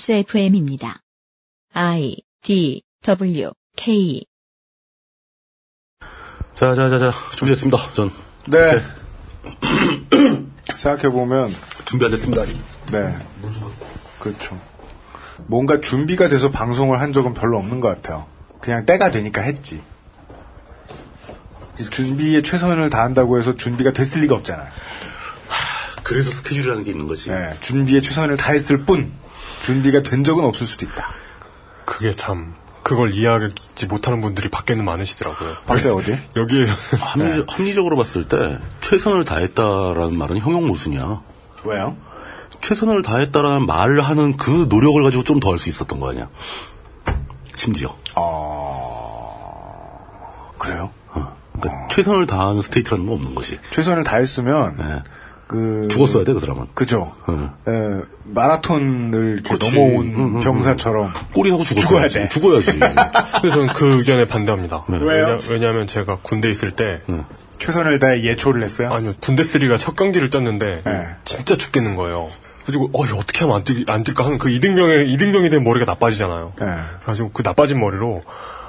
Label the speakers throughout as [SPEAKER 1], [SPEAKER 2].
[SPEAKER 1] XSFM입니다. I D W K
[SPEAKER 2] 자, 자, 자, 자, 준비됐습니다. 전
[SPEAKER 3] 네. 생각해보면,
[SPEAKER 2] 준비 안 됐습니다. 아직.
[SPEAKER 3] 네. 그렇죠. 뭔가 준비가 돼서 방송을 한 적은 별로 없는 것 같아요. 그냥 때가 되니까 했지. 이 준비에 최선을 다한다고 해서 준비가 됐을 리가 없잖아요.
[SPEAKER 2] 그래서 스케줄이라는 게 있는 거지.
[SPEAKER 3] 네. 준비에 최선을 다했을 뿐, 준비가 된 적은 없을 수도 있다.
[SPEAKER 4] 그게 참 그걸 이해하지 못하는 분들이 밖에는 많으시더라고요.
[SPEAKER 3] 밖에 어디?
[SPEAKER 4] 여기에서
[SPEAKER 2] 합리, 적으로 봤을 때 최선을 다했다라는 말은 형용 모순이야.
[SPEAKER 3] 왜요?
[SPEAKER 2] 최선을 다했다라는 말을 하는 그 노력을 가지고 좀 더 할 수 있었던 거 아니야. 심지어.
[SPEAKER 3] 어, 그래요?
[SPEAKER 2] 어. 그러니까 최선을 다하는 스테이트라는 건 없는 거지.
[SPEAKER 3] 최선을 다했으면,
[SPEAKER 2] 네.
[SPEAKER 3] 그,
[SPEAKER 2] 죽었어야 돼, 그 사람은.
[SPEAKER 3] 그죠.
[SPEAKER 2] 응.
[SPEAKER 3] 에, 마라톤을 이렇게
[SPEAKER 2] 그렇지.
[SPEAKER 3] 넘어온
[SPEAKER 2] 응, 응, 응.
[SPEAKER 3] 병사처럼.
[SPEAKER 2] 꼬리하고
[SPEAKER 3] 죽어야
[SPEAKER 2] 죽었어야지.
[SPEAKER 3] 돼.
[SPEAKER 2] 죽어야지.
[SPEAKER 4] 그래서 저는 그 의견에 반대합니다.
[SPEAKER 3] 왜요?
[SPEAKER 4] 왜냐, 하면 제가 군대 있을 때
[SPEAKER 3] 최선을 다해 예초를 했어요.
[SPEAKER 4] 아니요 군대 쓰리가 첫 경기를 뛰었는데
[SPEAKER 3] 네.
[SPEAKER 4] 진짜 죽겠는 거예요. 그리고 어 이거 어떻게 하면 안, 뛰, 안 뛸까 하는 그 이등병의 이등병이 된 머리가 나빠지잖아요.
[SPEAKER 3] 네.
[SPEAKER 4] 그래가지고 그 나빠진 머리로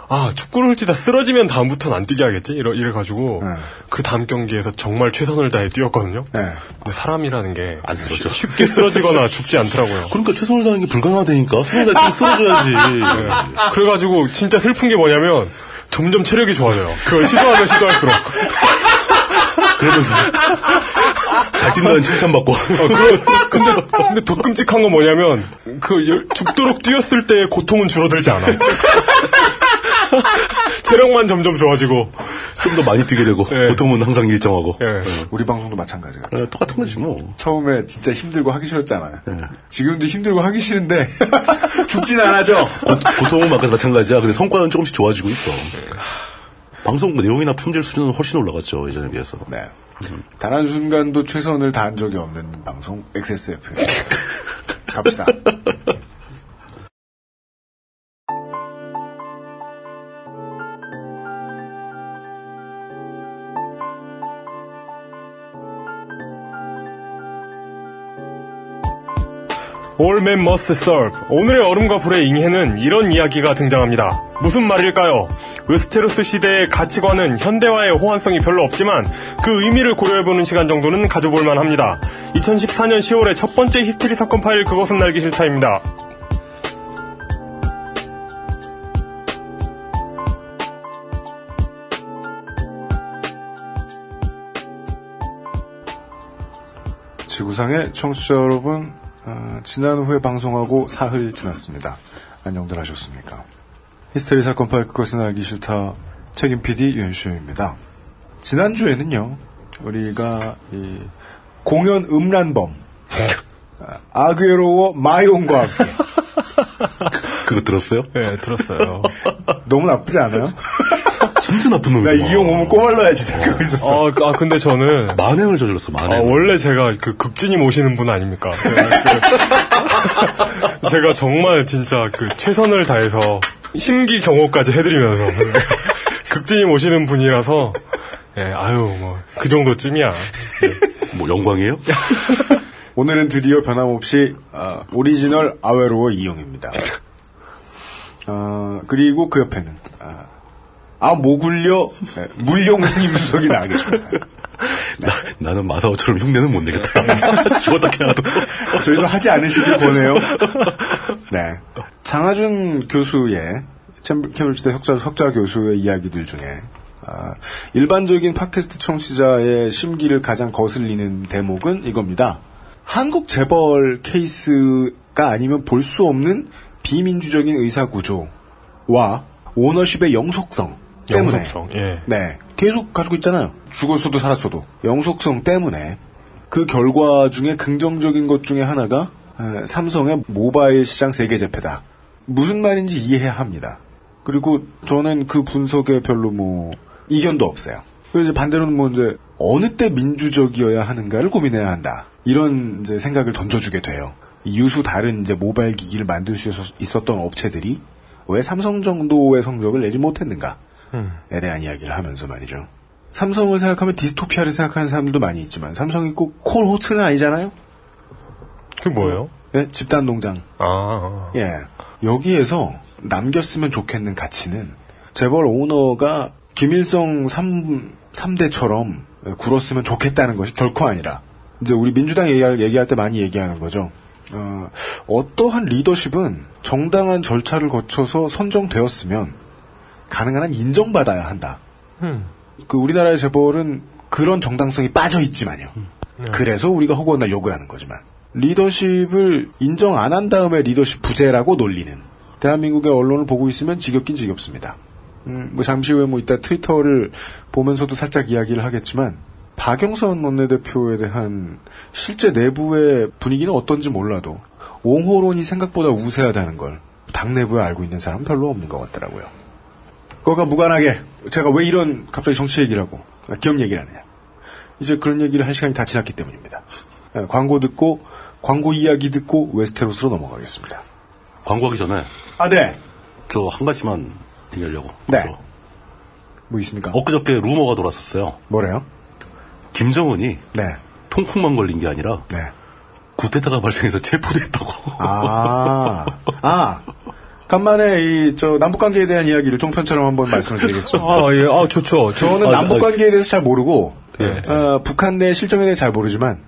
[SPEAKER 4] 아 축구를 뛰다 쓰러지면 다음부터는 안 뛰게 하겠지 이래, 이래가지고
[SPEAKER 3] 네.
[SPEAKER 4] 그 다음 경기에서 정말 최선을 다해 뛰었거든요.
[SPEAKER 3] 네.
[SPEAKER 4] 근데 사람이라는 게
[SPEAKER 2] 안 쓰러져.
[SPEAKER 4] 쉽게 쓰러지거나 죽지 않더라고요.
[SPEAKER 2] 그러니까 최선을 다하는 게 불가능하다니까. 최선을 다했으면 쓰러져야지.
[SPEAKER 4] 네. 그래가지고 진짜 슬픈 게 뭐냐면 점점 체력이 좋아져요. 그걸 시도하면 시도할수록.
[SPEAKER 2] 그러면서 잘 뛴다는 칭찬받고.
[SPEAKER 4] 어, 그, 근데, 근데 더 끔찍한 건 뭐냐면 그 열- 죽도록 뛰었을 때의 고통은 줄어들지 않아. 체력만 점점 좋아지고.
[SPEAKER 2] 좀 더 많이 뛰게 되고
[SPEAKER 4] 예.
[SPEAKER 2] 보통은 항상 일정하고
[SPEAKER 4] 예.
[SPEAKER 3] 우리 방송도 마찬가지 같아요.
[SPEAKER 2] 예, 똑같은 거지 뭐.
[SPEAKER 3] 처음에 진짜 힘들고 하기 싫었잖아요.
[SPEAKER 2] 네.
[SPEAKER 3] 지금도 힘들고 하기 싫은데 죽진 않아죠.
[SPEAKER 2] 고, 고통은 아까 마찬가지야. 근데 성과는 조금씩 좋아지고 있어. 방송 내용이나 품질 수준은 훨씬 올라갔죠 예전에 비해서.
[SPEAKER 3] 네. 단 한 순간도 최선을 다한 적이 없는 방송 XSF. 갑시다.
[SPEAKER 4] All men must serve. 오늘의 얼음과 불의 잉해는 이런 이야기가 등장합니다. 무슨 말일까요? 웨스테로스 시대의 가치관은 현대와의 호환성이 별로 없지만 그 의미를 고려해보는 시간 정도는 가져볼 만합니다. 2014년 10월의 첫 번째 히스테리 사건 파일 그것은 알기 싫다입니다.
[SPEAKER 3] 지구상의 청취자 여러분, 어, 지난 후에 방송하고 사흘 지났습니다. 안녕들 하셨습니까? 히스테리 사건 파일 그것은 알기 싫다 책임 PD 윤쇼입니다. 지난주에는요, 우리가 이 공연 음란범, 아, 아괴로워 마용과 함께
[SPEAKER 2] 그거 들었어요?
[SPEAKER 4] 네, 들었어요.
[SPEAKER 3] 너무 나쁘지 않아요?
[SPEAKER 2] 진짜 나쁜 놈이야.
[SPEAKER 3] 나 이용 오면 꼬말러야지 생각하고 있었어.
[SPEAKER 4] 아, 아, 근데 저는
[SPEAKER 2] 만행을 저질렀어
[SPEAKER 4] 아,
[SPEAKER 2] 만행.
[SPEAKER 4] 원래 제가 그 급진이 모시는 분 아닙니까? 네, 그- 제가 정말 진짜 그 최선을 다해서 심기 경호까지 해드리면서 급진이 모시는 분이라서 예, 아유 뭐 그 정도쯤이야.
[SPEAKER 2] 뭐 영광이에요?
[SPEAKER 3] 오늘은 드디어 변함없이 아, 오리지널 아웨로어 이용입니다. 아, 그리고 그 옆에는 아, 아 모굴려 네, 물용님 수석이 나와 계십니다.
[SPEAKER 2] 나, 나는 마사오처럼 흉내는 못 내겠다. 죽었다 캐나도.
[SPEAKER 3] 어, 저희도 하지 않으시길 권해요. 네. 장하준 교수의 캠- 캠브리지대 석자, 석자 교수의 이야기들 중에 아, 일반적인 팟캐스트 청취자의 심기를 가장 거슬리는 대목은 이겁니다. 한국 재벌 케이스가 아니면 볼 수 없는 비민주적인 의사 구조와 오너십의 영속성 때문에
[SPEAKER 4] 영속성, 예.
[SPEAKER 3] 네. 계속 가지고 있잖아요. 죽었어도 살았어도. 영속성 때문에 그 결과 중에 긍정적인 것 중에 하나가 에, 삼성의 모바일 시장 세계 재패다. 무슨 말인지 이해합니다. 그리고 저는 그 분석에 별로 뭐 이견도 없어요. 그래서 이제 반대로는 뭐 이제 어느 때 민주적이어야 하는가를 고민해야 한다. 이런 이제 생각을 던져주게 돼요. 유수 다른 이제 모바일 기기를 만들 수 있었- 있었던 업체들이 왜 삼성 정도의 성적을 내지 못했는가? 에 대한 이야기를 하면서 말이죠. 삼성을 생각하면 디스토피아를 생각하는 사람들도 많이 있지만 삼성이 꼭 콜호트는 아니잖아요.
[SPEAKER 4] 그게 뭐예요?
[SPEAKER 3] 예, 네, 집단 농장.
[SPEAKER 4] 아,
[SPEAKER 3] 예. 여기에서 남겼으면 좋겠는 가치는 재벌 오너가 김일성 3, 삼대처럼 굴었으면 좋겠다는 것이 결코 아니라 이제 우리 민주당 얘기할, 얘기할 때 많이 얘기하는 거죠. 어, 어떠한 리더십은 정당한 절차를 거쳐서 선정되었으면 가능한 한 인정받아야 한다. 그 우리나라의 재벌은 그런 정당성이 빠져 있지만요. 그래서 우리가 허구한 날 욕을 하는 거지만 리더십을 인정 안 한 다음에 리더십 부재라고 놀리는 대한민국의 언론을 보고 있으면 지겹긴 지겹습니다. 음, 뭐 잠시 후에 뭐 이따 트위터를 보면서도 살짝 이야기를 하겠지만 박영선 원내대표에 대한 실제 내부의 분위기는 어떤지 몰라도 옹호론이 생각보다 우세하다는 걸 당 내부에 알고 있는 사람 은 별로 없는 것 같더라고요. 그거가 무관하게 제가 왜 이런 갑자기 정치 얘기를 하고 아, 기업 얘기를 하느냐. 이제 그런 얘기를 한 시간이 다 지났기 때문입니다. 예, 광고 듣고 광고 이야기 듣고 웨스테로스로 넘어가겠습니다.
[SPEAKER 2] 광고하기 전에
[SPEAKER 3] 아 네.
[SPEAKER 2] 저 한 가지만 얘기하려고.
[SPEAKER 3] 네.
[SPEAKER 2] 저
[SPEAKER 3] 뭐 있습니까?
[SPEAKER 2] 엊그저께 루머가 돌았었어요.
[SPEAKER 3] 뭐래요?
[SPEAKER 2] 김정은이
[SPEAKER 3] 네.
[SPEAKER 2] 통풍만 걸린 게 아니라
[SPEAKER 3] 네.
[SPEAKER 2] 구테타가 발생해서 체포됐다고.
[SPEAKER 3] 아. 아. 간만에 이 저 남북 관계에 대한 이야기를 종편처럼 한번 말씀을 드리겠습니다.
[SPEAKER 4] 아, 예, 아, 좋죠.
[SPEAKER 3] 저는
[SPEAKER 2] 아,
[SPEAKER 3] 남북 관계에 대해서 잘 모르고
[SPEAKER 2] 예.
[SPEAKER 3] 어, 북한 내 실정에 대해 잘 모르지만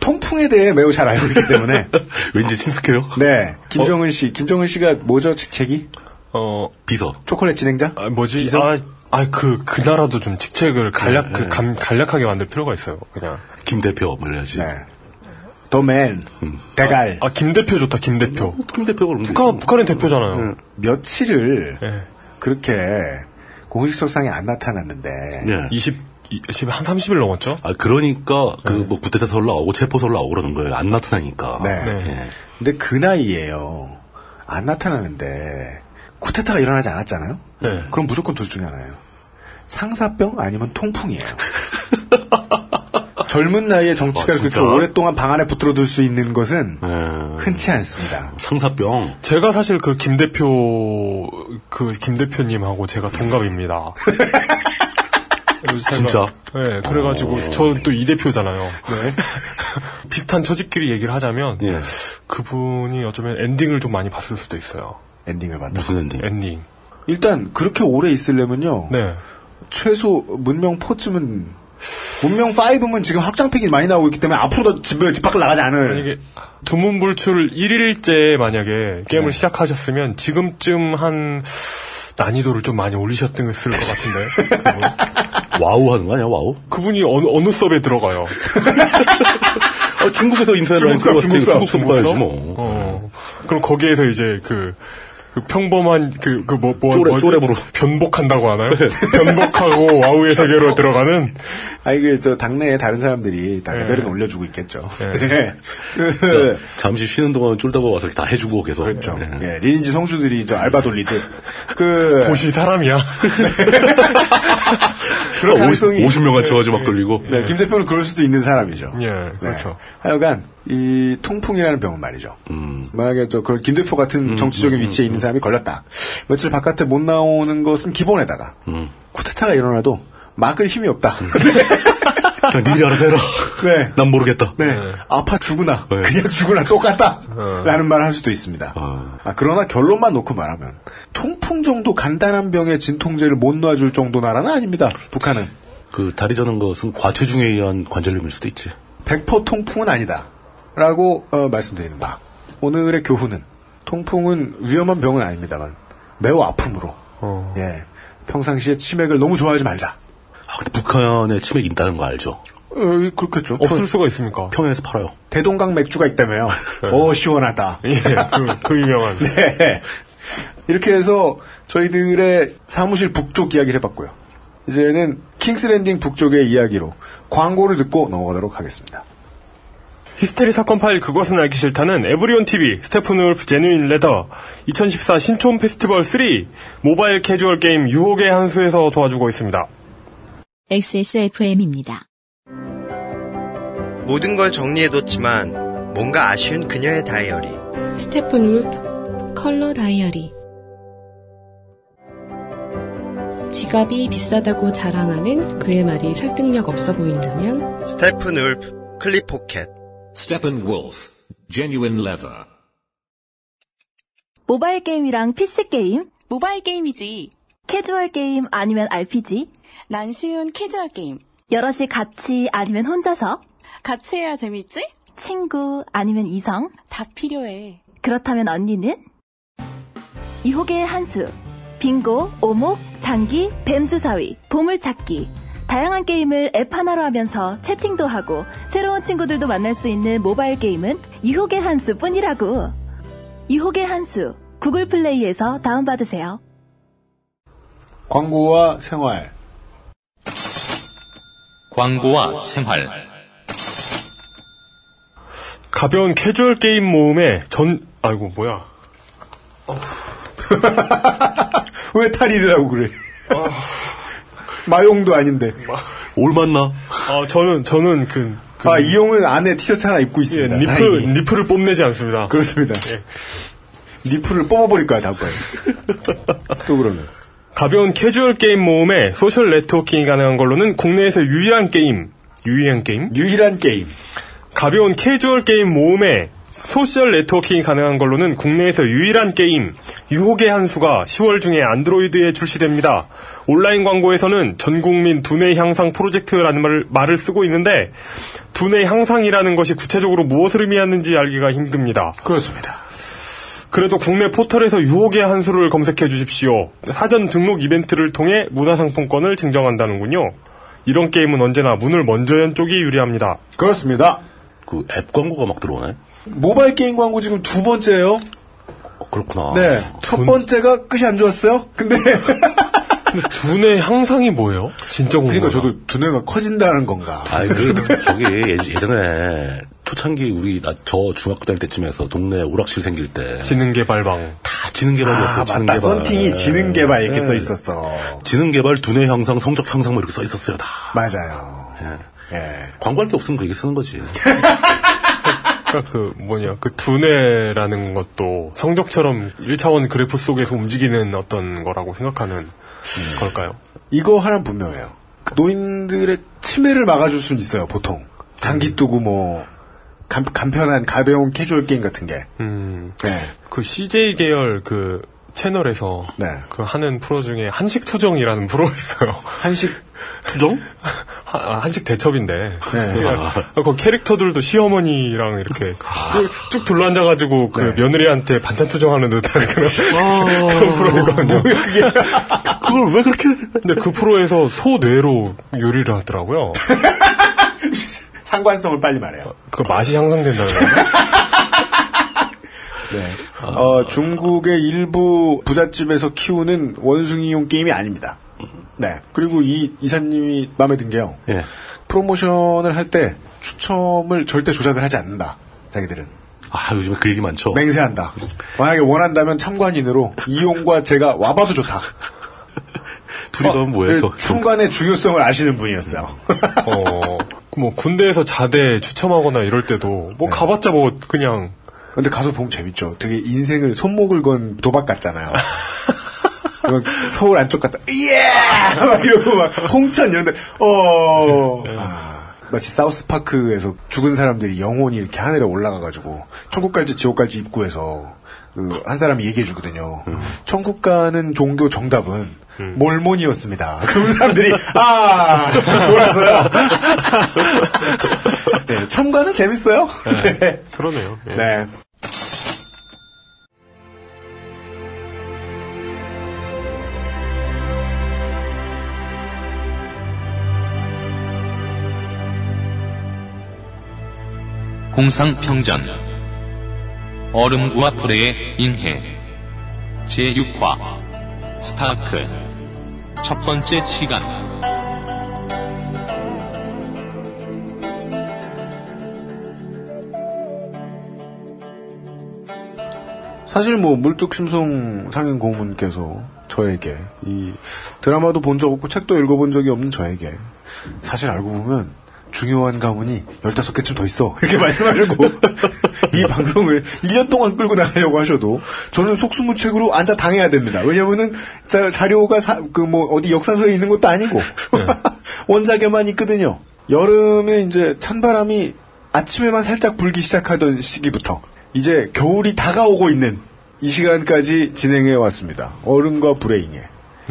[SPEAKER 3] 통풍에 대해 매우 잘 알고 있기 때문에
[SPEAKER 2] 왠지 친숙해요.
[SPEAKER 3] 네 김정은 씨 김정은 씨가 뭐죠 직책이
[SPEAKER 4] 어,
[SPEAKER 2] 비서.
[SPEAKER 3] 초콜릿 진행자
[SPEAKER 4] 아, 뭐지? 아, 아, 그, 그 나라도 좀 직책을 간략, 그, 감, 간략하게 만들 필요가 있어요, 그냥.
[SPEAKER 2] 김 대표 뭐 말해야지.
[SPEAKER 3] 네. 더맨 대갈
[SPEAKER 4] 아, 김 대표 좋다, 김 대표.
[SPEAKER 2] 김 대표가 뭐 그러면
[SPEAKER 4] 북한,
[SPEAKER 2] 되지.
[SPEAKER 4] 북한의 대표잖아요.
[SPEAKER 3] 며칠을
[SPEAKER 4] 예.
[SPEAKER 3] 그렇게 공식 석상에 안 나타났는데
[SPEAKER 2] 예.
[SPEAKER 4] 20, 20, 한 30일 넘었죠?
[SPEAKER 2] 아 그러니까 그 뭐 구테타서 올라오고 체포서 올라오고 그러는 거예요. 안 나타나니까.
[SPEAKER 3] 네.
[SPEAKER 2] 예.
[SPEAKER 3] 근데 그 나이에요 안 나타나는데 쿠데타가 일어나지 않았잖아요
[SPEAKER 4] 네.
[SPEAKER 3] 그럼 무조건 둘 중에 하나예요 상사병 아니면 통풍이에요 젊은 나이에 정치가
[SPEAKER 2] 아,
[SPEAKER 3] 그렇게
[SPEAKER 2] 진짜?
[SPEAKER 3] 오랫동안 방 안에 붙들어둘 수 있는 것은
[SPEAKER 2] 예.
[SPEAKER 3] 흔치 않습니다
[SPEAKER 2] 상사병.
[SPEAKER 4] 제가 사실 그 김 대표, 그 김 대표님하고 제가 동갑입니다. 그래서 제가-
[SPEAKER 2] 진짜?
[SPEAKER 4] 네, 그래가지고, 저 또 이 대표잖아요. 비슷한 처지끼리 얘기를 하자면,
[SPEAKER 3] 네.
[SPEAKER 2] 예.
[SPEAKER 4] 그분이 어쩌면 엔딩을 좀 많이 봤을 수도 있어요.
[SPEAKER 3] 엔딩을 봤다
[SPEAKER 2] 무슨 엔딩?
[SPEAKER 4] 엔딩.
[SPEAKER 3] 일단 그렇게 오래 있으려면요
[SPEAKER 4] 네.
[SPEAKER 3] 최소 문명 4쯤은 문명 5면 지금 확장팩이 많이 나오고 있기 때문에 앞으로도 집, 집 밖을 나가지 않을
[SPEAKER 4] 네. 이게 두문불출 1일째 만약에 게임을 시작하셨으면 지금쯤 한 난이도를 좀 많이 올리셨을 것 같은데
[SPEAKER 2] 와우 하는 거 아니야? 와우?
[SPEAKER 4] 그분이 어느, 어느 섭에 들어가요.
[SPEAKER 3] 어,
[SPEAKER 2] 아, 중국에서 인터넷을
[SPEAKER 4] 중국 섭,
[SPEAKER 2] 들어봤을 때
[SPEAKER 4] 중국 섭,
[SPEAKER 2] 중국 섭 가야지 뭐.
[SPEAKER 4] 어. 그럼 거기에서 이제 그, 그 평범한 그그뭐 뭐,
[SPEAKER 2] 쪼렙,
[SPEAKER 4] 뭐지?
[SPEAKER 2] 쪼렙으로. 네.
[SPEAKER 4] 변복한다고 하나요? 변복하고 와우의 세계로 들어가는
[SPEAKER 3] 아 이게 저 당내에 다른 사람들이 다 레벨은 올려주고 있겠죠. 네. 그,
[SPEAKER 2] 잠시 쉬는 동안 쫄다가 와서 이렇게 다 해주고 계속. 네.
[SPEAKER 3] 그렇죠. 예, 리니지 성주들이 저 알바 돌리듯 그
[SPEAKER 4] 도시 사람이야.
[SPEAKER 3] 그런 가능성이
[SPEAKER 2] 50, 명간 쳐가지고 막 돌리고.
[SPEAKER 3] 네, 김 대표는 그럴 수도 있는 사람이죠.
[SPEAKER 2] 네.
[SPEAKER 4] 예, 그렇죠.
[SPEAKER 3] 네. 하여간 이 통풍이라는 병은 말이죠.
[SPEAKER 4] 음.
[SPEAKER 3] 만약에 저 그런 김 대표 같은 정치적인 위치에 있는 사람이 걸렸다. 며칠 바깥에 못 나오는 것은 기본에다가
[SPEAKER 4] 음.
[SPEAKER 3] 쿠데타가 일어나도 막을 힘이 없다.
[SPEAKER 2] 그냥 니들이 알아서 해라.
[SPEAKER 3] 네.
[SPEAKER 2] 난 모르겠다.
[SPEAKER 3] 네. 아파 죽으나
[SPEAKER 4] 네.
[SPEAKER 3] 그냥 죽으나 똑같다.
[SPEAKER 4] 어.
[SPEAKER 3] 라는 말을 할 수도 있습니다.
[SPEAKER 2] 어.
[SPEAKER 3] 아, 그러나 결론만 놓고 말하면 통풍 정도 간단한 병에 진통제를 못 놔줄 정도 나라는 아닙니다.
[SPEAKER 4] 그렇죠.
[SPEAKER 3] 북한은.
[SPEAKER 2] 그 다리 저는 것은 과체중에 의한 관절염일 수도 있지.
[SPEAKER 3] 100% 통풍은 아니다. 라고 어, 말씀드리는 바. 오늘의 교훈은 통풍은 위험한 병은 아닙니다만 매우 아픔으로
[SPEAKER 4] 어.
[SPEAKER 3] 예 평상시에 치맥을 너무 좋아하지 말자.
[SPEAKER 2] 아, 근데 북한에 치맥 있다는 거 알죠?
[SPEAKER 3] 어, 그렇겠죠.
[SPEAKER 2] 네.
[SPEAKER 4] 없을 수가 있습니까?
[SPEAKER 2] 평양에서 팔아요.
[SPEAKER 3] 대동강 맥주가 있다며요. 오 시원하다.
[SPEAKER 2] 네.
[SPEAKER 4] 예, 그, 그 유명한.
[SPEAKER 3] 네. 이렇게 해서 저희들의 사무실 북쪽 이야기를 해봤고요. 이제는 킹스랜딩 북쪽의 이야기로 광고를 듣고 넘어가도록 하겠습니다.
[SPEAKER 4] 히스테리 사건 파일 그것은 알기 싫다는 에브리온 TV, 스테픈 울프 제누인 레더, 2014 신촌 페스티벌 3, 모바일 캐주얼 게임 유혹의 한수에서 도와주고 있습니다.
[SPEAKER 1] XSFM입니다.
[SPEAKER 5] 모든 걸 정리해뒀지만 뭔가 아쉬운 그녀의 다이어리
[SPEAKER 6] 스테픈 울프 컬러 다이어리 지갑이 비싸다고 자랑하는 그의 말이 설득력 없어 보인다면
[SPEAKER 5] 스테픈 울프 클립 포켓
[SPEAKER 7] Steppenwolf. Genuine leather. 모바일 게임이랑 PC 게임,
[SPEAKER 8] 모바일 게임이지.
[SPEAKER 7] 캐주얼 게임 아니면 RPG,
[SPEAKER 8] 난 쉬운 캐주얼 게임.
[SPEAKER 7] 여럿이 같이 아니면 혼자서,
[SPEAKER 8] 같이 해야 재밌지?
[SPEAKER 7] 친구 아니면 이성,
[SPEAKER 8] 다 필요해.
[SPEAKER 7] 그렇다면 언니는? 이호계의 한수, 빙고, 오목, 장기, 뱀주사위, 보물찾기. 다양한 게임을 앱 하나로 하면서 채팅도 하고 새로운 친구들도 만날 수 있는 모바일 게임은 이호계 한수 뿐이라고. 이호계 한수, 구글 플레이에서 다운받으세요.
[SPEAKER 3] 광고와 생활.
[SPEAKER 9] 광고와 생활.
[SPEAKER 4] 가벼운 캐주얼 게임 모음에 전, 아이고, 뭐야.
[SPEAKER 3] 왜 탈의를 하고 그래? 마용도 아닌데.
[SPEAKER 2] 올 맞나?
[SPEAKER 4] 아, 저는, 저는 그, 그
[SPEAKER 3] 아, 이용은 안에 티셔츠 하나 입고
[SPEAKER 4] 예,
[SPEAKER 3] 있습니다. 다행히.
[SPEAKER 4] 니플, 니플을 뽐내지 않습니다.
[SPEAKER 3] 그렇습니다. 니프를 뽑아버릴 거야, 다음번에. 또 그러면.
[SPEAKER 4] 가벼운 캐주얼 게임 모음에 소셜 네트워킹이 가능한 걸로는 국내에서 유일한 게임, 유일한 게임?
[SPEAKER 3] 유일한 게임.
[SPEAKER 4] 가벼운 캐주얼 게임 모음에 소셜 네트워킹이 가능한 걸로는 국내에서 유일한 게임 유혹의 한수가 10월 중에 안드로이드에 출시됩니다. 온라인 광고에서는 전국민 두뇌 향상 프로젝트라는 말을, 말을 쓰고 있는데 두뇌 향상이라는 것이 구체적으로 무엇을 의미하는지 알기가 힘듭니다.
[SPEAKER 3] 그렇습니다.
[SPEAKER 4] 그래도 국내 포털에서 유혹의 한수를 검색해 주십시오. 사전 등록 이벤트를 통해 문화상품권을 증정한다는군요. 이런 게임은 언제나 문을 먼저 연 쪽이 유리합니다.
[SPEAKER 3] 그렇습니다.
[SPEAKER 2] 그 앱 광고가 막 들어오네.
[SPEAKER 3] 모바일 게임 광고 지금 두 번째예요.
[SPEAKER 2] 어, 그렇구나.
[SPEAKER 3] 네. 첫 번째가 끝이 안 좋았어요. 근데
[SPEAKER 4] 두뇌 향상이 뭐예요? 진짜 궁금해.
[SPEAKER 3] 그러니까 저도 두뇌가 커진다는 건가.
[SPEAKER 2] 아이 그 저기 예- 예전에 초창기 우리 나 저 중학교 다닐 때쯤에서 동네 오락실 생길 때 다
[SPEAKER 4] 지능개발방.
[SPEAKER 2] 지능 개발이었어.
[SPEAKER 3] 아,
[SPEAKER 2] 요 지능
[SPEAKER 3] 맞다.
[SPEAKER 2] 개발.
[SPEAKER 3] 썬팅이 지능 개발 이렇게
[SPEAKER 2] 네.
[SPEAKER 3] 써 있었어.
[SPEAKER 2] 지능 개발 두뇌 향상, 성적 향상 뭐 이렇게 써 있었어요 다.
[SPEAKER 3] 맞아요. 예.
[SPEAKER 2] 광고할 게 없으면 그렇게 쓰는 거지. 아,
[SPEAKER 4] 그러니까 그 뭐냐 그 두뇌라는 것도 성적처럼 1차원 그래프 속에서 움직이는 어떤 거라고 생각하는 걸까요?
[SPEAKER 3] 이거 하나 분명해요. 그 노인들의 치매를 막아줄 수는 있어요, 보통. 장기 뜨고 뭐, 간, 간편한 가벼운 캐주얼 게임 같은 게.
[SPEAKER 4] 음,
[SPEAKER 3] 네.
[SPEAKER 4] 그 CJ 계열 그 채널에서
[SPEAKER 3] 네.
[SPEAKER 4] 그 하는 프로 중에 한식 투정이라는 프로 있어요.
[SPEAKER 3] 한식,
[SPEAKER 2] 투정?
[SPEAKER 4] 한- 아, 한식 대첩인데.
[SPEAKER 3] 네.
[SPEAKER 4] 그 캐릭터들도 시어머니랑 이렇게 쭉, 쭉 둘러앉아가지고 그 며느리한테 반찬 투정하는 듯한 그런, 그런 프로이거든요. 그걸 왜 그렇게. 근데 그 프로에서 소뇌로 요리를 하더라고요.
[SPEAKER 3] 상관성을 빨리 말해요.
[SPEAKER 4] 그 맛이 향상된다는 거.
[SPEAKER 3] 어, 중국의 일부 부잣집에서 키우는 원숭이용 게임이 아닙니다. 네. 그리고 이 이사님이 마음에 든 게요.
[SPEAKER 2] 예.
[SPEAKER 3] 프로모션을 할 때 추첨을 절대 조작을 하지 않는다. 자기들은.
[SPEAKER 2] 아 요즘에 그 얘기 많죠.
[SPEAKER 3] 맹세한다. 만약에 원한다면 참관인으로 이용과 제가 와봐도 좋다.
[SPEAKER 2] 둘이 가면 뭐예요?
[SPEAKER 3] 그 참관의 중요성을 아시는 분이었어요.
[SPEAKER 4] 어, 뭐 군대에서 자대 추첨하거나 이럴 때도 뭐 가봤자 뭐 그냥
[SPEAKER 3] 근데 가서 보면 재밌죠. 되게 인생을 손목을 건 도박 같잖아요. 그건 서울 안쪽 같다. 예! 막 이러고 막 홍천 이런데 어.
[SPEAKER 4] 네.
[SPEAKER 3] 아, 마치 사우스 파크에서 죽은 사람들이 영혼이 이렇게 하늘에 올라가가지고 천국갈지 지옥갈지 입구에서 그, 한 사람이 얘기해주거든요.
[SPEAKER 4] 음.
[SPEAKER 3] 천국 가는 종교 정답은 몰몬이었습니다. 그런 사람들이 아 돌았어요. 네, 참관은 재밌어요. 네.
[SPEAKER 4] 그러네요. 예.
[SPEAKER 3] 네.
[SPEAKER 9] 공상평전. 얼음과 불의 인해. 제6화. 스타크. 첫 번째 시간.
[SPEAKER 3] 사실 뭐 물뚝심송 상인 고문께서 저에게 이 드라마도 본 적 없고 책도 읽어본 적이 없는 저에게 사실 알고 보면 중요한 가문이 15개쯤 더 있어. 이렇게 말씀하시고, 이 방송을 1년 동안 끌고 나가려고 하셔도, 저는 속수무책으로 앉아 당해야 됩니다. 왜냐면은, 자, 자료가 사, 그 뭐, 어디 역사서에 있는 것도 아니고, 원작에만 있거든요. 여름에 이제 찬바람이 아침에만 살짝 불기 시작하던 시기부터 이제 겨울이 다가오고 있는 이 시간까지 진행해 왔습니다. 얼음과 불의 잉해.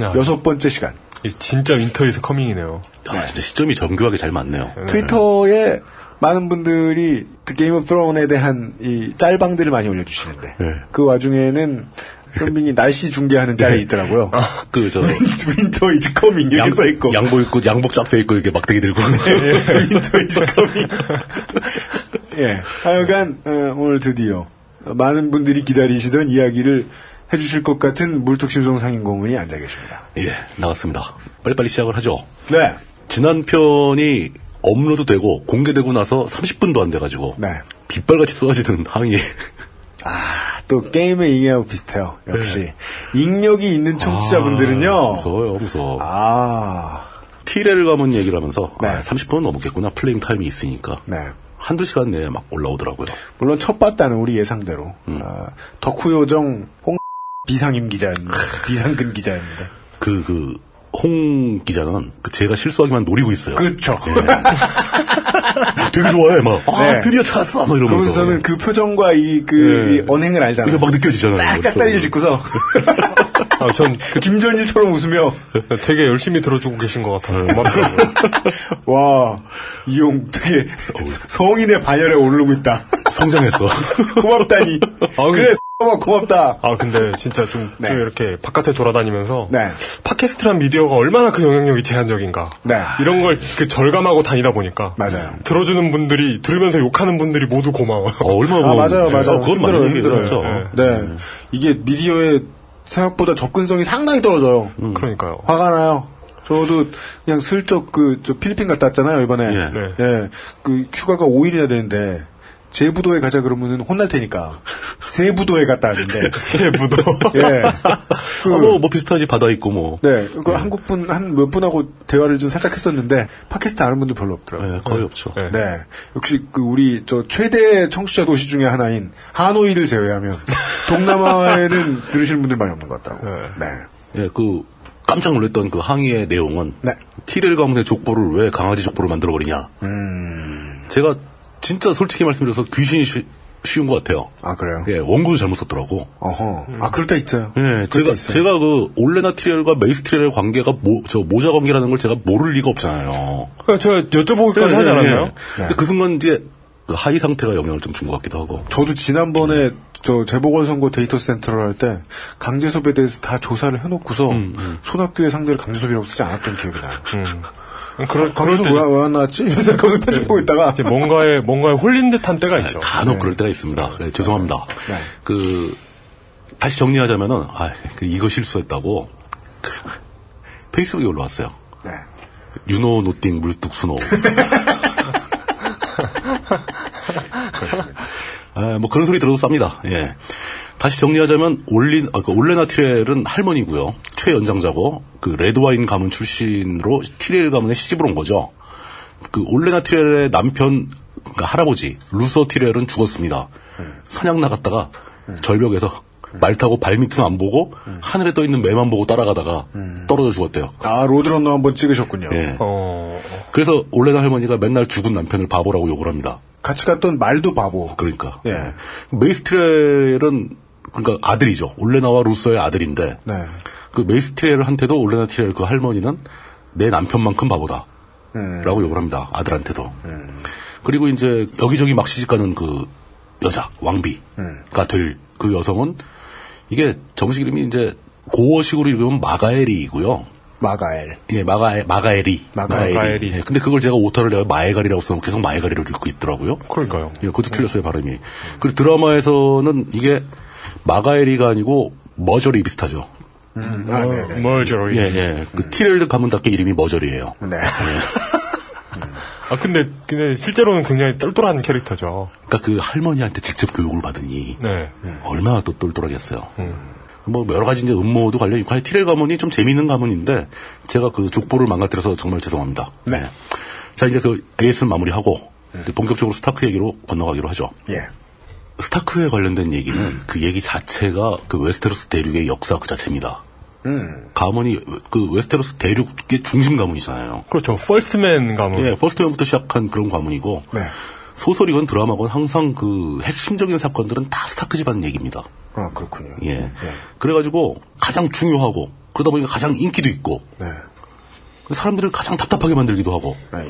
[SPEAKER 4] 야,
[SPEAKER 3] 여섯 번째 시간.
[SPEAKER 4] 이 진짜 윈터에서 커밍이네요.
[SPEAKER 2] 아, 진짜 시점이 정교하게 잘 맞네요.
[SPEAKER 3] 트위터에 많은 분들이 그 게임 오브 스론에 대한 이 짤방들을 많이 올려주시는데
[SPEAKER 2] 네.
[SPEAKER 3] 그 와중에는 현빈이 날씨 중계하는 짤이 있더라고요.
[SPEAKER 2] 그, 저,
[SPEAKER 3] 윈터 이즈 커밍
[SPEAKER 2] 네. 양,
[SPEAKER 3] 이렇게 써있고
[SPEAKER 2] 양복 입고, 양복 쫙 돼있고, 이렇게 막대기 들고.
[SPEAKER 3] 윈터 이즈 커밍. 예, 하여간 어, 오늘 드디어 많은 분들이 기다리시던 이야기를 해주실 것 같은 물뚝심송 상인 고문이 앉아 계십니다.
[SPEAKER 2] 예, 나왔습니다. 빨리빨리 시작을 하죠.
[SPEAKER 3] 네,
[SPEAKER 2] 지난 편이 업로드 되고, 공개되고 나서 30분도 안 돼가지고.
[SPEAKER 3] 네.
[SPEAKER 2] 빗발같이 쏟아지는 항의.
[SPEAKER 3] 또 게임의 잉해하고 비슷해요. 역시 잉력이 있는 청취자분들은요.
[SPEAKER 2] 아, 무서워요, 무서워.
[SPEAKER 3] 아,
[SPEAKER 2] 티레를 가면 얘기를 하면서
[SPEAKER 3] 네.
[SPEAKER 2] 아, 30분 넘었겠구나 플레잉 타임이 있으니까
[SPEAKER 3] 네.
[SPEAKER 2] 한두 시간 내에 막 올라오더라고요.
[SPEAKER 3] 물론 첫 봤다는 우리 예상대로 아, 덕후요정 홍 비상임 기자입니다. 비상근 기자입니다.
[SPEAKER 2] 그, 그, 홍 기자는 그 제가 실수하기만 노리고 있어요.
[SPEAKER 3] 그렇죠.
[SPEAKER 2] 네. 되게 좋아해, 막. 아,
[SPEAKER 3] 네.
[SPEAKER 2] 드디어 찾았어! 막 이러면서.
[SPEAKER 3] 그러면서 저는 그 표정과 이, 그, 이 언행을
[SPEAKER 2] 네. 이게
[SPEAKER 3] 알잖아요.
[SPEAKER 2] 막 느껴지잖아요.
[SPEAKER 3] 딱 짝다리를 짓고서
[SPEAKER 4] 아, 전 그-
[SPEAKER 3] 김전일처럼 웃으며
[SPEAKER 4] 되게 열심히 들어주고 계신 것 같아서 고맙더라고요.
[SPEAKER 3] 와 이용 되게 성인의 반열에 오르고 있다.
[SPEAKER 2] 성장했어.
[SPEAKER 3] 고맙다니.
[SPEAKER 4] 아우.
[SPEAKER 3] 그래 X가 고맙다.
[SPEAKER 4] 아, 근데 진짜 좀,
[SPEAKER 3] 네.
[SPEAKER 4] 좀 이렇게 바깥에 돌아다니면서
[SPEAKER 3] 네.
[SPEAKER 4] 팟캐스트란 미디어가 얼마나 그 영향력이 제한적인가.
[SPEAKER 3] 네.
[SPEAKER 4] 이런 걸 그 절감하고 다니다 보니까
[SPEAKER 3] 맞아요.
[SPEAKER 4] 들어주는 분들이 들으면서 욕하는 분들이 모두 고마워요.
[SPEAKER 2] 어, 얼마나
[SPEAKER 3] 아, 맞아요,
[SPEAKER 2] 고마운지.
[SPEAKER 3] 맞아요.
[SPEAKER 2] 어, 그건
[SPEAKER 3] 힘들어요,
[SPEAKER 2] 많이
[SPEAKER 3] 힘들어요.
[SPEAKER 2] 힘들었죠.
[SPEAKER 3] 네. 이게 미디어의 생각보다 접근성이 상당히 떨어져요.
[SPEAKER 4] 그러니까요.
[SPEAKER 3] 화가 나요. 저도 그냥 슬쩍 그, 저 필리핀 갔다 왔잖아요, 이번에.
[SPEAKER 2] 예.
[SPEAKER 4] 네.
[SPEAKER 3] 예. 그 휴가가 5일이나 되는데, 제부도에 가자 그러면은 혼날 테니까. 세부도에 갔다 왔는데.
[SPEAKER 4] 세부도.
[SPEAKER 3] 예. 그,
[SPEAKER 2] 아, 뭐, 뭐 비슷하지, 바다 있고 뭐.
[SPEAKER 3] 네. 그 한국 분, 한 몇 분하고 대화를 좀 살짝 했었는데, 팟캐스트 아는 분들 별로 없더라고요.
[SPEAKER 2] 예, 거의 없죠.
[SPEAKER 4] 네.
[SPEAKER 3] 네. 역시 그 우리 저 최대 청취자 도시 중에 하나인 하노이를 제외하면 동남아에는 들으실 분들 많이 없는 것 같다고.
[SPEAKER 4] 네.
[SPEAKER 3] 네.
[SPEAKER 2] 예, 그, 깜짝 놀랐던 그 항의의 내용은.
[SPEAKER 3] 네.
[SPEAKER 2] 티렐 가문의 족보를 왜 강아지 족보로 만들어버리냐.
[SPEAKER 4] 음.
[SPEAKER 3] 음,
[SPEAKER 2] 제가 진짜 솔직히 말씀드려서 귀신이 쉬, 운것 같아요.
[SPEAKER 3] 아 그래요?
[SPEAKER 2] 예, 원고도 잘못 썼더라고.
[SPEAKER 3] 어허. 아 그럴 때 있어요.
[SPEAKER 2] 예,
[SPEAKER 3] 그럴 때
[SPEAKER 2] 제가,
[SPEAKER 3] 있어요.
[SPEAKER 2] 제가 그, 올레나 티렐과 메이스 티렐의 관계가 모, 저 모자 관계라는 걸 제가 모를 리가 없잖아요.
[SPEAKER 4] 제가 여쭤보기까지 하지 않았나요? 네.
[SPEAKER 2] 예. 근데 그 순간 이제, 그 하이 상태가 영향을 좀 준 것 같기도 하고.
[SPEAKER 3] 저도 지난번에 저 재보궐선거 데이터 센터를 할 때 강제섭에 대해서 다 조사를 해놓고서
[SPEAKER 4] 음,
[SPEAKER 3] 손학규의 상대를 강제섭이라고 쓰지 않았던 기억이 나요.
[SPEAKER 4] 그럴, 그럴
[SPEAKER 3] 강제섭
[SPEAKER 4] 때
[SPEAKER 3] 왜안 왜 나왔지? 이러면서 편집하고 있다가
[SPEAKER 4] 이제 뭐 뭔가에, 뭔가에 홀린 듯한 때가 있죠.
[SPEAKER 2] 간혹 그럴 때가 있습니다. 그래, 죄송합니다. 그 다시 정리하자면은 아, 그 이거 실수했다고 그 페이스북에 올라왔어요.
[SPEAKER 3] 네.
[SPEAKER 2] 유노 노띵 물뚝 수노. 아, 뭐 그런 소리 들어도 쌉니다. 예. 다시 정리하자면 올린 아, 그 올레나 티렐은 할머니고요. 최연장자고 그 레드와인 가문 출신으로 티렐 가문에 시집을 온 거죠. 그 올레나 티렐의 남편 그러니까 할아버지 루서 티렐은 죽었습니다. 사냥 나갔다가 절벽에서 말 타고 발 밑은 안 보고 하늘에 떠 있는 매만 보고 따라가다가 떨어져 죽었대요.
[SPEAKER 3] 아 로드런너 한번 찍으셨군요.
[SPEAKER 2] 예.
[SPEAKER 4] 어,
[SPEAKER 2] 그래서 올레나 할머니가 맨날 죽은 남편을 바보라고 욕을 합니다.
[SPEAKER 3] 같이 갔던 말도
[SPEAKER 4] 어.
[SPEAKER 3] 바보.
[SPEAKER 2] 그러니까.
[SPEAKER 3] 예.
[SPEAKER 2] 메이스트렐은 그러니까 아들이죠. 올레나와 루서의 아들인데
[SPEAKER 3] 네.
[SPEAKER 2] 그 메이스트렐한테도 올레나 티렐 그 할머니는 내 남편만큼 바보다.
[SPEAKER 3] 음,
[SPEAKER 2] 라고 욕을 합니다. 아들한테도. 그리고 이제 여기저기 막 시집가는 그 여자 왕비가 될 그 여성은 이게 정식 이름이 이제 고어식으로 읽으면 마가엘이고요.
[SPEAKER 3] 마가엘.
[SPEAKER 2] 예, 마가 마가엘이.
[SPEAKER 3] 마가엘이.
[SPEAKER 4] 마가엘이.
[SPEAKER 2] 예, 근데 그걸 제가 오타를 내가 마에갈이라고 써놓고 계속 마에갈이로 읽고 있더라고요.
[SPEAKER 4] 그러니까요.
[SPEAKER 2] 예, 그것도 틀렸어요, 발음이. 그리고 드라마에서는 이게 마가엘이가 아니고 머저리 비슷하죠.
[SPEAKER 3] 아, 네.
[SPEAKER 4] 뭘 저러
[SPEAKER 2] 예, 예. 그 티렐드 가문답게 이름이 머저리예요.
[SPEAKER 3] 네.
[SPEAKER 4] 아, 근데, 근데 실제로는 굉장히 똘똘한 캐릭터죠.
[SPEAKER 2] 그러니까 그 할머니한테 직접 교육을 받으니
[SPEAKER 4] 네.
[SPEAKER 2] 얼마나 또 똘똘하겠어요.
[SPEAKER 3] 음.
[SPEAKER 2] 뭐 여러 가지 이제 음모도 관련 있고 티렐 가문이 좀 재밌는 가문인데 제가 그 족보를 망가뜨려서 정말 죄송합니다.
[SPEAKER 3] 네.
[SPEAKER 2] 자 이제 그 AS는 마무리하고 이제 본격적으로 스타크 얘기로 건너가기로 하죠.
[SPEAKER 3] 예.
[SPEAKER 2] 스타크에 관련된 얘기는
[SPEAKER 3] 음.
[SPEAKER 2] 그 얘기 자체가 그 웨스테로스 대륙의 역사 그 자체입니다.
[SPEAKER 3] 음.
[SPEAKER 2] 가문이 그 웨스테로스 대륙의 중심 가문이잖아요.
[SPEAKER 4] 그렇죠. 펄스맨 가문.
[SPEAKER 2] 예, 퍼스트맨부터 시작한 그런 가문이고
[SPEAKER 3] 음. 네.
[SPEAKER 2] 소설이건 드라마건 항상 그 핵심적인 사건들은 다 스타크 집안 얘기입니다.
[SPEAKER 3] 아, 그렇군요.
[SPEAKER 2] 예. 그래가지고 가장 중요하고 그러다 보니까 가장 인기도 있고 그
[SPEAKER 3] 네.
[SPEAKER 2] 사람들을 가장 답답하게 만들기도 하고
[SPEAKER 3] 아, 예.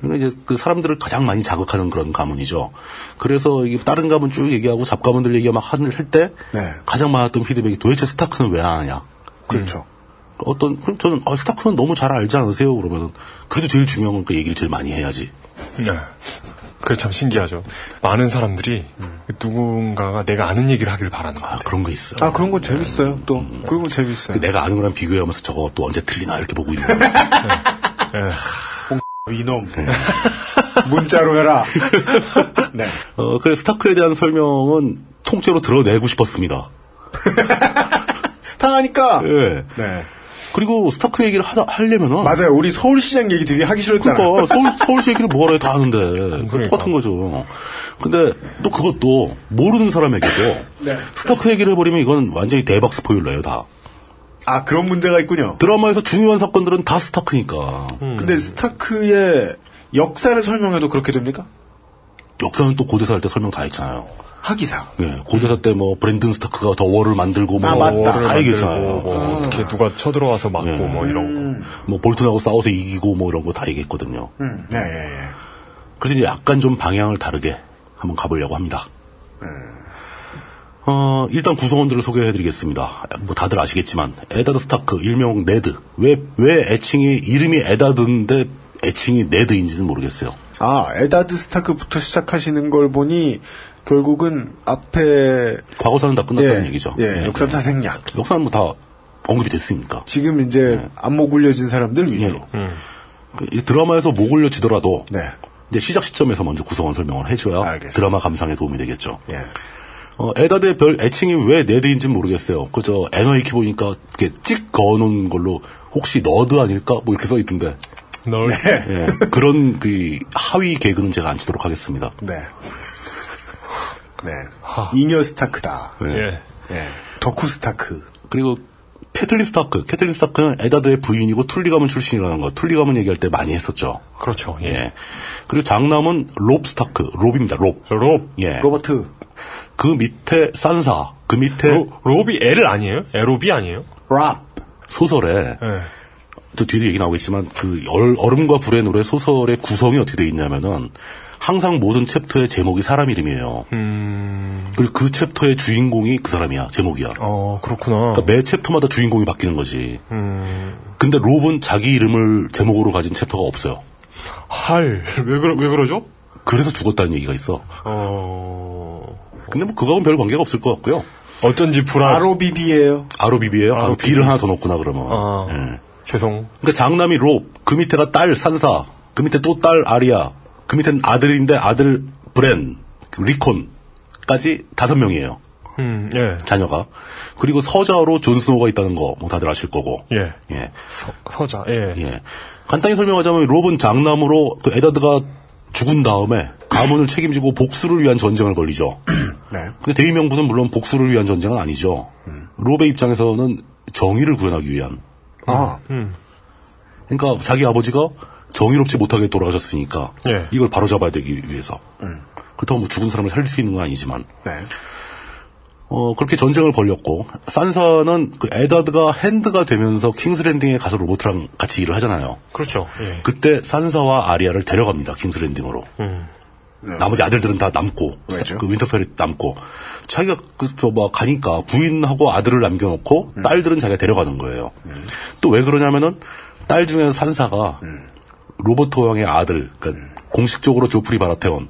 [SPEAKER 2] 그러니까 이제 그 사람들을 가장 많이 자극하는 그런 가문이죠. 그래서 이게 다른 가문 쭉 얘기하고 잡가문들 얘기 막 할 때
[SPEAKER 3] 네.
[SPEAKER 2] 가장 많았던 피드백이 도대체 스타크는 왜 안 하냐. 음.
[SPEAKER 3] 그렇죠.
[SPEAKER 2] 어떤 그럼 저는 아, 스타크는 너무 잘 알지 않으세요? 그러면 그래도 제일 중요한 건그 얘기를 제일 많이 해야지.
[SPEAKER 4] 네. 그게 참 신기하죠. 많은 사람들이 누군가가 내가 아는 얘기를 하길 바라는 것
[SPEAKER 2] 아,
[SPEAKER 4] 같아요.
[SPEAKER 2] 그런 거 있어.
[SPEAKER 3] 아, 그런 건 재밌어요, 또.
[SPEAKER 2] 음.
[SPEAKER 3] 그런 건 재밌어요.
[SPEAKER 2] 내가 아는 거랑 비교하면서 저거 또 언제 틀리나 이렇게 보고 있는 거지.
[SPEAKER 3] 네. 아,
[SPEAKER 2] 네.
[SPEAKER 3] 이놈. 문자로 해라. 네.
[SPEAKER 2] 어, 그래서 스타크에 대한 설명은 통째로 드러내고 싶었습니다.
[SPEAKER 3] 당하니까.
[SPEAKER 2] 예.
[SPEAKER 3] 네.
[SPEAKER 2] 그리고 스타크 얘기를 하다 하려면은
[SPEAKER 3] 맞아요. 우리 서울시장 얘기 되게 하기 싫었잖아.
[SPEAKER 2] 그러니까 서울 서울시 얘기를 뭐하러 해다 하는데
[SPEAKER 4] 그러니까.
[SPEAKER 2] 그거 똑같은 거죠. 근데 또 그것도 모르는 사람에게도
[SPEAKER 3] 네.
[SPEAKER 2] 스타크 얘기를 해버리면 이건 완전히 대박 스포일러예요 다.
[SPEAKER 3] 아, 그런 문제가 있군요.
[SPEAKER 2] 드라마에서 중요한 사건들은 다 스타크니까
[SPEAKER 4] 음.
[SPEAKER 3] 근데 스타크의 역사를 설명해도 그렇게 됩니까?
[SPEAKER 2] 역사는 또 고대사 할 때 설명 다 했잖아요.
[SPEAKER 3] 하기사.
[SPEAKER 2] 예, 고대사 때 뭐 브랜든 스타크가 더 월을 만들고 뭐
[SPEAKER 3] 아, 맞다.
[SPEAKER 2] 월을
[SPEAKER 3] 다 예.
[SPEAKER 2] 다 얘기했잖아요.
[SPEAKER 4] 만들고 뭐 어떻게 누가 쳐들어와서 맞고 뭐 이런 거.
[SPEAKER 2] 뭐 볼튼하고 싸워서 이기고 뭐 이런 거 다 얘기했거든요.
[SPEAKER 3] 음. 네, 예, 예.
[SPEAKER 2] 그래서 이제 약간 좀 방향을 다르게 한번 가보려고 합니다. 어, 일단 구성원들을 소개해드리겠습니다. 뭐 다들 아시겠지만 에다드 스타크 일명 네드 왜 왜 애칭이 이름이 에다드인데 애칭이 네드인지는 모르겠어요.
[SPEAKER 3] 아, 에다드 스타크부터 시작하시는 걸 보니 결국은 앞에
[SPEAKER 2] 과거사는 다 끝났다는
[SPEAKER 3] 예,
[SPEAKER 2] 얘기죠. 네,
[SPEAKER 3] 예, 역사다 생략.
[SPEAKER 2] 역사는 뭐 다 언급이 됐으니까.
[SPEAKER 3] 지금 이제 안목 울려진 사람들 위주로.
[SPEAKER 2] 네. 예. 그이 드라마에서 목 올려지더라도
[SPEAKER 3] 네.
[SPEAKER 2] 이제 시작 시점에서 먼저 구성원 설명을 해줘야
[SPEAKER 3] 알겠습니다.
[SPEAKER 2] 드라마 감상에 도움이 되겠죠.
[SPEAKER 3] 예.
[SPEAKER 2] 어, 에다드의 별 애칭이 왜 네드인지 는 모르겠어요. 그저 에너이키 보니까 이렇게 찍 그어놓은 걸로 혹시 너드 아닐까 뭐 이렇게 써있던데
[SPEAKER 4] 널
[SPEAKER 3] 네.
[SPEAKER 2] 예, 그런 그 하위 개그는 제가 안 치도록 하겠습니다.
[SPEAKER 3] 네. 네. 잉여 스타크다.
[SPEAKER 2] 예.
[SPEAKER 4] 예.
[SPEAKER 3] 예. 덕후 스타크.
[SPEAKER 2] 그리고 캐틀린 스타크, 캐틀린 스타크는 에다드의 부인이고 툴리 가문 출신이라는 거 툴리 가문 얘기할 때 많이 했었죠.
[SPEAKER 4] 그렇죠. 예.
[SPEAKER 2] 예. 그리고 장남은 롭 스타크, 롭입니다. 롭.
[SPEAKER 4] 롭.
[SPEAKER 2] 예.
[SPEAKER 3] 로버트.
[SPEAKER 2] 그 밑에 산사, 그
[SPEAKER 3] 예.
[SPEAKER 2] 밑에
[SPEAKER 4] 로, 롭이 L 아니에요? 에롭이 아니에요?
[SPEAKER 3] 랍.
[SPEAKER 2] 소설에
[SPEAKER 4] 예.
[SPEAKER 2] 또 뒤에도 얘기 나오겠지만 그 얼, 얼음과 불의 노래 소설의 구성이 어떻게 돼 있냐면은 항상 모든 챕터의 제목이 사람 이름이에요.
[SPEAKER 4] 음.
[SPEAKER 2] 그리고 그 챕터의 주인공이 그 사람이야. 제목이야.
[SPEAKER 4] 어, 그렇구나.
[SPEAKER 2] 그러니까 매 챕터마다 주인공이 바뀌는 거지. 근데 롭은 자기 이름을 제목으로 가진 챕터가 없어요.
[SPEAKER 4] 할. 왜, 그러, 왜 그러죠?
[SPEAKER 2] 그래서 죽었다는 얘기가 있어.
[SPEAKER 4] 어,
[SPEAKER 2] 근데 뭐 그거하고는 별 관계가 없을 것 같고요.
[SPEAKER 4] 어쩐지 불안.
[SPEAKER 3] 아로비비예요.
[SPEAKER 2] 아로비비예요? 아,
[SPEAKER 4] 아로비비.
[SPEAKER 2] 비를 하나 더 넣었구나 그러면.
[SPEAKER 4] 아.
[SPEAKER 2] 예.
[SPEAKER 4] 죄송.
[SPEAKER 2] 그러니까 장남이 롭, 그 밑에가 딸 산사, 그 밑에 또 딸 아리아, 그 밑엔 아들인데 아들 브렌, 그 리콘까지 다섯 명이에요.
[SPEAKER 4] 음, 예.
[SPEAKER 2] 자녀가. 그리고 서자로 존스노가 있다는 거 뭐 다들 아실 거고.
[SPEAKER 4] 예.
[SPEAKER 2] 예.
[SPEAKER 4] 서, 서자, 예.
[SPEAKER 2] 예. 간단히 설명하자면 롭은 장남으로 그 에다드가 죽은 다음에 가문을 책임지고 복수를 위한 전쟁을 걸리죠.
[SPEAKER 3] 네.
[SPEAKER 2] 근데 대의명분은 물론 복수를 위한 전쟁은 아니죠. 롭의 입장에서는 정의를 구현하기 위한
[SPEAKER 3] 아,
[SPEAKER 2] 그러니까 자기 아버지가 정의롭지 못하게 돌아가셨으니까
[SPEAKER 4] 예. 음.
[SPEAKER 2] 이걸 바로잡아야 되기 위해서 그렇다고 뭐 죽은 사람을 살릴 수 있는 건 아니지만
[SPEAKER 3] 네.
[SPEAKER 2] 어 그렇게 전쟁을 벌였고 산사는 그 에다드가 핸드가 되면서 킹스랜딩에 가서 로보트랑 같이 일을 하잖아요.
[SPEAKER 4] 그렇죠. 예.
[SPEAKER 2] 그때 산사와 아리아를 데려갑니다 킹스랜딩으로. 나머지 아들들은 다 남고
[SPEAKER 3] 왜죠?
[SPEAKER 2] 그 윈터펠이 남고 자기가 그저뭐 가니까 부인하고 아들을 남겨놓고
[SPEAKER 3] 음.
[SPEAKER 2] 딸들은 자기가 데려가는 거예요. 또 왜 그러냐면은 딸 중에 산사가
[SPEAKER 3] 음.
[SPEAKER 2] 로버트 왕의 아들, 그러니까 공식적으로 조프리 바라테온,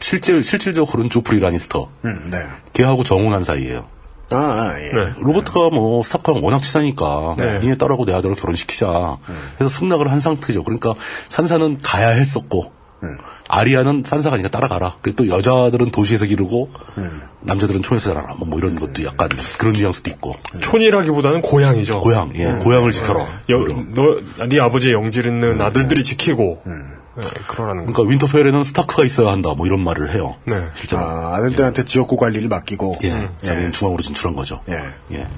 [SPEAKER 2] 실질 실질적으로는 조프리 라니스터,
[SPEAKER 3] 음, 네.
[SPEAKER 2] 걔하고 정혼한 사이예요.
[SPEAKER 3] 아, 아, 예.
[SPEAKER 4] 네.
[SPEAKER 2] 로버트가 뭐 스타크랑 워낙 친하니까 니네 딸하고 내 아들을 결혼시키자
[SPEAKER 4] 네.
[SPEAKER 2] 해서 승낙을 한 상태죠. 그러니까 산사는 가야 했었고
[SPEAKER 4] 네.
[SPEAKER 2] 아리아는 산사가 니까 따라가라. 그리고 또 여자들은 도시에서 기르고
[SPEAKER 4] 네.
[SPEAKER 2] 남자들은 촌에서 자라라. 뭐, 뭐 이런 것도 약간 그런 뉘앙스도 있고
[SPEAKER 4] 네. 촌이라기보다는 고향이죠. 음.
[SPEAKER 2] 고향 예
[SPEAKER 4] 네.
[SPEAKER 2] 고향을 음. 지켜라.
[SPEAKER 4] 여, 너, 네 아버지의 영질 있는 아들들이 지키고.
[SPEAKER 2] 음.
[SPEAKER 4] 네, 그러라는 거.
[SPEAKER 2] 그러니까 윈터펠에는 스타크가 있어야 한다. 뭐 이런 말을 해요.
[SPEAKER 4] 네.
[SPEAKER 2] 실제로
[SPEAKER 3] 아, 아들들한테 지역구 관리를 맡기고.
[SPEAKER 2] 예 자기는 중앙으로 진출한 거죠.
[SPEAKER 4] 네.
[SPEAKER 3] 예.
[SPEAKER 2] 예.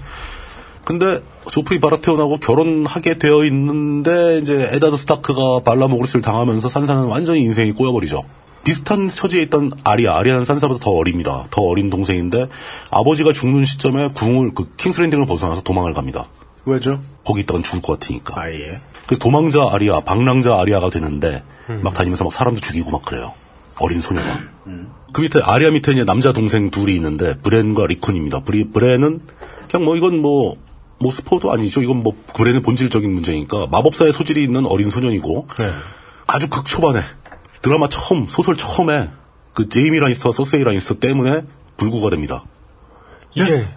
[SPEAKER 2] 근데 조프리 바라테온하고 결혼하게 되어 있는데 이제 에다드 스타크가 발라모그리스를 당하면서 산사는 완전히 인생이 꼬여버리죠. 비슷한 처지에 있던 아리아, 아리아는 산사보다 더 어립니다. 더 어린 동생인데 아버지가 죽는 시점에 궁을 그 킹스랜딩을 벗어나서 도망을 갑니다.
[SPEAKER 3] 왜죠?
[SPEAKER 2] 거기 있다간 죽을 것 같으니까.
[SPEAKER 3] 아예.
[SPEAKER 2] 그 도망자 아리아, 방랑자 아리아가 되는데 막 다니면서 막 사람도 죽이고 막 그래요. 어린 소녀가. 그 밑에 아리아 밑에 이제 남자 동생 둘이 있는데 브렌과 리콘입니다. 브리, 브렌은 그냥 뭐 이건 뭐 뭐 스포도 아니죠. 이건 뭐 브렌의 본질적인 문제니까 마법사의 소질이 있는 어린 소년이고
[SPEAKER 4] 네.
[SPEAKER 2] 아주 극 초반에 드라마 처음 소설 처음에 그 제이미 라니스터와 서세이 라니스터 때문에 불구가 됩니다.
[SPEAKER 4] 이게
[SPEAKER 2] 예.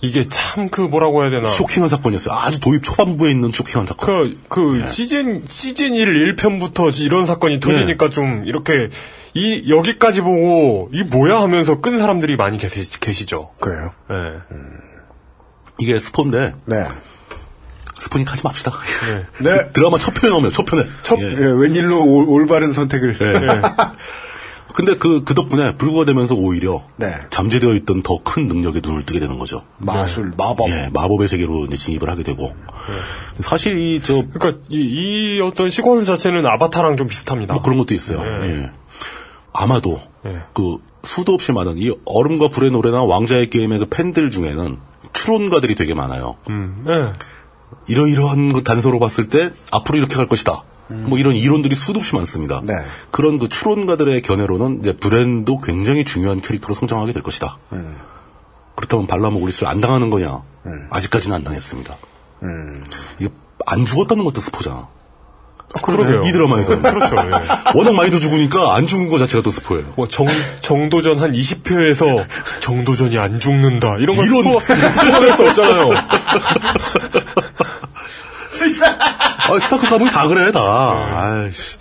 [SPEAKER 4] 이게 참 그 뭐라고 해야 되나?
[SPEAKER 2] 쇼킹한 사건이었어요. 아주 도입 초반부에 있는 쇼킹한 사건.
[SPEAKER 4] 그, 그,
[SPEAKER 2] 예.
[SPEAKER 4] 시즌, 시즌 1 1편부터 이런 사건이
[SPEAKER 2] 예.
[SPEAKER 4] 터지니까 좀, 이렇게, 이, 여기까지 보고, 이 뭐야 하면서 끈 사람들이 많이 계시, 계시죠.
[SPEAKER 3] 그래요.
[SPEAKER 4] 예.
[SPEAKER 2] 이게 스포인데
[SPEAKER 3] 네.
[SPEAKER 2] 스포니까 하지 맙시다. 그
[SPEAKER 3] 네.
[SPEAKER 2] 드라마 첫 편에 나오면 첫 편에.
[SPEAKER 4] 첫-
[SPEAKER 2] 예.
[SPEAKER 3] 예, 웬일로 올, 올바른 선택을.
[SPEAKER 4] 예.
[SPEAKER 2] 근데 그, 그 덕분에 불구가 되면서 오히려
[SPEAKER 3] 네.
[SPEAKER 2] 잠재되어 있던 더 큰 능력에 눈을 뜨게 되는 거죠.
[SPEAKER 3] 마술, 마법. 네.
[SPEAKER 2] 예, 마법의 세계로 이제 진입을 하게 되고. 사실 이, 저,
[SPEAKER 4] 그러니까, 이, 이 어떤 시퀀스 자체는 아바타랑 좀 비슷합니다.
[SPEAKER 2] 뭐 그런 것도 있어요.
[SPEAKER 3] 네.
[SPEAKER 2] 예. 아마도
[SPEAKER 4] 예.
[SPEAKER 2] 그 수도 없이 많은 이 얼음과 불의 노래나 왕자의 게임의 그 팬들 중에는 추론가들이 되게 많아요.
[SPEAKER 4] 음, 예.
[SPEAKER 2] 이러이러한 그 단서로 봤을 때 앞으로 이렇게 갈 것이다.
[SPEAKER 4] 음.
[SPEAKER 2] 뭐 이런 이론들이 수도 없이 많습니다.
[SPEAKER 3] 네.
[SPEAKER 2] 그런 그 추론가들의 견해로는 이제 브랜도 굉장히 중요한 캐릭터로 성장하게 될 것이다.
[SPEAKER 4] 네.
[SPEAKER 2] 그렇다면 발라모그리스를 안 당하는 거냐? 아직까지는 안 당했습니다.
[SPEAKER 4] 네.
[SPEAKER 2] 이게 안 죽었다는 것도 스포잖아.
[SPEAKER 4] 그러게요.
[SPEAKER 2] 이 드라마에서는.
[SPEAKER 4] 그렇죠, 예.
[SPEAKER 2] 워낙 많이도 죽으니까 안 죽은 거 자체가 또 스포예요.
[SPEAKER 4] 뭐, 정, 정도전 한 20회에서, 정도전이 안 죽는다. 이런 걸
[SPEAKER 2] 이런-
[SPEAKER 4] 스포, 스포할 수 없잖아요.
[SPEAKER 2] 아, 스타크 가문이 다 그래, 다.
[SPEAKER 3] 네.
[SPEAKER 2] 아이씨.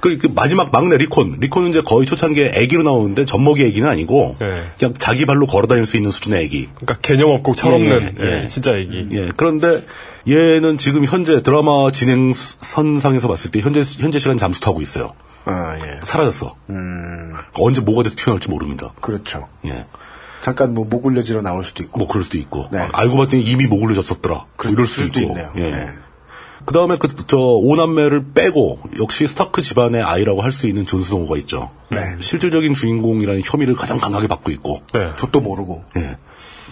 [SPEAKER 2] 그, 그 마지막 막내 리콘. 리콘은 이제 거의 초창기에 애기로 나오는데 젖먹이 애기는 아니고
[SPEAKER 4] 예.
[SPEAKER 3] 네.
[SPEAKER 2] 그냥 자기 발로 걸어 다닐 수 있는 수준의 애기.
[SPEAKER 4] 그러니까 개념 없고 철없는,
[SPEAKER 2] 예, 예,
[SPEAKER 4] 예,
[SPEAKER 2] 예.
[SPEAKER 4] 진짜 얘기.
[SPEAKER 2] 예. 그런데 얘는 지금 현재 드라마 진행 수- 선상에서 봤을 때 현재 현재 시간 잠수 타고 있어요.
[SPEAKER 3] 아, 예. 음,
[SPEAKER 2] 사라졌어. 언제 뭐가 돼서 튀어나올지 모릅니다.
[SPEAKER 3] 그렇죠.
[SPEAKER 2] 예.
[SPEAKER 3] 잠깐 뭐 목을려지러 나올 수도 있고.
[SPEAKER 2] 뭐 그럴 수도 있고
[SPEAKER 3] 네.
[SPEAKER 2] 알고 봤더니 이미 목을 늦었었더라. 뭐 이럴 수도,
[SPEAKER 3] 수도
[SPEAKER 2] 있고.
[SPEAKER 3] 있네요.
[SPEAKER 2] 예.
[SPEAKER 3] 네.
[SPEAKER 2] 그다음에 그 저 오남매를 빼고 역시 스타크 집안의 아이라고 할 수 있는 존스노우가 있죠.
[SPEAKER 3] 네.
[SPEAKER 2] 실질적인 주인공이라는 혐의를 가장 강하게 받고 있고.
[SPEAKER 4] 네.
[SPEAKER 3] 저도 모르고.
[SPEAKER 2] 예.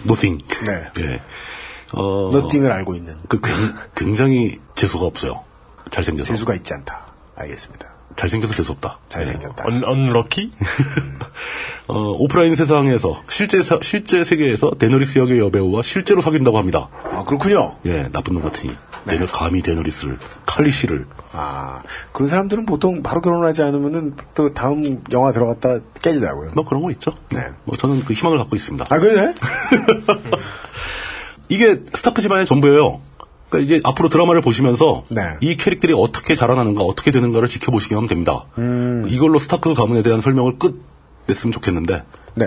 [SPEAKER 2] 노싱.
[SPEAKER 3] 네.
[SPEAKER 2] 예. 어,
[SPEAKER 3] 너띵을 알고 있는
[SPEAKER 2] 그 굉- 굉장히 재수가 없어요. 잘생겨서.
[SPEAKER 3] 재수가 있지 않다. 알겠습니다.
[SPEAKER 2] 잘생겨서 재수없다. 예.
[SPEAKER 3] 잘생겼다.
[SPEAKER 4] 언, 언럭키?
[SPEAKER 2] 어, 오프라인 세상에서 실제 사- 실제 세계에서 데너리스 역의 여배우와 실제로 사귄다고 합니다.
[SPEAKER 3] 아, 그렇군요.
[SPEAKER 2] 예, 나쁜 놈 같으니.
[SPEAKER 3] 네.
[SPEAKER 2] 내가 감히 데너리스를 칼리시를
[SPEAKER 3] 아, 그런 사람들은 보통 바로 결혼하지 않으면은 또 다음 영화 들어갔다 깨지더라고요.
[SPEAKER 2] 뭐 그런 거 있죠.
[SPEAKER 3] 네.
[SPEAKER 2] 뭐 저는 그 희망을 갖고 있습니다.
[SPEAKER 3] 아, 그래?
[SPEAKER 2] 이게 스타크 집안의 전부예요. 그러니까 이제 앞으로 드라마를 보시면서
[SPEAKER 3] 네.
[SPEAKER 2] 이 캐릭들이 어떻게 자라나는가, 어떻게 되는가를 지켜보시게 하면 됩니다.
[SPEAKER 3] 음.
[SPEAKER 2] 이걸로 스타크 가문에 대한 설명을 끝 냈으면 좋겠는데
[SPEAKER 3] 네.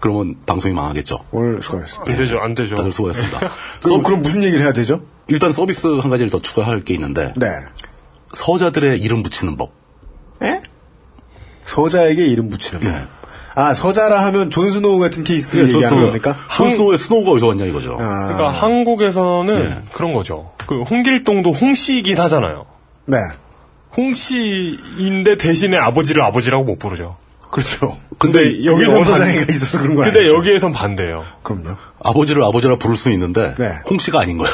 [SPEAKER 2] 그러면 방송이 망하겠죠.
[SPEAKER 3] 오늘 수고하셨습니다.
[SPEAKER 4] 안 되죠, 안 되죠.
[SPEAKER 2] 다들 수고했습니다.
[SPEAKER 3] 아, 그럼, 그럼 무슨 얘기를 해야 되죠?
[SPEAKER 2] 일단 서비스 한 가지를 더 추가할 게 있는데
[SPEAKER 3] 네.
[SPEAKER 2] 서자들의 이름 붙이는 법.
[SPEAKER 3] 서자에게 이름 붙이는 거.
[SPEAKER 2] 네.
[SPEAKER 3] 아, 서자라 하면 네, 존스노우 같은 케이스를 아, 얘기하는 겁니까?
[SPEAKER 2] 예,
[SPEAKER 3] 음,
[SPEAKER 2] 한스노우의 스노우가 어디서 왔냐 이거죠.
[SPEAKER 4] 그러니까 한국에서는 그런 거죠. 그 홍길동도 홍씨이긴 하잖아요.
[SPEAKER 3] 네.
[SPEAKER 4] 홍씨인데 대신에 아버지를 아버지라고 못 부르죠.
[SPEAKER 3] 그렇죠.
[SPEAKER 4] 근데 여기서
[SPEAKER 3] 언어
[SPEAKER 4] 반-
[SPEAKER 3] 장애가 있어서 그런 거
[SPEAKER 4] 근데
[SPEAKER 3] 아니죠?
[SPEAKER 4] 여기에선 반대예요.
[SPEAKER 3] 그럼요.
[SPEAKER 2] 아버지를 아버지라 부를 수 있는데
[SPEAKER 3] 네.
[SPEAKER 2] 홍 씨가 아닌 거야.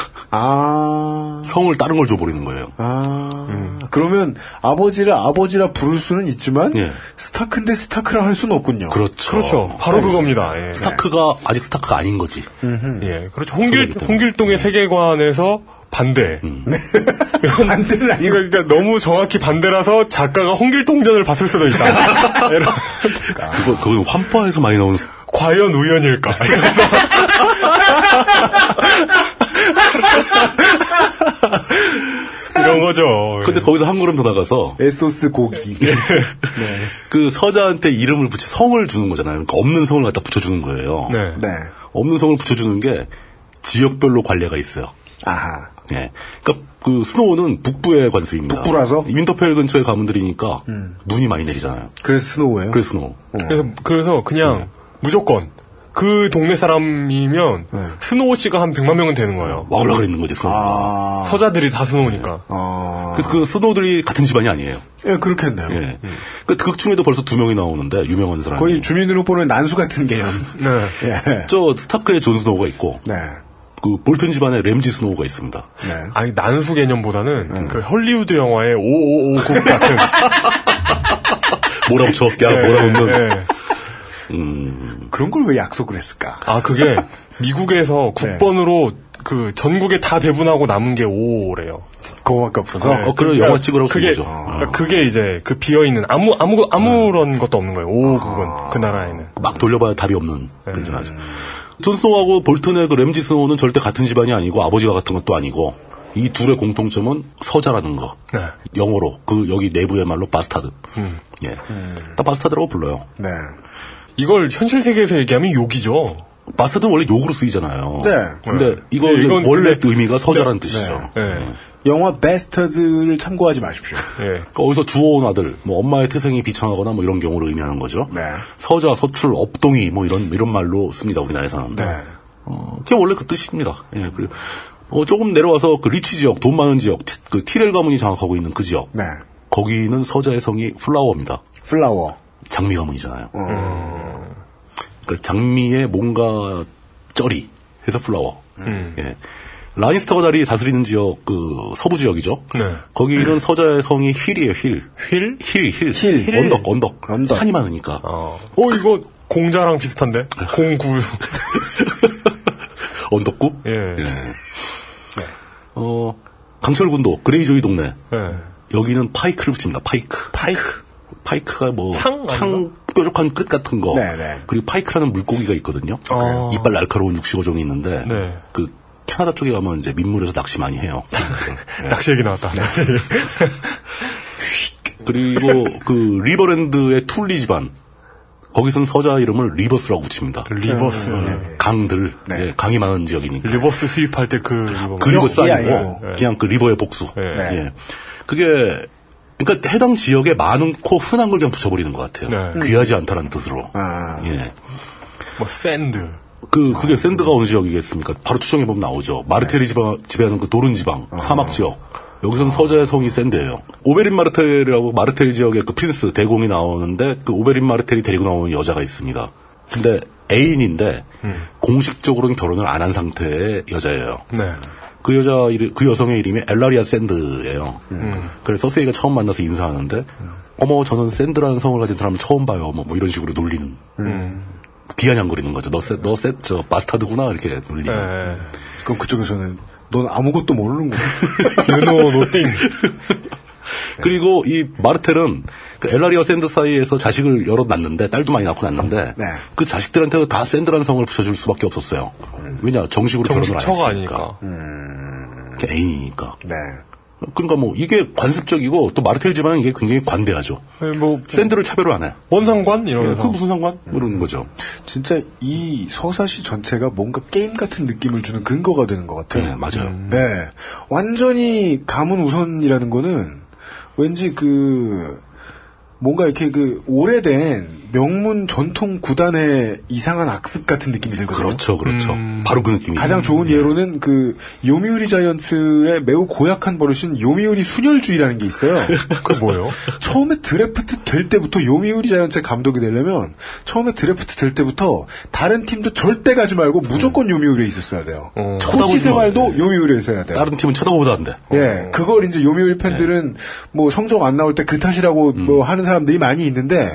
[SPEAKER 3] 아.
[SPEAKER 2] 성을 다른 걸 줘버리는 거예요.
[SPEAKER 3] 아. 그러면 아버지라 아버지라 부를 수는 있지만
[SPEAKER 2] 예.
[SPEAKER 3] 스타크인데 스타크라 할 수는 없군요.
[SPEAKER 2] 그렇죠.
[SPEAKER 4] 그렇죠. 바로 그겁니다. 예.
[SPEAKER 2] 스타크가 아직 스타크가 아닌 거지.
[SPEAKER 4] 예. 그렇죠. 홍길, 홍길동의 세계관에서 반대.
[SPEAKER 3] 반대는 아니고
[SPEAKER 4] 그러니까 너무 정확히 반대라서 작가가 홍길동전을 봤을 수도 있다. 이런-
[SPEAKER 2] 그거 그거 환빠에서 많이 나오는 스-
[SPEAKER 4] 과연 우연일까? 이러면서 이런 거죠.
[SPEAKER 2] 근데
[SPEAKER 3] 네.
[SPEAKER 2] 거기서 한 걸음 더 나가서
[SPEAKER 3] 에소스 고기.
[SPEAKER 2] 그 서자한테 이름을 붙이 성을 주는 거잖아요. 그러니까 없는 성을 갖다 붙여주는 거예요.
[SPEAKER 4] 네.
[SPEAKER 3] 네.
[SPEAKER 2] 없는 성을 붙여주는 게 지역별로 관례가 있어요.
[SPEAKER 3] 아하.
[SPEAKER 2] 예. 그러니까 그 스노우는 북부의 관습입니다.
[SPEAKER 3] 북부라서? 음.
[SPEAKER 2] 윈터펠 근처의 가문들이니까 눈이 많이 내리잖아요.
[SPEAKER 3] 그래서 스노우예요.
[SPEAKER 2] 그래서 스노우.
[SPEAKER 4] 네. 그래서 그래서 그냥 무조건 그 동네 사람이면 스노우 씨가 한 100만 명은 되는 거예요.
[SPEAKER 2] 와 올라 그랬는 거지 스노우.
[SPEAKER 3] 아,
[SPEAKER 4] 서자들이 다 스노우니까.
[SPEAKER 3] 아,
[SPEAKER 2] 그, 그 스노우들이 같은 집안이 아니에요.
[SPEAKER 3] 예, 그렇겠네요.
[SPEAKER 2] 예. 그극 중에도 벌써 두 명이 나오는데 유명한 사람.
[SPEAKER 3] 거의 주민등록번호의 난수 같은 개념.
[SPEAKER 4] 네.
[SPEAKER 3] 예.
[SPEAKER 2] 저 스타크의 존 스노우가 있고
[SPEAKER 3] 네.
[SPEAKER 2] 그 볼튼 집안의 램지 스노우가 있습니다.
[SPEAKER 3] 네.
[SPEAKER 4] 아니 난수 개념보다는 그 헐리우드 영화의 555곡 같은.
[SPEAKER 2] 뭐라고 저 야, 뭐라고 하면
[SPEAKER 4] 네.
[SPEAKER 3] 그런 걸 왜 약속을 했을까?
[SPEAKER 4] 아 그게
[SPEAKER 2] 네.
[SPEAKER 4] 미국에서 국번으로 그 전국에 다 배분하고 남은 게 555래요.
[SPEAKER 3] 그거밖에 없어서.
[SPEAKER 2] 어, 그런 영화 찍으라고 쓴
[SPEAKER 4] 그게
[SPEAKER 2] 거죠. 아.
[SPEAKER 4] 그러니까 그게 이제 그 비어 있는 아무 아무
[SPEAKER 2] 네.
[SPEAKER 4] 아무런 것도 없는 거예요. 555은
[SPEAKER 2] 아.
[SPEAKER 4] 그 나라에는.
[SPEAKER 2] 막 돌려봐야 답이 없는 그런 네. 하죠. 존 스노우하고 볼튼의 그 램지 스노우는 절대 같은 집안이 아니고 아버지가 같은 것도 아니고 이 둘의 공통점은 서자라는 거.
[SPEAKER 4] 네. 음.
[SPEAKER 2] 영어로 그 여기 내부의 말로 바스타드. 예. 다 바스타드라고 불러요.
[SPEAKER 3] 네.
[SPEAKER 4] 이걸 현실 세계에서 얘기하면 욕이죠.
[SPEAKER 2] 바스타드는 원래 욕으로 쓰이잖아요.
[SPEAKER 3] 네.
[SPEAKER 2] 근데 이거
[SPEAKER 4] 네, 이건
[SPEAKER 2] 원래
[SPEAKER 4] 근데-
[SPEAKER 2] 의미가 서자라는 뜻이죠.
[SPEAKER 4] 예.
[SPEAKER 3] 영화 베스터드를 참고하지 마십시오.
[SPEAKER 4] 예.
[SPEAKER 2] 그러니까 어디서 주워온 아들, 뭐 엄마의 태생이 비천하거나 뭐 이런 경우를 의미하는 거죠.
[SPEAKER 3] 네.
[SPEAKER 2] 서자, 서출, 업동이 뭐 이런 이런 말로 씁니다 우리나라에서는.
[SPEAKER 3] 네.
[SPEAKER 2] 어, 그게 원래 그 뜻입니다. 예, 그리고 어, 조금 내려와서 그 리치 지역, 돈 많은 지역, 티- 그 티렐 가문이 장악하고 있는 그 지역.
[SPEAKER 3] 네.
[SPEAKER 2] 거기는 서자의 성이 플라워입니다.
[SPEAKER 3] 플라워.
[SPEAKER 2] 장미 가문이잖아요.
[SPEAKER 4] 음.
[SPEAKER 2] 그러니까 장미의 뭔가 쩌리 해서 플라워.
[SPEAKER 4] 음.
[SPEAKER 2] 예. 라인스터가 자리 다스리는 지역 그 서부 지역이죠.
[SPEAKER 4] 네.
[SPEAKER 2] 거기는 서자의 성이 힐이에요, 힐.
[SPEAKER 4] 휠?
[SPEAKER 2] 힐, 힐.
[SPEAKER 3] 힐.
[SPEAKER 2] 언덕, 언덕.
[SPEAKER 3] 언덕.
[SPEAKER 2] 산이 많으니까.
[SPEAKER 4] 어. 어 이거 공자랑 비슷한데. 공구.
[SPEAKER 2] 언덕구?
[SPEAKER 4] 예.
[SPEAKER 2] 어, 강철군도, 그레이조이 동네.
[SPEAKER 4] 예.
[SPEAKER 2] 여기는 파이크를 붙입니다, 파이크.
[SPEAKER 4] 파이크.
[SPEAKER 2] 파이크가 뭐,
[SPEAKER 4] 창 아닌가?
[SPEAKER 2] 뾰족한 끝 같은 거.
[SPEAKER 3] 네네.
[SPEAKER 2] 그리고 파이크라는 물고기가 있거든요.
[SPEAKER 4] 그래요?
[SPEAKER 2] 이빨 날카로운 육식어종이 있는데,
[SPEAKER 4] 네.
[SPEAKER 2] 그, 캐나다 쪽에 가면 이제 민물에서 낚시 많이 해요.
[SPEAKER 4] 낚시 얘기 나왔다.
[SPEAKER 2] 네. 그리고 그 리버랜드의 툴리 집안. 거기선 서자 이름을 리버스라고 붙입니다.
[SPEAKER 4] 리버스.
[SPEAKER 2] 강들.
[SPEAKER 3] 네.
[SPEAKER 2] 예, 강이 많은 지역이니까.
[SPEAKER 4] 리버스 수입할 때그 리버.
[SPEAKER 2] 그리고
[SPEAKER 3] 역시
[SPEAKER 2] 쌓이고
[SPEAKER 3] 아니고.
[SPEAKER 2] 그냥 그 리버의 복수.
[SPEAKER 4] 네.
[SPEAKER 2] 예. 그게 그러니까 해당 지역에 많고 흔한 걸 그냥 붙여버리는 것 같아요. 음.
[SPEAKER 4] 네.
[SPEAKER 2] 귀하지 않다는 뜻으로.
[SPEAKER 3] 아.
[SPEAKER 2] 예.
[SPEAKER 4] 뭐 샌드.
[SPEAKER 2] 그 그게 샌드가 어느 지역이겠습니까? 바로 추정해 보면 나오죠. 마르테리 지방 지배하는 그 도른 지방 사막 지역. 여기선 서자의 성이 샌드예요. 오베린 마르테리라고 마르테리 지역의 그 프린스 대공이 나오는데 그 오베린 마르테리 데리고 나오는 여자가 있습니다. 근데 애인인데 공식적으로는 결혼을 안 한 상태의 여자예요.
[SPEAKER 4] 네.
[SPEAKER 2] 그 여자 이름, 그 여성의 이름이 엘라리아 샌드예요. 그래서 서세이가 처음 만나서 인사하는데, 어머 저는 샌드라는 성을 가진 사람을 처음 봐요. 뭐, 뭐 이런 식으로 놀리는. 비아냥거리는 거죠. 너 셋, 너 셋, 저 마스타드구나 이렇게 놀리는.
[SPEAKER 4] 예.
[SPEAKER 3] 그럼 그쪽에서는 넌 아무것도 모르는 거야.
[SPEAKER 4] 유노 노띵.
[SPEAKER 2] 그리고 이 마르텔은 그 엘라리아 샌드 사이에서 자식을 여럿 낳는데 딸도 많이 낳고 낳는데
[SPEAKER 3] 네.
[SPEAKER 2] 그 자식들한테도 다 샌드라는 성을 붙여줄 수밖에 없었어요. 왜냐 정식으로 결혼을
[SPEAKER 4] 정식처가
[SPEAKER 2] 안 했으니까.
[SPEAKER 4] 아니니까.
[SPEAKER 2] 그 애인이니까.
[SPEAKER 3] 네.
[SPEAKER 2] 그러니까 뭐 이게 관습적이고 또 마르텔 집안은 이게 굉장히 관대하죠.
[SPEAKER 4] 예, 뭐
[SPEAKER 2] 샌드를 차별을 안 해.
[SPEAKER 4] 원상관
[SPEAKER 2] 그
[SPEAKER 4] 이러면서.
[SPEAKER 2] 무슨 상관? 이러는 거죠.
[SPEAKER 3] 진짜 이 서사시 전체가 뭔가 게임 같은 느낌을 주는 근거가 되는 것 같아요.
[SPEAKER 2] 네, 맞아요.
[SPEAKER 3] 네. 완전히 가문 우선이라는 거는 왠지 그 뭔가 이렇게 그 오래된 명문 전통 구단의 이상한 악습 같은 느낌이 들거든요.
[SPEAKER 2] 그렇죠, 그렇죠. 바로 그 느낌이.
[SPEAKER 3] 가장 좋은 예로는 그 요미우리 자이언츠의 매우 고약한 버릇인 요미우리 순혈주의라는 게 있어요.
[SPEAKER 4] 그 뭐예요?
[SPEAKER 3] 처음에 드래프트 될 때부터 요미우리 자이언츠의 감독이 되려면 처음에 드래프트 될 때부터 다른 팀도 절대 가지 말고 무조건 요미우리에 있었어야 돼요. 코치
[SPEAKER 2] 음. 쳐다보지 마.
[SPEAKER 3] 생활도 요미우리에서 해야 돼요.
[SPEAKER 2] 네. 다른 팀은 쳐다보도 안 돼.
[SPEAKER 3] 예, 그걸 이제
[SPEAKER 2] 네.
[SPEAKER 3] 요미우리 팬들은 뭐 성적 안 나올 때 그 탓이라고
[SPEAKER 2] 음.
[SPEAKER 3] 뭐 하는 사람들이 많이 있는데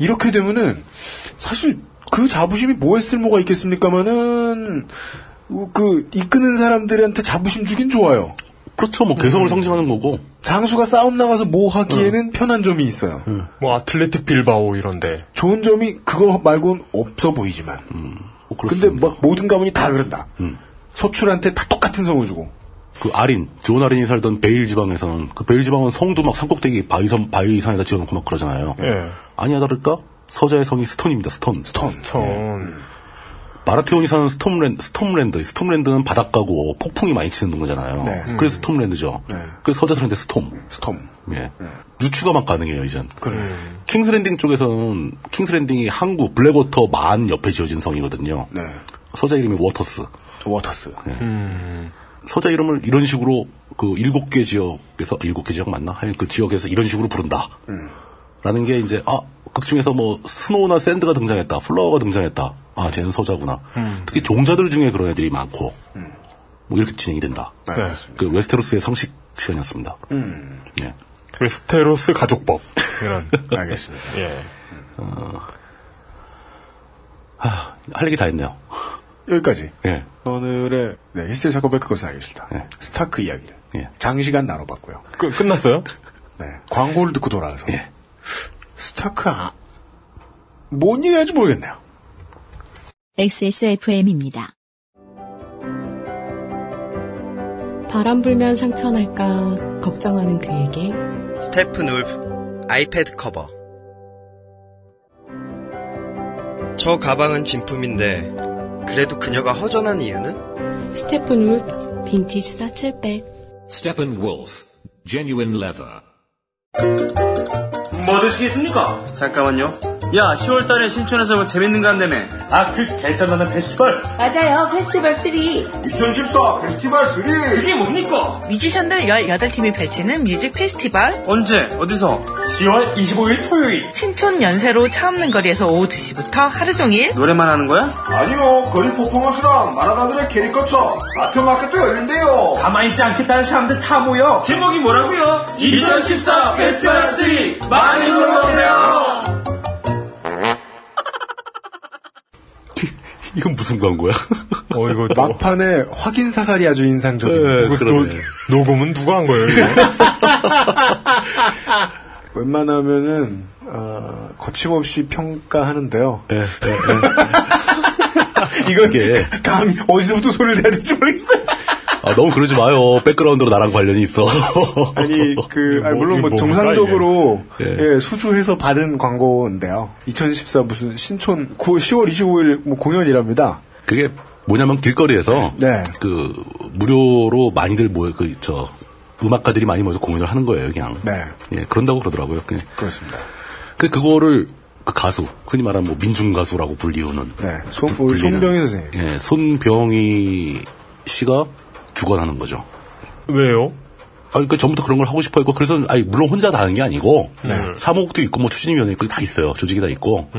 [SPEAKER 3] 이렇게 되면은 사실 그 자부심이 뭐에 쓸모가 있겠습니까마는 그 이끄는 사람들한테 자부심 주긴 좋아요.
[SPEAKER 2] 그렇죠, 뭐 개성을 상징하는 거고.
[SPEAKER 3] 장수가 싸움 나가서 뭐 하기에는
[SPEAKER 2] 음.
[SPEAKER 3] 편한 점이 있어요.
[SPEAKER 4] 뭐 아틀레틱 빌바오 이런데.
[SPEAKER 3] 좋은 점이 그거 말고는 없어 보이지만.
[SPEAKER 2] 뭐
[SPEAKER 3] 근데
[SPEAKER 2] 그렇습니다. 음.
[SPEAKER 3] 막 모든 가문이 다 그런다. 서출한테 다 똑같은 성을 주고.
[SPEAKER 2] 그 아린, 존 아린이 살던 베일 지방에서는 그 베일 지방은 성도 막 산꼭대기 바위선 바위 산에다 지어놓고 막 그러잖아요.
[SPEAKER 4] 예.
[SPEAKER 2] 예.
[SPEAKER 4] 어,
[SPEAKER 2] 아니야 다를까 서자의 성이 스톤입니다. 스톤. 스톤.
[SPEAKER 4] 전.
[SPEAKER 2] 마라테온이 사는 스톰랜, 스톰랜드, 스톰랜드는 바닷가고 폭풍이 많이 치는 동네잖아요.
[SPEAKER 3] 네.
[SPEAKER 2] 그래서 스톰랜드죠. 그래서 서재사는데 스톰.
[SPEAKER 3] 스톰. 네.
[SPEAKER 2] 예. 유추가만 가능해요, 이젠. 음.
[SPEAKER 3] 그래.
[SPEAKER 2] 킹스랜딩 쪽에서는, 킹스랜딩이 항구 블랙워터 만 옆에 지어진 성이거든요.
[SPEAKER 3] 네.
[SPEAKER 2] 서재 이름이 워터스.
[SPEAKER 3] 워터스.
[SPEAKER 2] 네. 서자 이름을 이런 식으로 그 일곱 개 지역에서 아, 일곱 개 지역 맞나? 하여튼 그 지역에서 이런 식으로 부른다. 라는 게 이제 아 극중에서 뭐 스노우나 샌드가 등장했다, 플라워가 등장했다. 아 쟤는 서자구나.
[SPEAKER 3] 음.
[SPEAKER 2] 특히 종자들 중에 그런 애들이 많고 뭐 이렇게 진행이 된다.
[SPEAKER 3] 네. 알겠습니다. 음.
[SPEAKER 2] 그 웨스테로스의 상식 시간이었습니다. 예.
[SPEAKER 4] 웨스테로스 가족법 이런
[SPEAKER 3] 알겠습니다.
[SPEAKER 4] 예.
[SPEAKER 2] 할 얘기 다 했네요.
[SPEAKER 3] 여기까지.
[SPEAKER 2] 예.
[SPEAKER 3] 오늘의 네, 히스테리 작업의 그것은 알기 싫다.
[SPEAKER 2] 네.
[SPEAKER 3] 스타크 이야기를
[SPEAKER 2] 예.
[SPEAKER 3] 장시간 나눠봤고요.
[SPEAKER 4] 끝 끝났어요?
[SPEAKER 3] 네, 광고를 듣고 돌아와서
[SPEAKER 2] 예.
[SPEAKER 3] 스타크 아, 뭔 얘기인지 모르겠네요.
[SPEAKER 1] XSFM입니다.
[SPEAKER 6] 바람 불면 상처 날까 걱정하는 그에게
[SPEAKER 5] 스테픈 울프 아이패드 커버 저 가방은 진품인데 그래도 그녀가 허전한 이유는?
[SPEAKER 6] 스테픈 울프 빈티지 사칠백
[SPEAKER 10] Steppenwolf. Genuine leather.
[SPEAKER 11] 뭐 드시겠습니까? 잠깐만요. 야, 10월달에 신촌에서 뭐 재밌는 거 한다며. 아, 그 대전하는 페스티벌.
[SPEAKER 12] 맞아요. 페스티벌 3.
[SPEAKER 13] 아,
[SPEAKER 11] 2014 페스티벌 3. 그게 뭡니까?
[SPEAKER 12] 뮤지션들 18팀이 펼치는 뮤직 페스티벌.
[SPEAKER 11] 언제? 어디서? 10월 25일 토요일.
[SPEAKER 12] 신촌 연세로 차없는 거리에서 오후 2시부터 하루 종일.
[SPEAKER 11] 노래만 하는 거야?
[SPEAKER 13] 아니요, 거리 퍼포먼스랑 마라다들의 캐리커처, 아트마켓도 열린대요.
[SPEAKER 11] 가만히 있지 않겠다는 사람들 다 모여. 제목이 뭐라고요? 2014 페스티벌 3. 많이 놀러오세요.
[SPEAKER 2] 이건 무슨 광고야?
[SPEAKER 4] 어 이거 또-
[SPEAKER 3] 막판에 확인 사살이 아주 인상적이에요. 뭐,
[SPEAKER 2] 예, 그러네.
[SPEAKER 4] 노- 녹음은 누가 한 거예요? 이거?
[SPEAKER 3] 웬만하면은 어, 거침없이 평가하는데요.
[SPEAKER 2] 예. 이건 게
[SPEAKER 3] 감히 어디서부터 소리를 내야 될지 모르겠어요.
[SPEAKER 2] 아, 너무 그러지 마요. 백그라운드로 나랑 관련이 있어.
[SPEAKER 3] 아니 그 아니,
[SPEAKER 4] 뭐,
[SPEAKER 3] 물론 뭐
[SPEAKER 4] 이게 뭡니까,
[SPEAKER 3] 정상적으로
[SPEAKER 2] 이게?
[SPEAKER 3] 예, 수주해서 받은 광고인데요. 2014 무슨 신촌 9 10월 25일 뭐 공연이랍니다.
[SPEAKER 2] 그게 뭐냐면 길거리에서
[SPEAKER 3] 네.
[SPEAKER 2] 그 무료로 많이들 모여 그 저 음악가들이 많이 모여서 공연을 하는 거예요, 그냥.
[SPEAKER 3] 네.
[SPEAKER 2] 예, 그런다고 그러더라고요. 그
[SPEAKER 3] 그렇습니다.
[SPEAKER 2] 그 그거를 그 가수, 흔히 말하는 뭐 민중 가수라고 불리우는
[SPEAKER 3] 네, 손-
[SPEAKER 2] 불-
[SPEAKER 3] 우리
[SPEAKER 2] 불리는,
[SPEAKER 3] 손병희 선생님.
[SPEAKER 2] 예, 손병희 씨가 주관하는 거죠.
[SPEAKER 4] 왜요?
[SPEAKER 2] 아, 그 전부터 그런 걸 하고 싶어 했고 그래서 아니 물론 혼자 다 하는 게 아니고
[SPEAKER 3] 네.
[SPEAKER 2] 사무국도 있고 뭐 추진위원회 있고 다 있어요 조직이 다 있고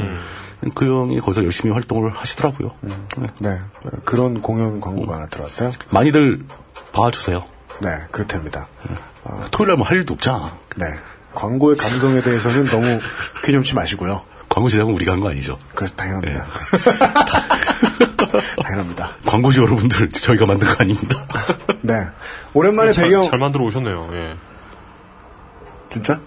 [SPEAKER 2] 그 형이 거기서 열심히 활동을 하시더라고요. 네.
[SPEAKER 3] 네 그런 공연 광고가 하나 들어왔어요.
[SPEAKER 2] 많이들 봐주세요.
[SPEAKER 3] 네 그렇답니다.
[SPEAKER 2] 토요일 날뭐할 일도 없잖아.
[SPEAKER 3] 네 광고의 감성에 대해서는 너무 균염치 마시고요.
[SPEAKER 2] 광고 제작은 우리가 한 거 아니죠.
[SPEAKER 3] 그래서 당연합니다. 당연합니다.
[SPEAKER 2] 광고주 여러분들 저희가 만든 거 아닙니다.
[SPEAKER 3] 네 오랜만에
[SPEAKER 4] 잘,
[SPEAKER 3] 배경
[SPEAKER 4] 잘 만들어 오셨네요. 예.
[SPEAKER 3] 진짜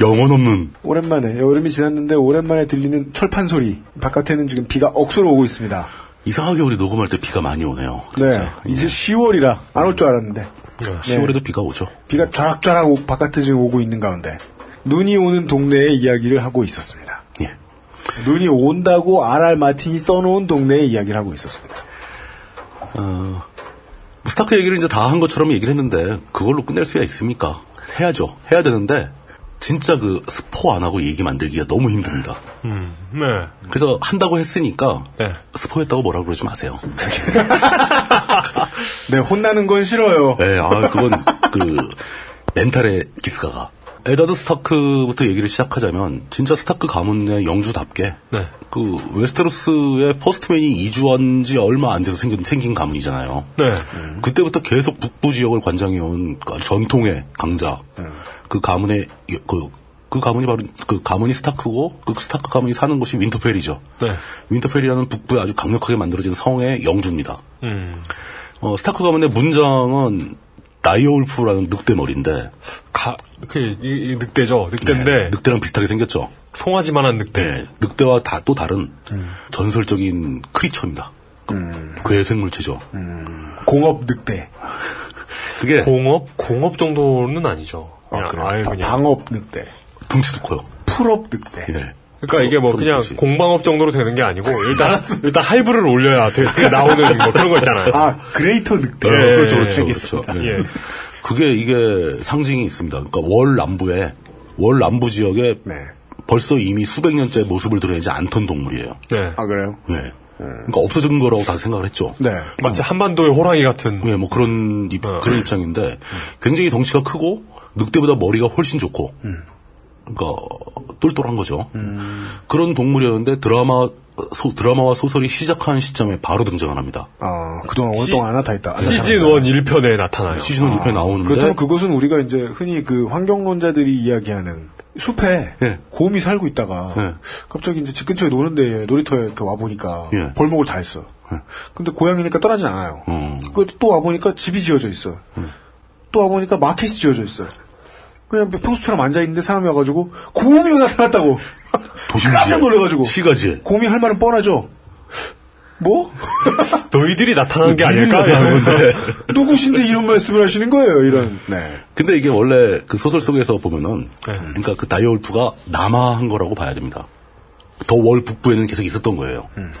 [SPEAKER 2] 영혼 없는
[SPEAKER 3] 오랜만에 여름이 지났는데 오랜만에 들리는 철판 소리. 바깥에는 지금 비가 억수로 오고 있습니다.
[SPEAKER 2] 이상하게 우리 녹음할 때 비가 많이 오네요.
[SPEAKER 3] 네.
[SPEAKER 2] 진짜.
[SPEAKER 3] 이제 10월이라 안 올 줄 알았는데
[SPEAKER 2] 10월에도 비가 오죠.
[SPEAKER 3] 비가 좌락좌락 오- 바깥에 지금 오고 있는 가운데 눈이 오는 동네의 이야기를 하고 있었습니다.
[SPEAKER 2] 예.
[SPEAKER 3] 눈이 온다고 RR 마틴이 써놓은 동네의 이야기를 하고 있었습니다.
[SPEAKER 2] 어, 스타크 얘기를 이제 다 한 것처럼 얘기를 했는데 그걸로 끝낼 수야 있습니까? 해야죠. 해야 되는데 진짜 그 스포 안 하고 얘기 만들기가 너무 힘듭니다.
[SPEAKER 4] 네.
[SPEAKER 2] 그래서 한다고 했으니까
[SPEAKER 4] 네.
[SPEAKER 2] 스포했다고 뭐라 그러지 마세요.
[SPEAKER 3] 네, 혼나는 건 싫어요.
[SPEAKER 2] 예, 아, 그건, 그, 멘탈의 기스가가. 에다드 스타크부터 얘기를 시작하자면, 진짜 스타크 가문의 영주답게,
[SPEAKER 4] 네.
[SPEAKER 2] 그, 웨스테로스의 퍼스트맨이 이주한 지 얼마 안 돼서 생긴, 생긴 가문이잖아요. 음.
[SPEAKER 4] 네.
[SPEAKER 2] 그때부터 계속 북부 지역을 관장해온 그 전통의 강자,
[SPEAKER 4] 네.
[SPEAKER 2] 그 가문의, 이- 그, 그 가문이 바로, 그 가문이 스타크고, 그 스타크 가문이 사는 곳이 윈터펠이죠.
[SPEAKER 4] 네.
[SPEAKER 2] 윈터펠이라는 북부에 아주 강력하게 만들어진 성의 영주입니다.
[SPEAKER 4] 음.
[SPEAKER 2] 어, 스타크 가문의 문장은 나이올프라는 늑대 머리인데 네,
[SPEAKER 4] 가, 그, 이, 이 늑대죠. 늑대인데,
[SPEAKER 2] 늑대랑 비슷하게 생겼죠.
[SPEAKER 4] 송아지만한 늑대.
[SPEAKER 2] 네, 늑대와 다 또 다른
[SPEAKER 4] 음.
[SPEAKER 2] 전설적인 크리처입니다. 그 괴생물체죠.
[SPEAKER 4] 음.
[SPEAKER 3] 공업 늑대,
[SPEAKER 2] 아, 그게
[SPEAKER 4] 공업? 공업 정도는 아니죠.
[SPEAKER 3] 아,
[SPEAKER 4] 그냥
[SPEAKER 3] 그래요?
[SPEAKER 4] 아예
[SPEAKER 3] 바-
[SPEAKER 4] 그냥.
[SPEAKER 3] 방업 늑대,
[SPEAKER 2] 등치도 커요.
[SPEAKER 3] 풀업 늑대,
[SPEAKER 2] 예.
[SPEAKER 4] 그러니까 이게 뭐 그냥 공방업 정도로 되는 게 아니고 일단 일단 하이브를 올려야 되, 나오는 뭐 그런 거 있잖아요.
[SPEAKER 3] 아 그레이터 늑대.
[SPEAKER 4] 예,
[SPEAKER 2] 그렇죠,
[SPEAKER 4] 예,
[SPEAKER 2] 그렇죠,
[SPEAKER 4] 그렇죠.
[SPEAKER 2] 그렇죠. 예. 그게 이게 상징이 있습니다. 그러니까 월 남부에 월 남부 지역에
[SPEAKER 4] 네.
[SPEAKER 2] 벌써 이미 수백 년째 모습을 드러내지 않던 동물이에요.
[SPEAKER 4] 네.
[SPEAKER 3] 아 그래요?
[SPEAKER 2] 예.
[SPEAKER 4] 음.
[SPEAKER 2] 그러니까 없어진 거라고 다 생각을 했죠.
[SPEAKER 3] 네.
[SPEAKER 4] 마치 한반도의 호랑이 같은.
[SPEAKER 2] 예, 뭐 그런 입,
[SPEAKER 4] 어.
[SPEAKER 2] 그런 입장인데 굉장히 덩치가 크고 늑대보다 머리가 훨씬 좋고. 그러니까 똘똘한 거죠. 그런 동물이었는데 드라마 소, 드라마와 소설이 시작한 시점에 바로 등장을 합니다.
[SPEAKER 3] 아 그동안 오랫동안 안 나타있다.
[SPEAKER 4] 시즌 원 1편에 나타나요.
[SPEAKER 2] 시즌 1 1편에 나오는데
[SPEAKER 3] 그렇다면 그것은 우리가 이제 흔히 그 환경론자들이 이야기하는 숲에
[SPEAKER 2] 네.
[SPEAKER 3] 곰이 살고 있다가 갑자기 이제 집 근처에 노는데 놀이터에 이렇게 와보니까
[SPEAKER 2] 예. 네.
[SPEAKER 3] 벌목을 다 했어. 근데 고양이니까 떠나진 않아요.
[SPEAKER 2] 어.
[SPEAKER 3] 그또 와보니까 집이 지어져 있어.
[SPEAKER 2] 네.
[SPEAKER 3] 또 와보니까 마켓이 지어져 있어. 그냥 평소처럼 앉아있는데 사람이 와가지고 곰이 나타났다고. 깜짝 놀래가지고.
[SPEAKER 2] 시가지.
[SPEAKER 3] 곰이 할 말은 뻔하죠. 뭐?
[SPEAKER 4] 너희들이 나타난 게
[SPEAKER 3] 너희들이
[SPEAKER 4] 아닐까?
[SPEAKER 3] 나타난 건데. 누구신데 이런 말씀을 하시는 거예요, 이런.
[SPEAKER 2] 네. 근데 이게 원래 그 소설 속에서 보면은
[SPEAKER 4] 네.
[SPEAKER 2] 그러니까 그 다이올프가 남하한 거라고 봐야 됩니다. 더 월 북부에는 계속 있었던 거예요.
[SPEAKER 4] 음.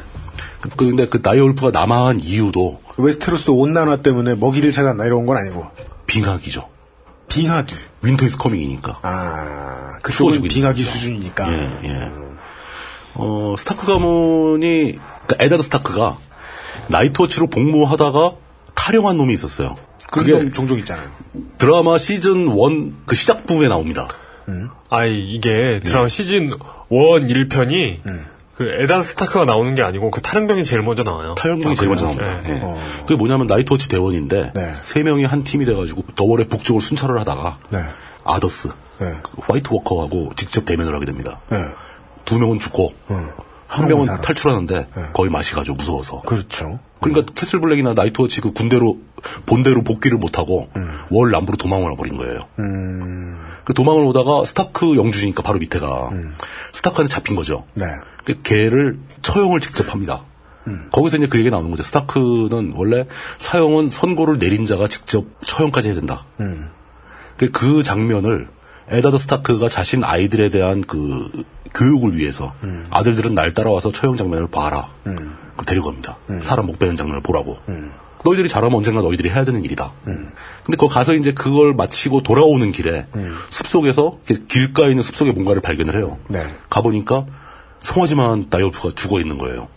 [SPEAKER 2] 그- 그런데 그 다이올프가 남하한 이유도
[SPEAKER 3] 웨스테로스 온난화 때문에 먹이를 찾았나 이런 건 아니고.
[SPEAKER 2] 빙하기죠.
[SPEAKER 3] 빙하기.
[SPEAKER 2] 윈터 이즈 커밍이니까.
[SPEAKER 3] 아, 그쪽은 빙하기 수준이니까.
[SPEAKER 2] 예, 예. 어, 스타크 가문이, 그러니까 에다드 스타크가 나이트워치로 복무하다가 탈영한 놈이 있었어요. 그게
[SPEAKER 3] 종종 있잖아요.
[SPEAKER 2] 드라마 시즌 1 그 시작 부분에 나옵니다.
[SPEAKER 4] 아이
[SPEAKER 2] 예.
[SPEAKER 4] 이게 드라마 시즌 원 1편이
[SPEAKER 2] 음.
[SPEAKER 4] 그 에단 스타크가 나오는 게 아니고 그 탈영병이 제일 먼저 나와요. 아,
[SPEAKER 3] 아,
[SPEAKER 2] 탈영병이 제일 먼저 나옵니다.
[SPEAKER 3] 네.
[SPEAKER 2] 예.
[SPEAKER 3] 어.
[SPEAKER 2] 그게 뭐냐면 나이트워치 대원인데 세 명이 한 팀이 돼가지고 더월의 북쪽을 순찰을 하다가
[SPEAKER 3] 네.
[SPEAKER 2] 아더스
[SPEAKER 3] 네.
[SPEAKER 2] 그 화이트 워커하고 직접 대면을 하게 됩니다.
[SPEAKER 3] 네.
[SPEAKER 2] 두 명은 죽고 한
[SPEAKER 3] 명은
[SPEAKER 2] 명은
[SPEAKER 3] 살아. 네.
[SPEAKER 2] 탈출하는데 거의 맛이 가죠 무서워서.
[SPEAKER 3] 그렇죠.
[SPEAKER 2] 그러니까 캐슬 블랙이나 나이트워치 그 군대로 본대로 복귀를 못하고 월 남부로 도망을 버린 거예요. 그 도망을 오다가 스타크 영주니까 바로 밑에가 스타크한테 잡힌 거죠.
[SPEAKER 3] 네.
[SPEAKER 2] 그 걔를 처형을 직접 합니다. 거기서 이제 그 얘기 나오는 거죠. 스타크는 원래 사형은 선고를 내린 자가 직접 처형까지 해야 된다.
[SPEAKER 3] 음.
[SPEAKER 2] 그- 그 장면을 에다드 스타크가 자신 아이들에 대한 그 교육을 위해서 아들들은 날 따라와서 처형 장면을 봐라. 그 데려갑니다. 사람 목 베는 장면을 보라고. 너희들이 잘하면 언젠가 너희들이 해야 되는 일이다. 근데 거 가서 이제 그걸 마치고 돌아오는 길에 숲속에서 이렇게 길가에 있는 숲속에 뭔가를 발견을 해요.
[SPEAKER 3] 네.
[SPEAKER 2] 가보니까 송아지만 다이올프가 죽어 있는 거예요.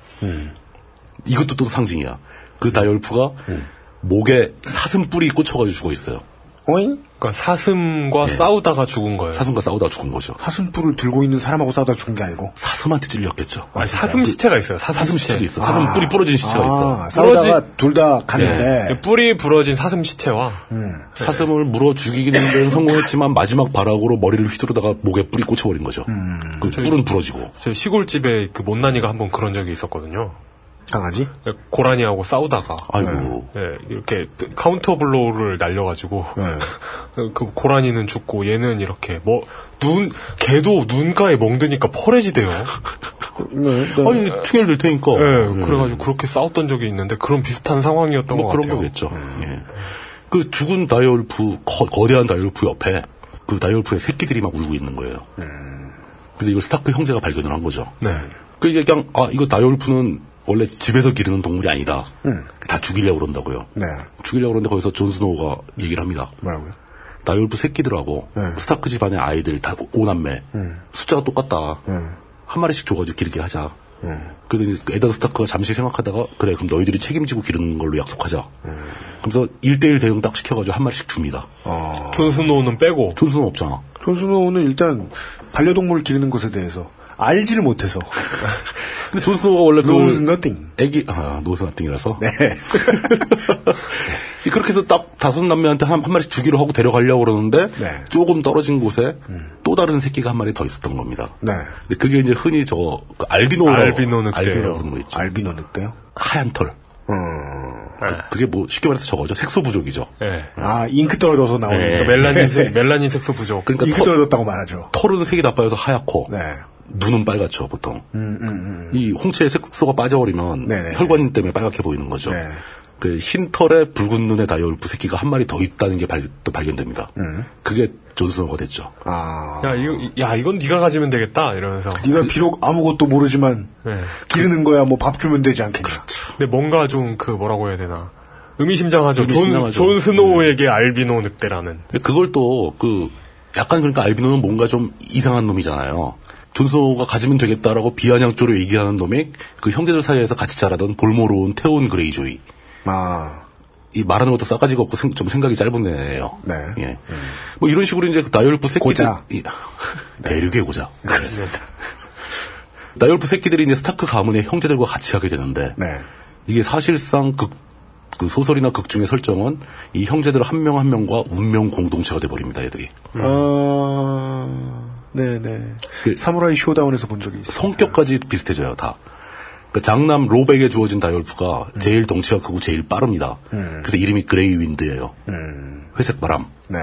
[SPEAKER 2] 이것도 또 상징이야. 그 다이올프가 목에 사슴 뿔이 꽂혀가지고 죽어 있어요.
[SPEAKER 4] 그러니까 사슴과 싸우다가 죽은 거예요.
[SPEAKER 2] 예. 사슴과 싸우다 죽은 거죠.
[SPEAKER 3] 사슴뿔을 들고 있는 사람하고 싸우다 죽은 게 아니고.
[SPEAKER 2] 사슴한테 찔렸겠죠.
[SPEAKER 4] 아니, 아. 사슴 시체가 있어요. 사슴,
[SPEAKER 2] 사슴
[SPEAKER 4] 시체.
[SPEAKER 2] 시체도 있어. 사슴 뿔이 부러진 시체가
[SPEAKER 4] 아,
[SPEAKER 2] 있어.
[SPEAKER 3] 아, 싸우다가 둘 다 갔는데.
[SPEAKER 2] 네.
[SPEAKER 4] 예. 뿔이 부러진 사슴 시체와
[SPEAKER 2] 사슴을 물어 죽이기는 데는 성공했지만 마지막 발악으로 머리를 휘두르다가 목에 뿔이 꽂혀버린 거죠.
[SPEAKER 4] 음.
[SPEAKER 2] 그 뿔은 부러지고.
[SPEAKER 4] 저 시골집에 그 못난이가 한 번 그런 적이 있었거든요.
[SPEAKER 3] 강아지?
[SPEAKER 4] 고라니하고 싸우다가
[SPEAKER 2] 아이고.
[SPEAKER 4] 예, 이렇게 카운터 블로우를 날려가지고
[SPEAKER 2] 네.
[SPEAKER 4] 그 고라니는 죽고 얘는 이렇게 뭐 눈 걔도 눈가에 멍드니까 펄해지대요.
[SPEAKER 3] 네.
[SPEAKER 2] 아니 충혈 될 테니까.
[SPEAKER 4] 예, 네. 그래가지고 그렇게 싸웠던 적이 있는데 그런 비슷한 상황이었던
[SPEAKER 2] 네. 뭐
[SPEAKER 4] 것
[SPEAKER 2] 그런
[SPEAKER 4] 같아요. 음.
[SPEAKER 2] 거겠죠. 예. 그 죽은 다이올프 거, 대한 다이올프 옆에 그 다이올프의 새끼들이 막 울고 있는 거예요. 그래서 이걸 스타크 형제가 발견을 한 거죠.
[SPEAKER 4] 음. 네.
[SPEAKER 2] 그 이게 그냥 아 이거 다이올프는 원래 집에서 기르는 동물이 아니다.
[SPEAKER 3] 음.
[SPEAKER 2] 다 죽이려고 그런다고요.
[SPEAKER 3] 네.
[SPEAKER 2] 죽이려고 그러는데 거기서 존 스노우가 얘기를 합니다.
[SPEAKER 3] 뭐라고요?
[SPEAKER 2] 다이올프 새끼들하고 스타크 집안의 아이들 다 오남매 숫자가 똑같다. 한 마리씩 줘가지고 기르게 하자. 그래서 이제 그 에단 스타크가 잠시 생각하다가 그래 그럼 너희들이 책임지고 기르는 걸로 약속하자. 그래서 1대1 대응 딱 시켜가지고 한 마리씩 줍니다.
[SPEAKER 4] 존스노우는 빼고
[SPEAKER 2] 존스노우 없잖아.
[SPEAKER 3] 존스노우는 일단 반려동물을 기르는 것에 대해서 알지를 못해서.
[SPEAKER 2] 근데 존스노우가 원래
[SPEAKER 3] knows
[SPEAKER 2] 그
[SPEAKER 3] nothing.
[SPEAKER 2] 애기 아 노스 나띵이라서
[SPEAKER 3] 네.
[SPEAKER 2] 그렇게 해서 딱 다섯 남매한테 한, 한 마리씩 주기로 하고 데려가려고 그러는데 조금 떨어진 곳에 또 다른 새끼가 한 마리 더 있었던 겁니다.
[SPEAKER 3] 네.
[SPEAKER 2] 근데 그게 이제 흔히 저그 알비노라고
[SPEAKER 4] 알비노 늑대요.
[SPEAKER 2] 알비노라고 그러는 거 있죠.
[SPEAKER 3] 알비노 늑대요?
[SPEAKER 2] 하얀 털. 그, 게뭐 쉽게 말해서 저거죠. 색소 부족이죠.
[SPEAKER 4] 예.
[SPEAKER 3] 어. 아, 잉크 떨어져서 나오는.
[SPEAKER 2] 예.
[SPEAKER 4] 그러니까 멜라닌 색 멜라닌 색소 부족.
[SPEAKER 2] 그러니까
[SPEAKER 3] 잉크
[SPEAKER 2] 털-
[SPEAKER 3] 떨어졌다고 말하죠. 네.
[SPEAKER 2] 털은 색이 나빠져서 하얗고 눈은 빨갛죠 보통. 이 홍채의 색소가 빠져버리면 혈관인 때문에 빨갛게 보이는 거죠. 그 흰털에 붉은 눈에 다여울 부새끼가 한 마리 더 있다는 게 발, 또 발견됩니다. 그게 존스노가 됐죠.
[SPEAKER 4] 야, 이거, 야, 이건 네가 가지면 되겠다. 이러면서.
[SPEAKER 3] 아. 네가 비록 아무것도 모르지만
[SPEAKER 4] 네.
[SPEAKER 3] 기르는 거야 뭐 밥 주면 되지 않겠냐.
[SPEAKER 2] 그렇죠.
[SPEAKER 4] 근데 뭔가 좀 그 뭐라고 해야 되나. 의미심장하죠. 존,
[SPEAKER 2] 의미심장하죠. 음.
[SPEAKER 4] 존 스노우에게 알비노 늑대라는.
[SPEAKER 2] 그걸 또 그 약간 그러니까 알비노는 뭔가 좀 이상한 놈이잖아요. 존스노가 가지면 되겠다라고 비아냥조로 얘기하는 놈이 그 형제들 사이에서 같이 자라던 볼모로운 태온 그레이조이.
[SPEAKER 3] 아.
[SPEAKER 2] 이 말하는 것도 싸가지가 없고 생- 좀 생각이 짧은 애예요. 네. 예. 뭐 이런 식으로 이제 그 나열부 새끼들
[SPEAKER 3] 음. 고자. 네,
[SPEAKER 2] 이- 대륙의 고자. 나열부 새끼들이 이제 스타크 가문의 형제들과 같이 하게 되는데
[SPEAKER 3] 네.
[SPEAKER 2] 이게 사실상 극, 그 소설이나 극 중의 설정은 이 형제들 한 명 한 명과 운명 공동체가 돼버립니다, 애들이.
[SPEAKER 3] 아, 네네.
[SPEAKER 2] 사무라이 쇼다운에서 본 적이 있어요. 성격까지 비슷해져요, 다. 그 장남 로백에 주어진 다이올프가 제일 덩치가 크고 제일 빠릅니다.
[SPEAKER 3] 음.
[SPEAKER 2] 그래서 이름이 그레이 윈드예요.
[SPEAKER 3] 음.
[SPEAKER 2] 회색 바람.
[SPEAKER 3] 네.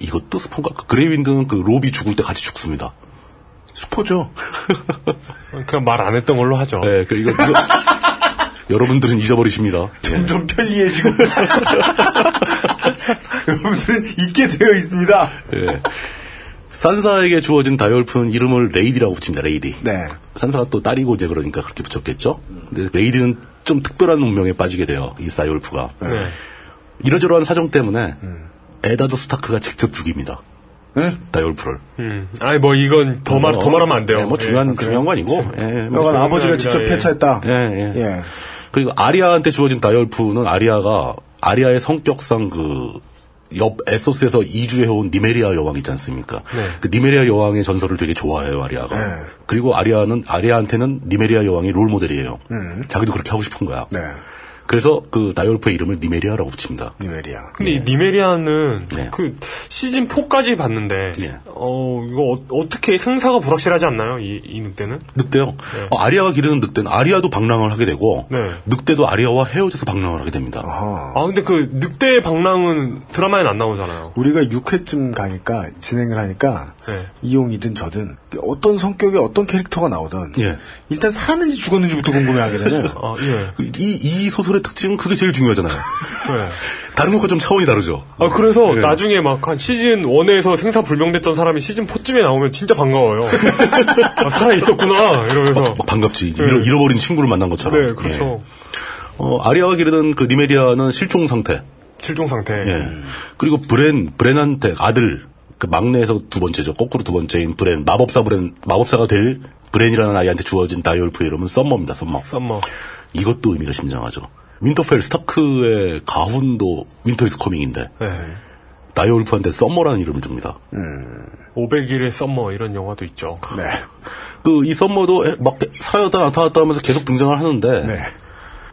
[SPEAKER 2] 이것도 스폰가 그 그레이 윈드는 그 로비 죽을 때 같이 죽습니다.
[SPEAKER 3] 스포죠.
[SPEAKER 4] 그냥 말 안 했던 걸로 하죠.
[SPEAKER 2] 네, 그 이거, 이거 여러분들은 잊어버리십니다.
[SPEAKER 3] 점점 편리해지고. 여러분들은 있게 되어 있습니다.
[SPEAKER 2] 예. 산사에게 주어진 다이올프는 이름을 레이디라고 붙입니다. 레이디.
[SPEAKER 3] 네.
[SPEAKER 2] 산사가 또 딸이고 이제 그러니까 그렇게 붙였겠죠. 근데 레이디는 좀 특별한 운명에 빠지게 돼요. 이 다이올프가.
[SPEAKER 3] 네.
[SPEAKER 2] 이러저러한 사정 때문에 에다드 스타크가 직접 죽입니다. 네? 다이올프를.
[SPEAKER 4] 음. 아니, 뭐, 이건 더 말, 더 말하면 안 돼요.
[SPEAKER 2] 네, 뭐 중요한
[SPEAKER 4] 예.
[SPEAKER 2] 중요한 거 아니고. 예, 뭐
[SPEAKER 3] 여간
[SPEAKER 2] 중요한
[SPEAKER 3] 아버지가
[SPEAKER 2] 게
[SPEAKER 3] 직접
[SPEAKER 2] 아니라, 예.
[SPEAKER 3] 폐차했다.
[SPEAKER 2] 예, 예. 그리고 아리아한테 주어진 다이얼프는 아리아가 아리아의 성격상 그 옆 에소스에서 이주해온 니메리아 여왕 있지 않습니까?
[SPEAKER 3] 네.
[SPEAKER 2] 그 니메리아 여왕의 전설을 되게 좋아해요 아리아가.
[SPEAKER 4] 네.
[SPEAKER 2] 그리고 아리아는 아리아한테는 니메리아 여왕이 롤 모델이에요.
[SPEAKER 3] 음.
[SPEAKER 2] 자기도 그렇게 하고 싶은 거야.
[SPEAKER 4] 네.
[SPEAKER 2] 그래서 그 다이얼프의 이름을 니메리아라고 붙입니다.
[SPEAKER 3] 니메리아.
[SPEAKER 4] 근데
[SPEAKER 2] 네.
[SPEAKER 4] 이 니메리아는 그 시즌 4까지 봤는데
[SPEAKER 2] 네.
[SPEAKER 4] 어 이거 어, 떻게 생사가 불확실하지 않나요? 이, 이 늑대는?
[SPEAKER 2] 늑대요. 어, 아리아가 기르는 늑대는 아리아도 방랑을 하게 되고
[SPEAKER 4] 네.
[SPEAKER 2] 늑대도 아리아와 헤어져서 방랑을 하게 됩니다.
[SPEAKER 4] 아 근데 그 늑대의 방랑은 드라마엔 안 나오잖아요.
[SPEAKER 3] 우리가 6회쯤 가니까 진행을 하니까
[SPEAKER 4] 네.
[SPEAKER 3] 이용이든 저든 어떤 성격의 어떤 캐릭터가 나오든
[SPEAKER 2] 예.
[SPEAKER 3] 일단 살았는지 죽었는지부터 궁금해하게 되네요.
[SPEAKER 4] 아, 예.
[SPEAKER 2] 그 이, 이 소설의 특징은 그게 제일 중요하잖아요.
[SPEAKER 4] 네.
[SPEAKER 2] 다른 것과 좀 차원이 다르죠.
[SPEAKER 4] 아 그래서 나중에 막 한 시즌 1에서 생사 불명됐던 사람이 시즌 4쯤에 나오면 진짜 반가워요. 아, 살아 있었구나 이러면서.
[SPEAKER 2] 막뭐 반갑지. 이제 잃어- 잃어버린 친구를 만난 것처럼. 예.
[SPEAKER 4] 네 그렇죠.
[SPEAKER 2] 어, 아리아가 기르던 그 니메리아는 실종 상태.
[SPEAKER 4] 실종 상태.
[SPEAKER 2] 예. 그리고 브렌, 브렌한테 아들, 그 막내에서 두 번째죠. 거꾸로 두 번째인 브렌, 마법사 브렌, 마법사가 될 브렌이라는 아이한테 주어진 다이올프의 이름은 썸머입니다, 썸머.
[SPEAKER 4] 썸머.
[SPEAKER 2] 이것도 의미가 심장하죠. 윈터펠 스타크의 가훈도 윈터 이즈 커밍인데,
[SPEAKER 4] 네.
[SPEAKER 2] 다이올프한테 썸머라는 이름을 줍니다.
[SPEAKER 4] 500일의 썸머 이런 영화도 있죠.
[SPEAKER 3] 네.
[SPEAKER 2] 그 이 썸머도 에- 막 사였다 나타났다 하면서 계속 등장을 하는데
[SPEAKER 4] 네.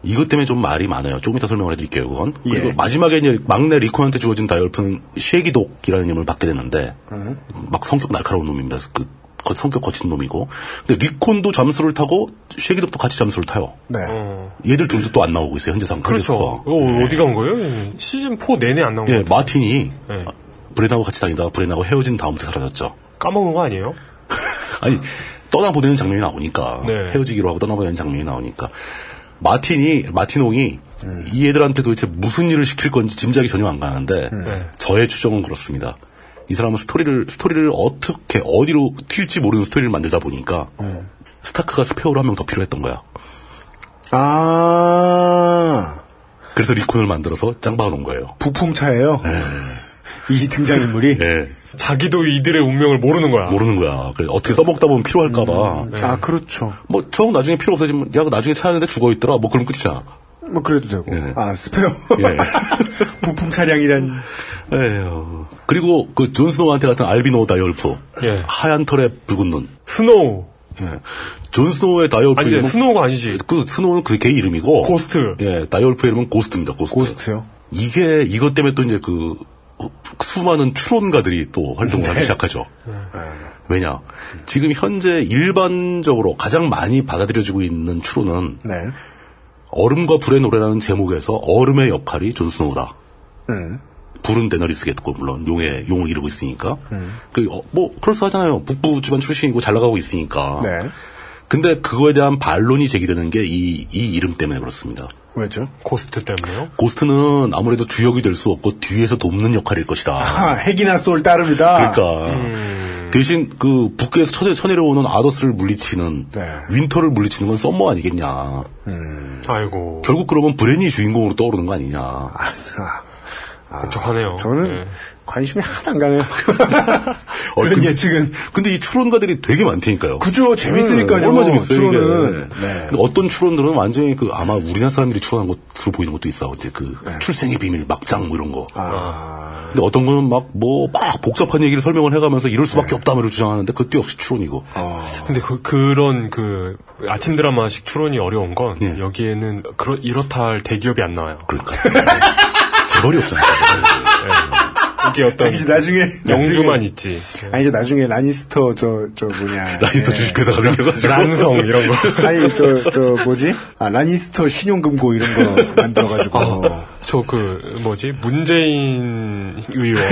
[SPEAKER 2] 이것 때문에 좀 말이 많아요. 조금 이따 설명을 해드릴게요. 그건
[SPEAKER 4] 예.
[SPEAKER 2] 그리고 마지막에 이제 막내 리콘한테 주어진 다이얼프는 쉐기독이라는 이름을 받게 되는데
[SPEAKER 4] 음.
[SPEAKER 2] 막 성격 날카로운 놈입니다. 그, 거- 성격 거친 놈이고 근데 리콘도 잠수를 타고 쉐기독도 같이 잠수를 타요.
[SPEAKER 3] 네.
[SPEAKER 4] 어.
[SPEAKER 2] 얘들 둘도 또 안 나오고 있어요. 현재 상태.
[SPEAKER 4] 그렇죠.
[SPEAKER 2] 현재
[SPEAKER 4] 어, 어디 간 거예요? 시즌 4 내내 안 나온
[SPEAKER 2] 예,
[SPEAKER 4] 거예요.
[SPEAKER 2] 마틴이
[SPEAKER 4] 네.
[SPEAKER 2] 브레나고 같이 다니다가 브레나고 헤어진 다음부터 사라졌죠.
[SPEAKER 4] 까먹은 거 아니에요?
[SPEAKER 2] 아니 떠나보내는 장면이 나오니까
[SPEAKER 4] 네.
[SPEAKER 2] 헤어지기로 하고 떠나보내는 장면이 나오니까 마틴이 마틴홍이
[SPEAKER 4] 음.
[SPEAKER 2] 이 애들한테 도대체 무슨 일을 시킬 건지 짐작이 전혀 안 가는데
[SPEAKER 4] 네.
[SPEAKER 2] 저의 추정은 그렇습니다. 이 사람은 스토리를 스토리를 어떻게 어디로 튈지 모르는 스토리를 만들다 보니까
[SPEAKER 4] 음.
[SPEAKER 2] 스타크가 스페어로 한 명 더 필요했던 거야.
[SPEAKER 3] 아
[SPEAKER 2] 그래서 리콘을 만들어서 짱 박아놓은 거예요. 예,
[SPEAKER 3] 부풍차예요.
[SPEAKER 4] 네.
[SPEAKER 3] 이 등장인물이
[SPEAKER 4] 자기도 이들의 운명을 모르는 거야.
[SPEAKER 2] 모르는 거야. 그래서 어떻게 써먹다 보면 필요할까봐.
[SPEAKER 4] 음, 예. 네.
[SPEAKER 3] 아 그렇죠.
[SPEAKER 2] 뭐 처음 나중에 필요 없어지면 야그 나중에 찾았는데 죽어 있더라. 뭐 그럼 끝이잖아.
[SPEAKER 3] 뭐 그래도 되고. 아 스페어.
[SPEAKER 2] 예.
[SPEAKER 3] 부품 차량이란.
[SPEAKER 2] 에휴. 예. 그리고 그 존스노우한테 같은 알비노 다이얼프.
[SPEAKER 4] 예.
[SPEAKER 2] 하얀 털에 붉은 눈.
[SPEAKER 4] 스노우.
[SPEAKER 2] 예. 존스노우의 다이얼프
[SPEAKER 4] 아니,
[SPEAKER 2] 이름은
[SPEAKER 4] 스노우가 아니지.
[SPEAKER 2] 그 스노우는 그걔 이름이고.
[SPEAKER 4] 고스트.
[SPEAKER 2] 예, 다이얼프 이름은 고스트입니다. 고스트.
[SPEAKER 3] 고스트요?
[SPEAKER 2] 이게 이것 때문에 또 이제 그 어, 수많은 추론가들이 또 활동을
[SPEAKER 4] 네.
[SPEAKER 2] 하기 시작하죠. 왜냐? 지금 현재 일반적으로 가장 많이 받아들여지고 있는 추론은
[SPEAKER 3] 네.
[SPEAKER 2] 얼음과 불의 노래라는 제목에서 얼음의 역할이 존스노우다.
[SPEAKER 3] 음.
[SPEAKER 2] 불은 데너리스겠고 물론 용의 용을 이루고 어,
[SPEAKER 3] 네.
[SPEAKER 2] 있으니까 그 뭐 그럴싸하잖아요 북부 집안 출신이고 잘 나가고 있으니까 근데 그거에 대한 반론이 제기되는 게 이, 이 이름 때문에 그렇습니다.
[SPEAKER 3] 왜죠?
[SPEAKER 4] 고스트 때문에요?
[SPEAKER 2] 고스트는 아무래도 주역이 될 수 없고 뒤에서 돕는 역할일 것이다.
[SPEAKER 3] 아, 핵이나 쏠 따릅니다.
[SPEAKER 2] 그러니까 대신 그 북극에서 쳐내, 쳐내려오는 아더스를 물리치는 윈터를 물리치는 건 썸머 아니겠냐.
[SPEAKER 3] 음.
[SPEAKER 4] 아이고.
[SPEAKER 2] 결국 그러면 브랜이 주인공으로 떠오르는 거 아니냐.
[SPEAKER 4] 복잡하네요.
[SPEAKER 3] 저는 관심이 하나도 안 가네요.
[SPEAKER 2] 어, 근데, 예측은. 근데 이 추론가들이 되게 많다니까요.
[SPEAKER 3] 그죠. 재밌으니까요.
[SPEAKER 2] 음, 얼마 재밌어요.
[SPEAKER 3] 추론은.
[SPEAKER 2] 이게. 네.
[SPEAKER 4] 네.
[SPEAKER 2] 근데 어떤 추론들은 완전히 그 아마 우리나라 사람들이 추론한 것으로 보이는 것도 있어. 이제 그
[SPEAKER 4] 네.
[SPEAKER 2] 출생의 비밀, 막장 뭐 이런 거.
[SPEAKER 4] 아.
[SPEAKER 2] 근데 어떤 거는 막 뭐 막 복잡한 얘기를 설명을 해가면서 이럴 수밖에
[SPEAKER 4] 네.
[SPEAKER 2] 없다며 주장하는데 그것도 역시 추론이고.
[SPEAKER 4] 근데 그, 그런 그 아침 드라마식 추론이 어려운 건 여기에는 그렇 이렇다 할 대기업이 안 나와요.
[SPEAKER 2] 그러니까. 재벌이 없잖아요.
[SPEAKER 4] 네. 이게 아, 어떤
[SPEAKER 3] 네. 이제 나중에
[SPEAKER 4] 영주만
[SPEAKER 3] 나중에-
[SPEAKER 4] 있지.
[SPEAKER 3] 아니 이제 나중에 라니스터 저 저 뭐냐
[SPEAKER 2] 라니스터
[SPEAKER 3] 예.
[SPEAKER 2] 주식회사가 생겨가지고.
[SPEAKER 4] 랑성 그러니까 이런 거.
[SPEAKER 3] 아니 저 저 뭐지 아 라니스터 신용금고 이런 거 만들어가지고
[SPEAKER 4] 저 그 뭐지 문재인 의원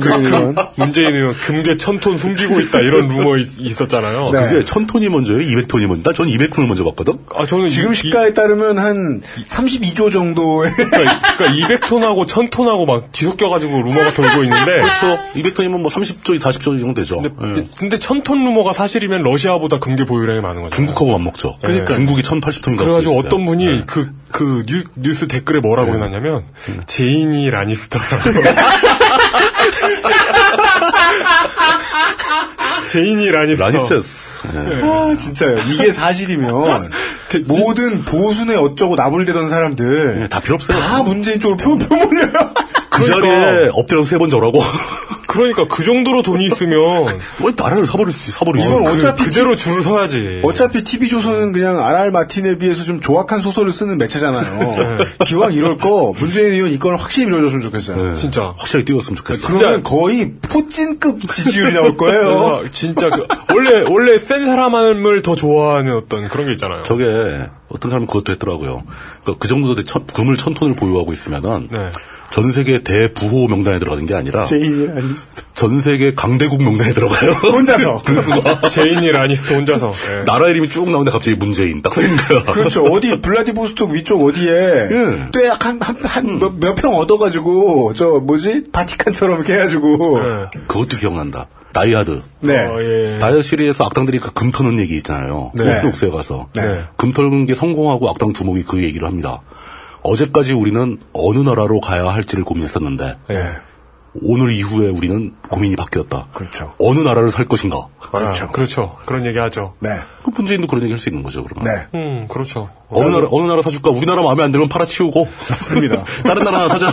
[SPEAKER 4] 그
[SPEAKER 3] 문재인 의원.
[SPEAKER 4] 문재인 의원 금괴 천톤 숨기고 있다 이런 루머 있, 있었잖아요.
[SPEAKER 2] 그게 천 톤이 먼저예요? 200톤이 먼저? 난 전 200톤을 먼저 봤거든?
[SPEAKER 4] 아 저는
[SPEAKER 3] 지금
[SPEAKER 4] 이-
[SPEAKER 3] 시가에 따르면 한 32조 정도의
[SPEAKER 4] 그러니까, 그러니까 200톤하고 1000톤하고 막 뒤섞여가지고 루머가 돌고 있는데.
[SPEAKER 2] 그렇죠. 200톤이면 뭐 30조, 40조 정도 되죠.
[SPEAKER 4] 네.
[SPEAKER 2] 예.
[SPEAKER 4] 근데, 근데 1000톤 루머가 사실이면 러시아보다 금괴 보유량이 많은 거죠.
[SPEAKER 2] 중국하고 안 먹죠.
[SPEAKER 4] 그러니까.
[SPEAKER 2] 중국이 1080톤인가.
[SPEAKER 4] 그래가지고 어떤 분이
[SPEAKER 2] 네.
[SPEAKER 4] 그, 그 뉴, 스 댓글에 뭐라고 해놨냐면, 제인이 라니스터라고. 제인이 라니스터.
[SPEAKER 2] 라니스터였어. 예.
[SPEAKER 3] 아 진짜요 이게 사실이면
[SPEAKER 4] 뭐,
[SPEAKER 3] 모든 보수네 어쩌고 나불대던 사람들
[SPEAKER 2] 다 필요 없어요.
[SPEAKER 3] 다 문재인 쪽으로 표 표몰려요
[SPEAKER 2] 그 자리에 엎드려서 세 번 절하고.
[SPEAKER 4] 그러니까 그 정도로 돈이 있으면,
[SPEAKER 2] 왜 나라를 사버릴 수, 사버리지?
[SPEAKER 3] 이건
[SPEAKER 4] 그,
[SPEAKER 3] 어차피
[SPEAKER 4] 그대로 줄을 서야지.
[SPEAKER 3] 어차피 TV 조선은 그냥 RR 마틴에 비해서 좀 조악한 소설을 쓰는 매체잖아요.
[SPEAKER 4] 예.
[SPEAKER 3] 기왕 이럴 거 문재인 의원 이건 확실히 밀어줬으면 좋겠어요.
[SPEAKER 4] 진짜.
[SPEAKER 2] 그, 네. 확실하게 띄웠으면 좋겠어.
[SPEAKER 3] 그러면 거의 포진급 지지율이 나올 거예요.
[SPEAKER 4] 그래서 진짜 그, 원래, 원래 센 사람을 더 좋아하는 어떤 그런 게 있잖아요.
[SPEAKER 2] 저게 어떤 사람은 그것도 했더라고요. 그러니까 그 정도 돼 천, 금을 천 톤을 보유하고 있으면은
[SPEAKER 4] 네.
[SPEAKER 2] 전 세계 대부호 명단에 들어가는 게 아니라
[SPEAKER 3] 제인이 아니스트
[SPEAKER 2] 전 세계 강대국 명단에 들어가요.
[SPEAKER 3] 혼자서
[SPEAKER 2] 금수가
[SPEAKER 4] 제인이 라니스터 혼자서. 예.
[SPEAKER 2] 나라 이름이 쭉 나오는데 갑자기 문재인 딱 되는 거야.
[SPEAKER 3] 그렇죠. 어디 블라디보스톡 위쪽
[SPEAKER 4] 예.
[SPEAKER 3] 어디에 떼약
[SPEAKER 4] 음.
[SPEAKER 3] 한한몇평 얻어가지고 저 뭐지 바티칸처럼 이렇게 해가지고
[SPEAKER 2] 그것도 기억난다. 나이아드.
[SPEAKER 3] 네.
[SPEAKER 4] 예. 어, 예.
[SPEAKER 2] 다이어 시리에서 악당들이 그 금터는 얘기 있잖아요.
[SPEAKER 3] 네.
[SPEAKER 2] 옥수옥수에 가서.
[SPEAKER 3] 네.
[SPEAKER 2] 금털는 게 성공하고 악당 두목이 그 얘기를 합니다. 어제까지 우리는 어느 나라로 가야 할지를 고민했었는데
[SPEAKER 3] 예.
[SPEAKER 2] 오늘 이후에 우리는 고민이 바뀌었다.
[SPEAKER 3] 그렇죠. 아.
[SPEAKER 2] 어느 나라를 살 것인가.
[SPEAKER 4] 그렇죠. 어. 그렇죠. 그런 얘기 하죠.
[SPEAKER 3] 네.
[SPEAKER 2] 그 문재인도 그런 얘기 할 수 있는 거죠, 그러면.
[SPEAKER 3] 네.
[SPEAKER 4] 음, 그렇죠.
[SPEAKER 2] 어느 나라, 어느 나라 사줄까? 우리나라 마음에 안 들면 팔아치우고.
[SPEAKER 3] 맞습니다.
[SPEAKER 2] 다른 나라 하나 사자.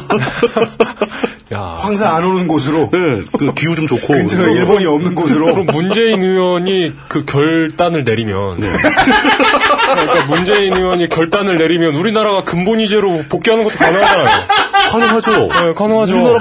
[SPEAKER 4] 야.
[SPEAKER 3] 황사 안 오는 곳으로
[SPEAKER 2] 네, 그 기후 좀 좋고.
[SPEAKER 3] 근처 에 일본이 없는 곳으로
[SPEAKER 4] 그럼 문재인 의원이 그 결단을 내리면 그러니까 문재인 의원이 결단을 내리면 우리나라가 근본 이제로 복귀하는 것도 가능하잖아요.
[SPEAKER 2] 가능하죠.
[SPEAKER 4] 네, 가능하죠.
[SPEAKER 2] 우리나라,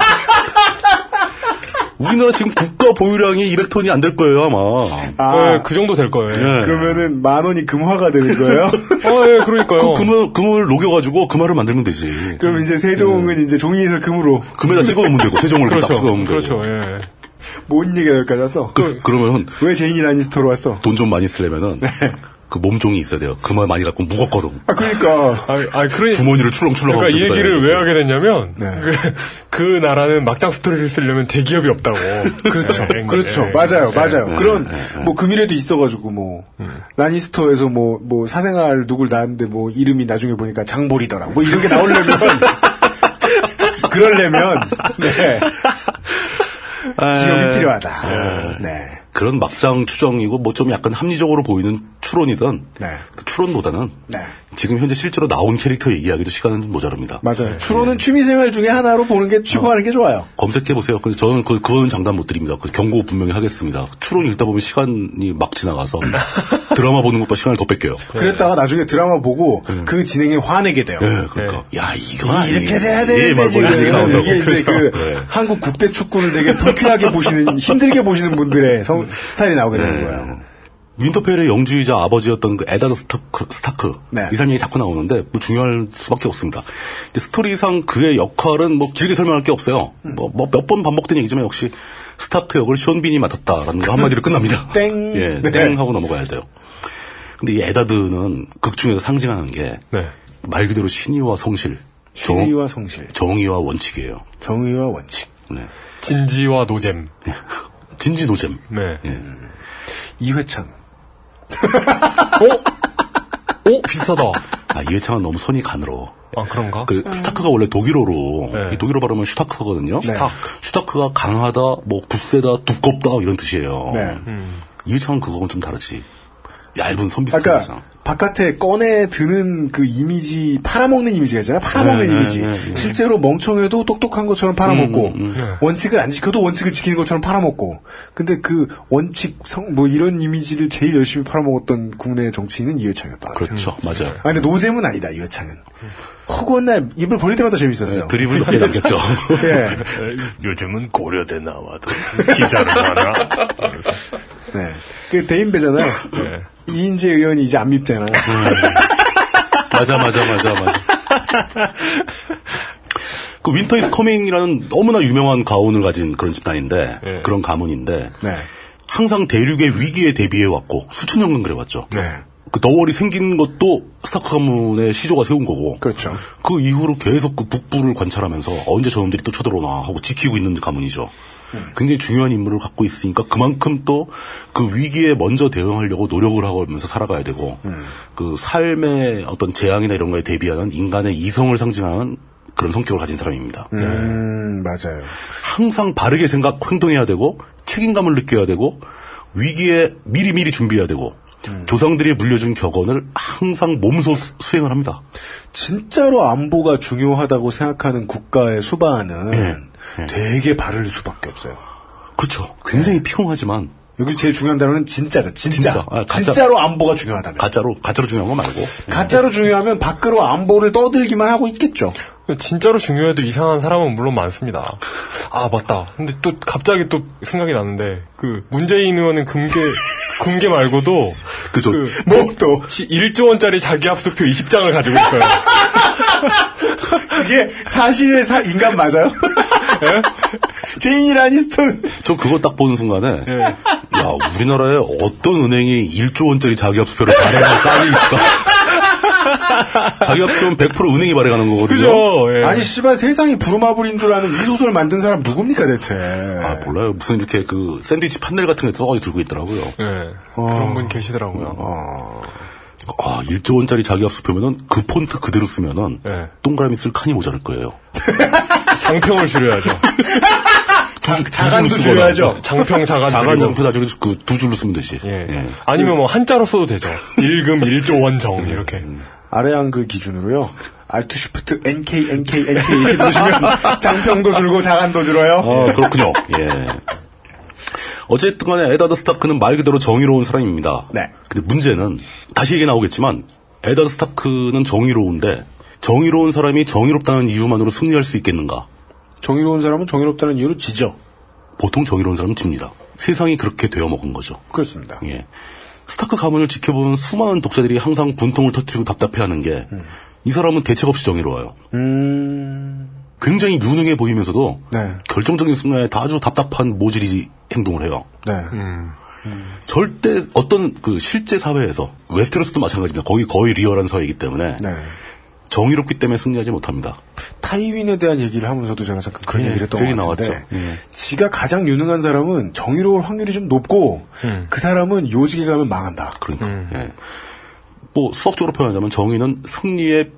[SPEAKER 2] 우리나라 지금 국가 보유량이 200톤이 안 될 거예요, 아마.
[SPEAKER 4] 네, 그 정도 될 거예요.
[SPEAKER 2] 네.
[SPEAKER 3] 그러면은 만 원이 금화가 되는 거예요.
[SPEAKER 4] 아, 예, 그러니까요.
[SPEAKER 2] 그 금을, 금을 녹여가지고 금화를 만들면 되지.
[SPEAKER 3] 어. 그럼 이제 세종은
[SPEAKER 4] 예.
[SPEAKER 3] 이제 종이에서 금으로
[SPEAKER 2] 금에다 찍어 놓으면 되고, 세종을 딱
[SPEAKER 4] 그렇죠.
[SPEAKER 2] 찍어 놓으면 되고.
[SPEAKER 4] 그렇죠. 예.
[SPEAKER 3] 뭔 얘기가 여기까지 왔어?
[SPEAKER 2] 그, 그러면
[SPEAKER 3] 왜 제인이 라니스터로 왔어?
[SPEAKER 2] 돈 좀 많이 쓰려면은
[SPEAKER 3] 네.
[SPEAKER 2] 그 몸종이 있어야 돼요. 금화 많이 갖고 무겁거든.
[SPEAKER 3] 아 그러니까
[SPEAKER 4] 아, 아, 그러니
[SPEAKER 2] 주머니를 출렁출렁
[SPEAKER 4] 그러니까
[SPEAKER 2] 하고.
[SPEAKER 4] 이
[SPEAKER 2] 들고
[SPEAKER 4] 얘기를
[SPEAKER 2] 다니고.
[SPEAKER 4] 왜 하게 됐냐면
[SPEAKER 3] 네.
[SPEAKER 4] 그, 그 나라는 막장 스토리를 쓰려면 대기업이 없다고. 그렇죠. 네.
[SPEAKER 3] 그렇죠 맞아요 맞아요 그런 뭐 금이라도 있어가지고 뭐
[SPEAKER 4] 음.
[SPEAKER 3] 라니스터에서 뭐 뭐 사생활 누굴 낳았는데 뭐 이름이 나중에 보니까 장볼이더라 뭐 이런 게 나오려면 그러려면 네
[SPEAKER 4] 아,
[SPEAKER 3] 기억이 필요하다 네
[SPEAKER 2] 그런 막상 추정이고 뭐 좀 약간 합리적으로 보이는 추론이든
[SPEAKER 3] 네.
[SPEAKER 2] 그 추론보다는
[SPEAKER 3] 네.
[SPEAKER 2] 지금 현재 실제로 나온 캐릭터 얘기하기도 시간은 좀 모자랍니다.
[SPEAKER 4] 네.
[SPEAKER 3] 맞아요 추론은 취미생활 중에 하나로 보는 게 추구하는 게 좋아요
[SPEAKER 2] 검색해 보세요. 근데 저는 그 그건 장담 못 드립니다. 그 경고 분명히 하겠습니다. 추론 읽다 보면 시간이 막 지나가서 드라마 보는 것보다 시간을 더 뺏겨요.
[SPEAKER 4] 네.
[SPEAKER 3] 그랬다가 나중에 드라마 보고
[SPEAKER 4] 음.
[SPEAKER 3] 그 진행에 화내게 돼요.
[SPEAKER 2] 예, 그러니까
[SPEAKER 4] 네.
[SPEAKER 2] 야 이거
[SPEAKER 3] 이렇게
[SPEAKER 2] 아니-
[SPEAKER 3] 돼야
[SPEAKER 2] 예,
[SPEAKER 3] 되는데
[SPEAKER 2] 막
[SPEAKER 3] 지금
[SPEAKER 2] 이런 얘기 나온다고.
[SPEAKER 3] 이게 이제 그
[SPEAKER 2] 그러니까. 예.
[SPEAKER 3] 한국 국대 축구를 되게 불쾌하게 보시는 힘들게 보시는 분들의 성- 스타일이 나오게
[SPEAKER 2] 네.
[SPEAKER 3] 되는 거예요.
[SPEAKER 2] 윈터펠의 영주이자 아버지였던 그 에다드 스타크, 스타크.
[SPEAKER 3] 네.
[SPEAKER 2] 이 사람이 자꾸 나오는데 뭐 중요할 수밖에 없습니다. 근데 스토리상 그의 역할은 뭐 길게 설명할 게 없어요.
[SPEAKER 3] 음.
[SPEAKER 2] 뭐 몇 번 반복된 얘기지만 역시 스타크 역을 션빈이 맡았다라는 거 한마디로 끝납니다.
[SPEAKER 3] 음. 땡.
[SPEAKER 2] 예,
[SPEAKER 3] 네.
[SPEAKER 2] 땡 하고 넘어가야 돼요. 근데 이 에다드는 극 중에서 상징하는 게
[SPEAKER 4] 네.
[SPEAKER 2] 말 그대로 신의와 성실.
[SPEAKER 3] 신의와 성실.
[SPEAKER 2] 정의와 원칙이에요.
[SPEAKER 3] 정의와 원칙.
[SPEAKER 2] 네.
[SPEAKER 4] 진지와 노잼.
[SPEAKER 2] 예. 진지 노잼.
[SPEAKER 4] 네.
[SPEAKER 3] 이회창.
[SPEAKER 4] 어? 어? 비슷하다.
[SPEAKER 2] 아, 이회창은 너무 선이 가늘어.
[SPEAKER 4] 아, 그런가?
[SPEAKER 2] 그
[SPEAKER 3] 음.
[SPEAKER 2] 슈타크가 원래 독일어로 이 독일어 발음은 슈타크거든요.
[SPEAKER 4] 네. 슈타크.
[SPEAKER 2] 슈타크가 강하다, 뭐 굳세다, 두껍다 이런 뜻이에요.
[SPEAKER 3] 네.
[SPEAKER 4] 음.
[SPEAKER 2] 이회창은 그거는 좀 다르지. 얇은 손비슷한
[SPEAKER 3] 아까
[SPEAKER 2] 이상.
[SPEAKER 3] 바깥에 꺼내 드는 그 이미지 팔아먹는 이미지가 있잖아 팔아먹는
[SPEAKER 2] 네, 네,
[SPEAKER 3] 이미지
[SPEAKER 2] 네, 네.
[SPEAKER 3] 실제로 멍청해도 똑똑한 것처럼 팔아먹고
[SPEAKER 2] 음, 음, 음.
[SPEAKER 3] 원칙을 안 지켜도 원칙을 지키는 것처럼 팔아먹고 근데 그 원칙 성 뭐 이런 이미지를 제일 열심히 팔아먹었던 국내 정치인은 이회창이었다
[SPEAKER 2] 그렇죠,
[SPEAKER 4] 음.
[SPEAKER 2] 맞아요.
[SPEAKER 4] 네.
[SPEAKER 3] 아 근데 노잼은 아니다 이회창은 허구한 날 입을 벌릴 때마다 재밌었어요
[SPEAKER 2] 드립을 몇개 남겼죠.
[SPEAKER 3] 예.
[SPEAKER 4] 요즘은 고려대 나와도 기자를 하나.
[SPEAKER 3] 네. 그 대인배잖아요
[SPEAKER 2] 네.
[SPEAKER 3] 이인재 의원이 이제 안 밉잖아요
[SPEAKER 2] 맞아, 맞아, 맞아, 맞아. 그 윈터 이즈 커밍이라는 너무나 유명한 가온을 가진 그런 집단인데
[SPEAKER 4] 네.
[SPEAKER 2] 그런 가문인데
[SPEAKER 3] 네.
[SPEAKER 2] 항상 대륙의 위기에 대비해 왔고 수천 년간 그래 왔죠.
[SPEAKER 3] 네.
[SPEAKER 2] 그 너월이 생긴 것도 스타크 가문의 시조가 세운 거고.
[SPEAKER 3] 그렇죠.
[SPEAKER 2] 그 이후로 계속 그 북부를 관찰하면서 언제 저놈들이 또 쳐들어오나 하고 지키고 있는 가문이죠.
[SPEAKER 3] 음.
[SPEAKER 2] 굉장히 중요한 인물을 갖고 있으니까 그만큼 또 그 위기에 먼저 대응하려고 노력을 하면서 살아가야 되고
[SPEAKER 3] 음.
[SPEAKER 2] 그 삶의 어떤 재앙이나 이런 거에 대비하는 인간의 이성을 상징하는 그런 성격을 가진 사람입니다.
[SPEAKER 3] 음 맞아요
[SPEAKER 2] 항상 바르게 생각, 행동해야 되고 책임감을 느껴야 되고 위기에 미리미리 준비해야 되고 조상들이 물려준 격언을 항상 몸소 수- 수행을 합니다.
[SPEAKER 3] 진짜로 안보가 중요하다고 생각하는 국가의 수반은 되게 바를 수밖에 없어요.
[SPEAKER 2] 네. 그렇죠. 굉장히 피곤하지만
[SPEAKER 3] 여기 제일 중요한 단어는 진짜다. 진짜.
[SPEAKER 2] 진짜. 아, 가짜.
[SPEAKER 3] 로 안보가 중요하다면.
[SPEAKER 2] 가짜로 네. 가짜로 중요한 거 말고
[SPEAKER 3] 가짜로 중요하면 밖으로 안보를 떠들기만 하고 있겠죠.
[SPEAKER 4] 진짜로 중요해도 이상한 사람은 물론 많습니다. 아, 맞다. 근데 또 갑자기 또 생각이 나는데, 그, 문재인 의원은 금괴, 금괴 말고도,
[SPEAKER 2] 그죠.
[SPEAKER 3] 뭐 또?
[SPEAKER 4] 1조 원짜리 자기 합수표 20장을 가지고 있어요.
[SPEAKER 3] 그게 예, 사실의 사- 인간 맞아요? 예? 제인이 라니스턴.
[SPEAKER 2] 저 그거 딱 보는 순간에 야 우리나라에 어떤 은행이 1조 원짜리 자기합수표를 발행한 쌀이 있을까? 자기합수표는 100% 은행이 발행하는 거거든요. 예.
[SPEAKER 3] 아니 씨발 세상이 부루마블인 줄 아는 이 소설 만든 사람 누굽니까 대체.
[SPEAKER 2] 아, 몰라요. 무슨 이렇게 그 샌드위치 판넬 같은 거 써가지고 들고 있더라고요.
[SPEAKER 4] 네.
[SPEAKER 3] 아.
[SPEAKER 4] 그런 분 계시더라고요.
[SPEAKER 2] 아, 1조 원짜리 자기합수표면은 그 폰트 그대로 쓰면은
[SPEAKER 3] 예.
[SPEAKER 4] 네.
[SPEAKER 2] 동그라미 쓸 칸이 모자랄 거예요.
[SPEAKER 4] 장평을 줄여야죠.
[SPEAKER 3] 자간도 줄여야죠.
[SPEAKER 4] 장평, 자간
[SPEAKER 2] 자간
[SPEAKER 4] 줄이고.
[SPEAKER 2] 장표 나중에 그두 줄로 쓰면 되지.
[SPEAKER 4] 예.
[SPEAKER 2] 예.
[SPEAKER 3] 음.
[SPEAKER 4] 아니면 뭐 한자로 써도 되죠. 일금 1조 원정 이렇게.
[SPEAKER 3] 음. 아래 한글 기준으로요. 알트 쉬프트 NK NK NK 이렇게 누르시면 장평도 줄고 자간도 줄어요.
[SPEAKER 2] 아, 그렇군요. 예. 어쨌든 간에 에다드 스타크는 말 그대로 정의로운 사람입니다.
[SPEAKER 3] 네.
[SPEAKER 2] 근데 문제는 다시 얘기 나오겠지만 에다드 스타크는 정의로운데 정의로운 사람이 정의롭다는 이유만으로 승리할 수 있겠는가?
[SPEAKER 3] 정의로운 사람은 정의롭다는 이유로 지죠.
[SPEAKER 2] 보통 정의로운 사람은 집니다. 세상이 그렇게 되어 먹은 거죠.
[SPEAKER 3] 그렇습니다.
[SPEAKER 2] 예. 스타크 가문을 지켜보는 수많은 독자들이 항상 분통을 터뜨리고 답답해하는 게 이 사람은 대책 없이 정의로워요.
[SPEAKER 3] 음.
[SPEAKER 2] 굉장히 유능해 보이면서도
[SPEAKER 3] 네.
[SPEAKER 2] 결정적인 순간에 다 아주 답답한 모질이 행동을 해요.
[SPEAKER 3] 네.
[SPEAKER 2] 음. 절대 어떤 그 실제 사회에서 웨스테로스도 마찬가지입니다. 거기 거의 리얼한 사회이기 때문에
[SPEAKER 3] 네.
[SPEAKER 2] 정의롭기 때문에 승리하지 못합니다.
[SPEAKER 3] 타이윈에 대한 얘기를 하면서도 제가 잠깐 그런
[SPEAKER 2] 예,
[SPEAKER 3] 얘기를 했던
[SPEAKER 2] 괜히
[SPEAKER 3] 것 같은데
[SPEAKER 2] 나왔죠. 예.
[SPEAKER 3] 지가 가장 유능한 사람은 정의로울 확률이 좀 높고 그 사람은 요직에 가면 망한다.
[SPEAKER 2] 음.
[SPEAKER 3] 음.
[SPEAKER 2] 그러니까 예. 뭐 수학적으로 표현하자면 정의는 승리의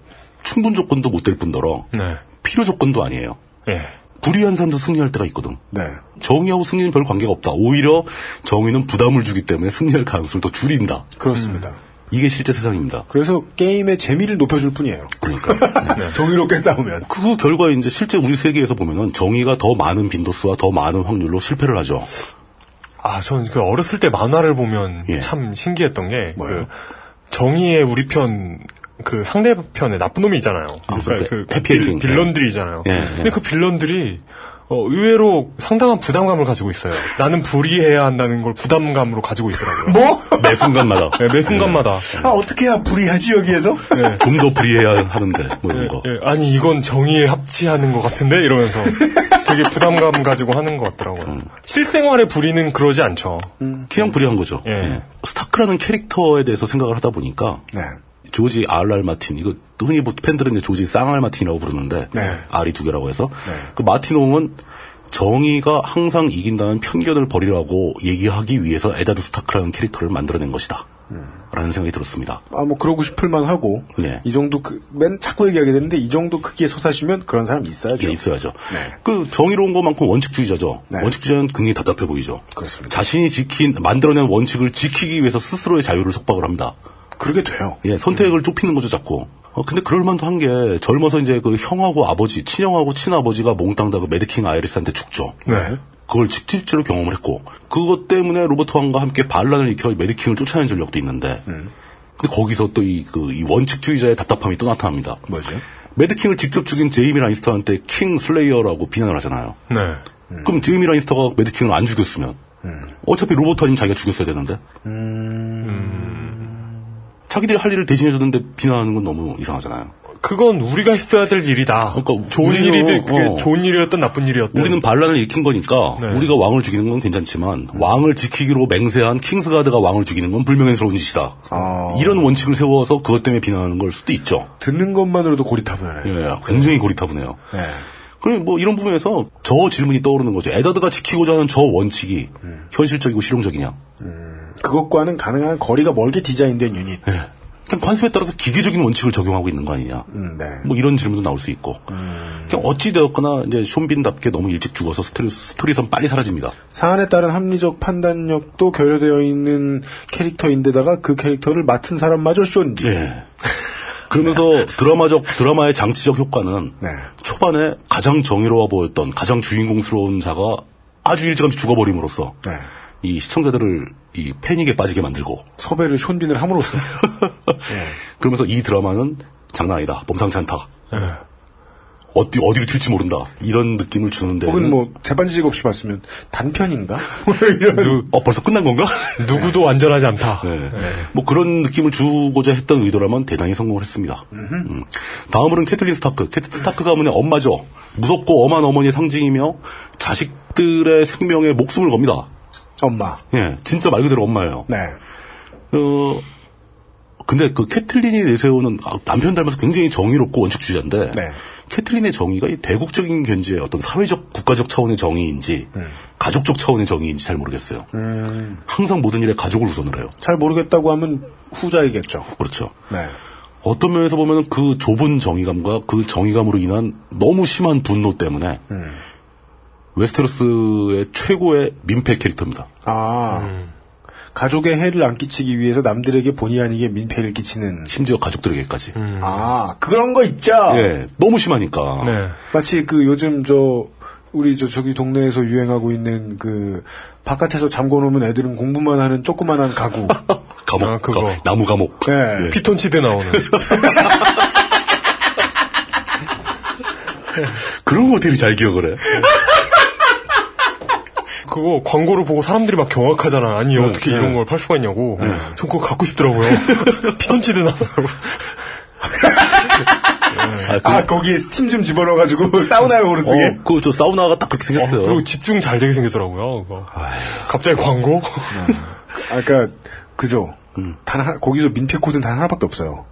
[SPEAKER 2] 충분 조건도 못 될 뿐더러
[SPEAKER 4] 네.
[SPEAKER 2] 필요 조건도 아니에요.
[SPEAKER 4] 예.
[SPEAKER 2] 불의한 사람도 승리할 때가 있거든.
[SPEAKER 3] 네.
[SPEAKER 2] 정의하고 승리는 별 관계가 없다. 오히려 정의는 부담을 주기 때문에 승리할 가능성을 더 줄인다.
[SPEAKER 3] 그렇습니다.
[SPEAKER 2] 이게 실제 세상입니다.
[SPEAKER 3] 그래서 게임의 재미를 높여줄 뿐이에요.
[SPEAKER 2] 그러니까
[SPEAKER 3] 네. 정의롭게 싸우면.
[SPEAKER 2] 그 결과 이제 실제 우리 세계에서 보면은 정의가 더 많은 빈도수와 더 많은 확률로 실패를 하죠.
[SPEAKER 4] 아, 전 그 어렸을 때 만화를 보면
[SPEAKER 2] 예.
[SPEAKER 4] 참 신기했던 게,
[SPEAKER 3] 뭐요?
[SPEAKER 4] 그 정의의 우리 편, 그 상대편에 나쁜 놈이 있잖아요.
[SPEAKER 2] 아,
[SPEAKER 4] 그러니까
[SPEAKER 2] 그
[SPEAKER 4] 그
[SPEAKER 2] 해피엔딩.
[SPEAKER 4] 빌, 런들이잖아요
[SPEAKER 2] 예, 예.
[SPEAKER 4] 근데 그 빌런들이 어, 의외로 상당한 부담감을 가지고 있어요. 나는 불이해야 한다는 걸 부담감으로 가지고 있더라고요.
[SPEAKER 3] 뭐?
[SPEAKER 2] 매 순간마다.
[SPEAKER 4] 네, 매 순간마다.
[SPEAKER 2] 예.
[SPEAKER 3] 아, 어떻게 해야 불이하지, 여기에서?
[SPEAKER 2] 네. 좀 더 불이해야 하는데, 뭐 이런 거.
[SPEAKER 4] 예, 아니 이건 정의에 합치하는 것 같은데 이러면서 되게 부담감 가지고 하는 것 같더라고요.
[SPEAKER 2] 음.
[SPEAKER 4] 실생활에 부리는 그러지 않죠.
[SPEAKER 2] 그냥 불이한 거죠. 예. 스타크라는 캐릭터에 대해서 생각을 하다 보니까
[SPEAKER 3] 네.
[SPEAKER 2] 조지 R.R. 마틴 이거 흔히 보- 팬들은 이제 조지 쌍알 마틴이라고 부르는데
[SPEAKER 3] 네.
[SPEAKER 2] R이 두 개라고 해서 그 마틴홍은 정의가 항상 이긴다는 편견을 버리라고 얘기하기 위해서 에다드 스타크라는 캐릭터를 만들어낸 것이다. 라는 생각이 들었습니다.
[SPEAKER 3] 아, 뭐, 그러고 싶을만 하고.
[SPEAKER 2] 네.
[SPEAKER 3] 이 정도, 크, 맨 자꾸 얘기하게 되는데, 이 정도 크기의 솟아시면 그런 사람 있어야죠. 네.
[SPEAKER 2] 예, 있어야죠. 그 정의로운 것만큼 원칙주의자죠. 원칙주의자는 굉장히 답답해 보이죠.
[SPEAKER 3] 그렇습니다.
[SPEAKER 2] 자신이 지킨 만들어낸 원칙을 지키기 위해서 스스로의 자유를 속박을 합니다.
[SPEAKER 3] 그러게 돼요.
[SPEAKER 2] 예, 선택을 좁히는 거죠, 자꾸. 어, 근데 그럴만도 한 게, 젊어서 이제 그 형하고 아버지, 친형하고 친아버지가 몽땅 다 그 메드킹 아이리스한테 죽죠.
[SPEAKER 3] 네.
[SPEAKER 2] 그걸 직접적으로 경험을 했고, 그것 때문에 로버트 왕과 함께 반란을 일으켜 메드킹을 쫓아낸 전력도 있는데, 근데 거기서 또 이, 그, 이 원칙주의자의 답답함이 또 나타납니다.
[SPEAKER 3] 뭐죠?
[SPEAKER 2] 메드킹을 직접 죽인 제이미 라인스터한테 킹 슬레이어라고 비난을 하잖아요.
[SPEAKER 4] 네.
[SPEAKER 2] 그럼 제이미 라인스터가 메드킹을 안 죽였으면, 어차피 로버트 아니면 자기가 죽였어야 되는데, 자기들이 할 일을 대신해줬는데 비난하는 건 너무 이상하잖아요.
[SPEAKER 4] 그건 우리가 했어야 될 일이다. 좋은
[SPEAKER 2] 그러니까 우리는,
[SPEAKER 4] 일이든 그게
[SPEAKER 2] 어.
[SPEAKER 4] 좋은 일이었던 나쁜 일이었던.
[SPEAKER 2] 우리는 반란을 일으킨 거니까 우리가 왕을 죽이는 건 괜찮지만 왕을 지키기로 맹세한 킹스가드가 왕을 죽이는 건 불명예스러운 짓이다. 이런 원칙을 세워서 그것 때문에 비난하는 걸 수도 있죠.
[SPEAKER 3] 듣는 것만으로도 고리타분하네.
[SPEAKER 2] 예, 굉장히 고리타분해요.
[SPEAKER 3] 네.
[SPEAKER 2] 그럼 뭐 이런 부분에서 저 질문이 떠오르는 거죠. 에더드가 지키고자 하는 저 원칙이 현실적이고 실용적이냐?
[SPEAKER 3] 그것과는 가능한 한 거리가 멀게 디자인된 유닛.
[SPEAKER 2] 그냥 그러니까 관습에 따라서 기계적인 원칙을 적용하고 있는 거 아니냐?
[SPEAKER 3] 음, 네.
[SPEAKER 2] 뭐 이런 질문도 나올 수 있고. 그냥 어찌되었거나 이제 쇼빈답게 너무 일찍 죽어서 스토리, 스토리선 빨리 사라집니다.
[SPEAKER 3] 사안에 따른 합리적 판단력도 결여되어 있는 캐릭터인데다가 그 캐릭터를 맡은 사람마저 쇼인지.
[SPEAKER 2] 예. 그러면서 드라마적 드라마의 장치적 효과는 초반에 가장 정의로워 보였던 가장 주인공스러운 자가 아주 일찌감치 죽어버림으로써
[SPEAKER 3] 예. 네.
[SPEAKER 2] 이 시청자들을 이 패닉에 빠지게 만들고
[SPEAKER 3] 섭외를 쇼빈을 함으로써
[SPEAKER 2] 예. 그러면서 이 드라마는 장난 아니다 범상치 않다 어디 어디로 튈지 모른다 이런 느낌을 주는데
[SPEAKER 3] 혹은 뭐 재반지식 없이 봤으면 단편인가?
[SPEAKER 2] 어 벌써 끝난 건가?
[SPEAKER 4] 누구도
[SPEAKER 2] 네.
[SPEAKER 4] 완전하지 않다.
[SPEAKER 2] 뭐 그런 느낌을 주고자 했던 의도라면 대단히 성공을 했습니다. 음. 다음으로는 캐틀린 스타크. 캐틀린 스타크 가문의 엄마죠. 무섭고 엄한 어머니의 상징이며 자식들의 생명에 목숨을 겁니다.
[SPEAKER 3] 엄마.
[SPEAKER 2] 예, 진짜 말 그대로 엄마예요.
[SPEAKER 3] 네.
[SPEAKER 2] 어, 근데 그 캐틀린이 내세우는 아, 남편 닮아서 굉장히 정의롭고 원칙주의자인데 캐틀린의 정의가 이 대국적인 견지의 어떤 사회적 국가적 차원의 정의인지 가족적 차원의 정의인지 잘 모르겠어요.
[SPEAKER 3] 음,
[SPEAKER 2] 항상 모든 일에 가족을 우선을 해요.
[SPEAKER 3] 잘 모르겠다고 하면 후자이겠죠.
[SPEAKER 2] 그렇죠.
[SPEAKER 3] 네.
[SPEAKER 2] 어떤 면에서 보면 그 좁은 정의감과 그 정의감으로 인한 너무 심한 분노 때문에 웨스테로스의 최고의 민폐 캐릭터입니다.
[SPEAKER 3] 아, 가족의 해를 안 끼치기 위해서 남들에게 본의 아니게 민폐를 끼치는.
[SPEAKER 2] 심지어 가족들에게까지.
[SPEAKER 3] 아, 그런 거 있죠?
[SPEAKER 2] 예, 너무 심하니까.
[SPEAKER 4] 네.
[SPEAKER 3] 마치 그 요즘 저, 우리 저 저기 동네에서 유행하고 있는 그, 바깥에서 잠궈놓으면 애들은 공부만 하는 조그만한 가구.
[SPEAKER 2] 감옥, 가- 나무 감옥.
[SPEAKER 3] 예.
[SPEAKER 4] 피톤치드 나오는.
[SPEAKER 2] 네. 그런 거 되게 잘 기억을 해.
[SPEAKER 4] 그거 광고를 보고 사람들이 막 경악하잖아.
[SPEAKER 2] 네.
[SPEAKER 4] 아니 어떻게 이런 걸 팔 수가 있냐고. 전 그거 갖고 싶더라고요. 피톤치드 나오더라고.
[SPEAKER 2] 아, 그,
[SPEAKER 3] 아, 거기에 스팀 좀 집어넣어가지고 사우나용으로 쓰게.
[SPEAKER 2] 어, 그저 사우나가 딱 그렇게 생겼어요.
[SPEAKER 4] 그리고 집중 잘 되게 생기더라고요. 그거. 갑자기 광고?
[SPEAKER 3] 아까 그죠. 단 하나, 거기서 민폐 코드는 단 하나밖에 없어요.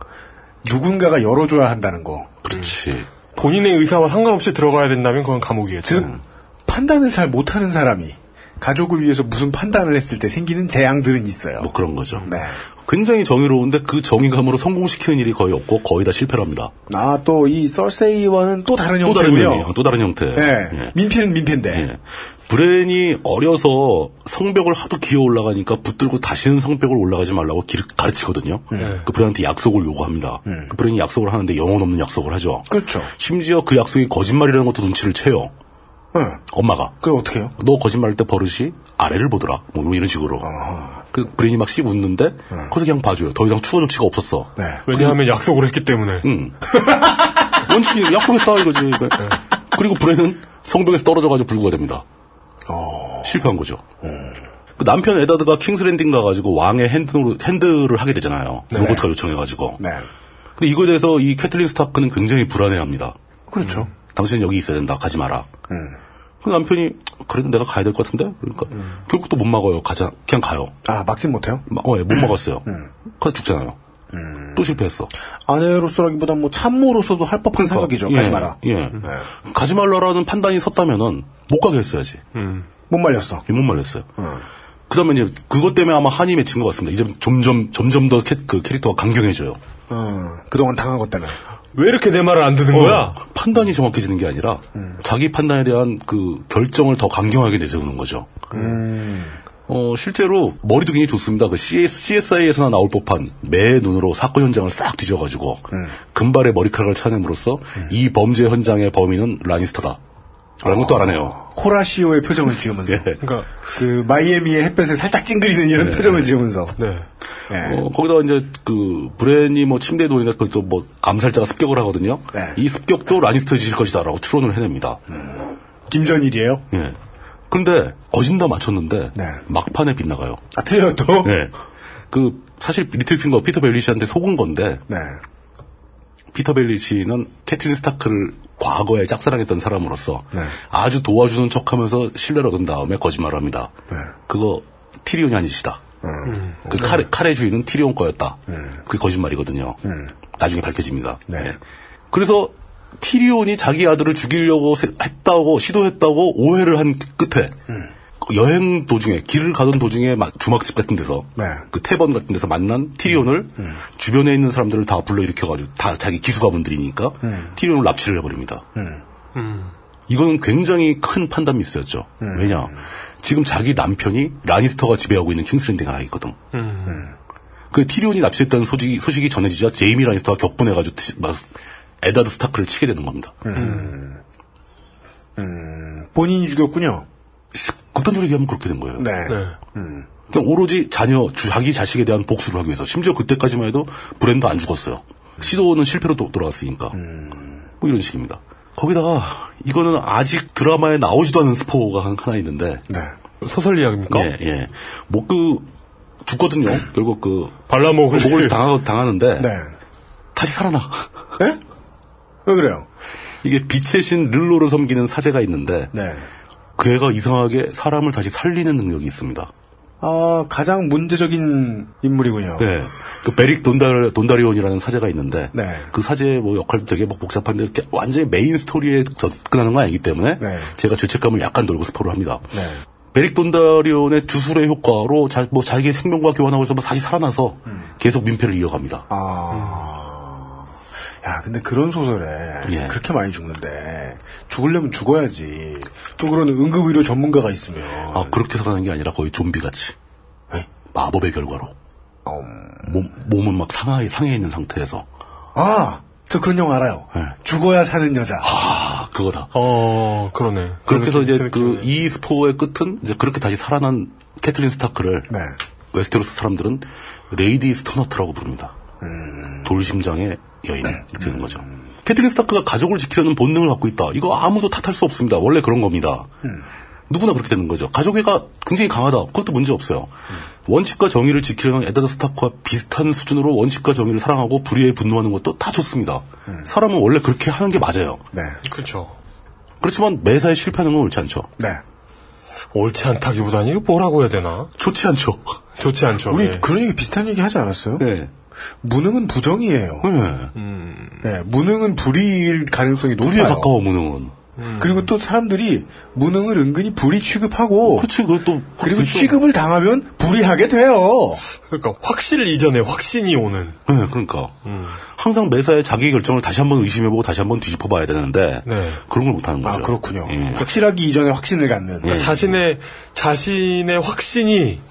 [SPEAKER 3] 누군가가 열어줘야 한다는 거.
[SPEAKER 2] 그렇지.
[SPEAKER 4] 본인의 의사와 상관없이 들어가야 된다면 그건 감옥이겠죠.
[SPEAKER 3] 즉 판단을 잘 못하는 사람이 가족을 위해서 무슨 판단을 했을 때 생기는 재앙들은 있어요.
[SPEAKER 2] 뭐 그런 거죠.
[SPEAKER 3] 네.
[SPEAKER 2] 굉장히 정의로운데 그 정의감으로 성공시키는 일이 거의 없고 거의 다 실패를 합니다.
[SPEAKER 3] 아또 이 썰세이와는 또 다른
[SPEAKER 2] 또 다른
[SPEAKER 3] 형태고요.
[SPEAKER 2] 면이에요. 예. 또 다른 형태.
[SPEAKER 3] 예. 민폐는 민폐인데.
[SPEAKER 2] 브렌이 어려서 성벽을 하도 기어 올라가니까 붙들고 다시는 성벽을 올라가지 말라고 길- 가르치거든요.
[SPEAKER 3] 네.
[SPEAKER 2] 그 브렌한테 약속을 요구합니다. 그 브렌이 약속을 하는데 영혼 없는 약속을 하죠.
[SPEAKER 3] 그렇죠.
[SPEAKER 2] 심지어 그 약속이 거짓말이라는 것도 눈치를 채요. 엄마가.
[SPEAKER 3] 그 어떻게 해요?
[SPEAKER 2] 너 거짓말할 때 버릇이 아래를 보더라. 뭐 이런 식으로.
[SPEAKER 3] 어.
[SPEAKER 2] 그 브레인이 막 씩 웃는데
[SPEAKER 3] 네.
[SPEAKER 2] 거기서 그냥 봐줘요. 더 이상 추가 조치가 없었어.
[SPEAKER 4] 왜냐하면
[SPEAKER 2] 음.
[SPEAKER 4] 약속을 했기 때문에.
[SPEAKER 3] 네.
[SPEAKER 2] 원칙이 약속했다 이거지. 네. 그리고 브레는 성벽에서 떨어져가지고 불구가 됩니다.
[SPEAKER 3] 어.
[SPEAKER 2] 실패한 거죠.
[SPEAKER 3] 음.
[SPEAKER 2] 그 남편 에다드가 킹스랜딩 가가지고 왕의 핸드로, 핸드를 하게 되잖아요.
[SPEAKER 3] 네.
[SPEAKER 2] 로버트가 요청해가지고.
[SPEAKER 3] 네.
[SPEAKER 2] 근데 이거에 대해서 이 캐틀린 스타크는 굉장히 불안해합니다.
[SPEAKER 3] 그렇죠. 음.
[SPEAKER 2] 당신은 여기 있어야 된다. 가지 마라. 그 남편이 그래도 내가 가야 될 것 같은데 그러니까
[SPEAKER 3] 음.
[SPEAKER 2] 결국 또 못 막아요. 가자. 그냥 가요.
[SPEAKER 3] 아 막진 못해요?
[SPEAKER 2] 어, 예, 못 막았어요.
[SPEAKER 3] 음.
[SPEAKER 2] 그래서 죽잖아요. 또 실패했어.
[SPEAKER 3] 아내로서라기보다 뭐 참모로서도 할 법한 생각이죠.
[SPEAKER 2] 예,
[SPEAKER 3] 가지 마라.
[SPEAKER 2] 예. 가지 말라라는 판단이 섰다면은 못 가게 했어야지.
[SPEAKER 3] 음. 못 말렸어.
[SPEAKER 2] 못 말렸어요.
[SPEAKER 3] 음.
[SPEAKER 2] 그다음에 이제 그것 때문에 아마 한이 맺힌 것 같습니다. 이제 점점 점점 더 캐, 그 캐릭터가 강경해져요.
[SPEAKER 3] 어, 그동안 당한 것 때문에.
[SPEAKER 4] 왜 이렇게 내 말을 안
[SPEAKER 2] 어.
[SPEAKER 4] 듣는 거야?
[SPEAKER 2] 판단이 정확해지는 게 아니라 자기 판단에 대한 그 결정을 더 강경하게 내세우는 거죠. 어, 실제로 머리도 굉장히 좋습니다. 그 CS, CSI에서나 나올 법한 매 눈으로 사건 현장을 싹 뒤져가지고 금발의 머리카락을 차냄으로써 이 범죄 현장의 범인은 라니스터다. 라는 것도 알아내요. 예.
[SPEAKER 3] 호라시오의 표정을 지으면서.
[SPEAKER 4] 그러니까
[SPEAKER 3] 그 마이애미의 햇볕에 살짝 찡그리는 이런
[SPEAKER 2] 네,
[SPEAKER 3] 표정을
[SPEAKER 2] 네.
[SPEAKER 3] 지으면서.
[SPEAKER 4] 네.
[SPEAKER 2] 어, 거기다가 이제 그 브랜이 뭐 침대 돈이나 그또뭐 암살자가 습격을 하거든요.
[SPEAKER 4] 네.
[SPEAKER 2] 이 습격도 라니스터 지실 것이다라고 추론을 해냅니다.
[SPEAKER 3] 김전일이에요?
[SPEAKER 2] 예. 근데 거진 다 맞췄는데 막판에 빗나가요.
[SPEAKER 3] 아 틀려요 또?
[SPEAKER 2] 네. 그 사실 리틀핑거 피터 벨리시한테 속은 건데
[SPEAKER 3] 네.
[SPEAKER 2] 피터 벨리시는 캐틀린 스타크를 과거에 짝사랑했던 사람으로서 아주 도와주는 척하면서 신뢰를 얻은 다음에 거짓말을 합니다. 그거 티리온이 한 짓이다. 그 칼의, 칼의 주인은 티리온 거였다. 그게 거짓말이거든요. 나중에 밝혀집니다. 네. 그래서 티리온이 자기 아들을 죽이려고 세- 했다고 시도했다고 오해를 한 끝에 여행 도중에 길을 가던 도중에 막 주막집 같은 데서
[SPEAKER 3] 네. 음.
[SPEAKER 2] 그 태번 같은 데서 만난 티리온을 주변에 있는 사람들을 다 불러일으켜가지고 다 자기 기수가분들이니까
[SPEAKER 3] 음.
[SPEAKER 2] 티리온을 납치를 해버립니다. 이거는 굉장히 큰 판단 미스였죠.
[SPEAKER 3] 음.
[SPEAKER 2] 왜냐 지금 자기 남편이 라니스터가 지배하고 있는 킹스랜딩 하나 있거든. 그 티리온이 납치됐다는 소식이, 소식이 전해지자 제이미 라니스터가 격분해가지고 티- 막 에다드 스타크를 치게 되는 겁니다.
[SPEAKER 3] 음. 본인이 죽였군요.
[SPEAKER 2] 극단적으로 얘기하면 그렇게 된 거예요.
[SPEAKER 3] 네.
[SPEAKER 2] 그냥 그러니까 오로지 자녀, 주- 자기 자식에 대한 복수를 하기 위해서. 심지어 그때까지만 해도 브랜드 안 죽었어요. 시도는 실패로 또 돌아갔으니까. 뭐 이런 식입니다. 거기다가 이거는 아직 드라마에 나오지도 않은 스포가 한- 하나 있는데.
[SPEAKER 3] 네.
[SPEAKER 4] 소설 이야기입니까?
[SPEAKER 2] 예, 예. 뭐 그, 죽거든요. 결국 그.
[SPEAKER 4] 발라먹을
[SPEAKER 2] 목을 당하, 당하는데.
[SPEAKER 3] 네.
[SPEAKER 2] 다시 살아나.
[SPEAKER 3] 예? 왜 그래요?
[SPEAKER 2] 이게 빛의 신 릴로를 섬기는 사제가 있는데.
[SPEAKER 3] 네.
[SPEAKER 2] 그 애가 이상하게 사람을 다시 살리는 능력이 있습니다.
[SPEAKER 3] 아 가장 문제적인 인물이군요.
[SPEAKER 2] 네. 그 베릭 돈달, 돈다리온이라는 사제가 있는데. 그 사제의 뭐 역할도 되게 뭐 복잡한데 이렇게 완전히 메인 스토리에 접근하는 건 아니기 때문에. 제가 죄책감을 약간 돌고 스포를 합니다.
[SPEAKER 3] 네.
[SPEAKER 2] 베릭 돈다리온의 주술의 효과로 자, 뭐 자기의 생명과 교환하고 있서 뭐 다시 살아나서 계속 민폐를 이어갑니다.
[SPEAKER 3] 아. 야 근데 그런 소설에
[SPEAKER 2] 예.
[SPEAKER 3] 그렇게 많이 죽는데 죽으려면 죽어야지. 또 그런 응급의료 전문가가 있으면.
[SPEAKER 2] 아, 그렇게 살아난 게 아니라 거의 좀비같이. 네. 마법의 결과로. 몸, 몸은 막 상하에, 상해 있는 상태에서.
[SPEAKER 3] 아 저 그런 영화 알아요. 죽어야 사는 여자.
[SPEAKER 2] 예. 아, 그거다.
[SPEAKER 4] 어, 그러네.
[SPEAKER 2] 그렇게 해서 이제 그 이 스포의 끝은 이제 그렇게 다시 살아난 캐틀린 스타크를
[SPEAKER 3] 네.
[SPEAKER 2] 웨스테로스 사람들은 레이디 스터너트라고 부릅니다.
[SPEAKER 3] 네,
[SPEAKER 2] 돌심장의 여인 이렇게 되는 거죠. 캐틀린 스타크가 가족을 지키려는 본능을 갖고 있다. 이거 아무도 탓할 수 없습니다. 원래 그런 겁니다. 누구나 그렇게 되는 거죠. 가족애가 굉장히 강하다. 그것도 문제 없어요. 원칙과 정의를 지키려는 에다드 스타크와 비슷한 수준으로 원칙과 정의를 사랑하고 불의에 분노하는 것도 다 좋습니다. 사람은 원래 그렇게 하는 게 맞아요.
[SPEAKER 3] 네.
[SPEAKER 4] 그렇죠.
[SPEAKER 2] 그렇지만 매사에 실패하는 건 옳지 않죠.
[SPEAKER 3] 네.
[SPEAKER 4] 옳지 않다기보다는 이거 뭐라고 해야 되나?
[SPEAKER 2] 좋지 않죠.
[SPEAKER 4] 좋지 않죠.
[SPEAKER 3] 우리
[SPEAKER 4] 예.
[SPEAKER 3] 그런 얘기 비슷한 얘기 하지 않았어요?
[SPEAKER 2] 네.
[SPEAKER 3] 무능은 부정이에요. 네, 무능은 불의일 가능성이 높아요. 음.
[SPEAKER 2] 불의에 가까워, 무능은.
[SPEAKER 3] 그리고 또 사람들이 무능을 은근히 불의 취급하고.
[SPEAKER 2] 그치, 그것도.
[SPEAKER 3] 뭐. 그렇죠.
[SPEAKER 2] 그렇죠.
[SPEAKER 3] 그리고 취급을 당하면 불의하게 돼요.
[SPEAKER 4] 그러니까 확실 이전에 확신이
[SPEAKER 3] 예.
[SPEAKER 4] 오는.
[SPEAKER 2] 네, 그러니까. 항상 매사에 자기 결정을 다시 한번 의심해보고 다시 한번 뒤집어봐야 되는데
[SPEAKER 4] 네.
[SPEAKER 2] 그런 걸 못하는 거죠. 아
[SPEAKER 3] 그렇군요. 예. 확실하기 이전에 확신을 갖는.
[SPEAKER 4] 그러니까 자신의 자신의 확신이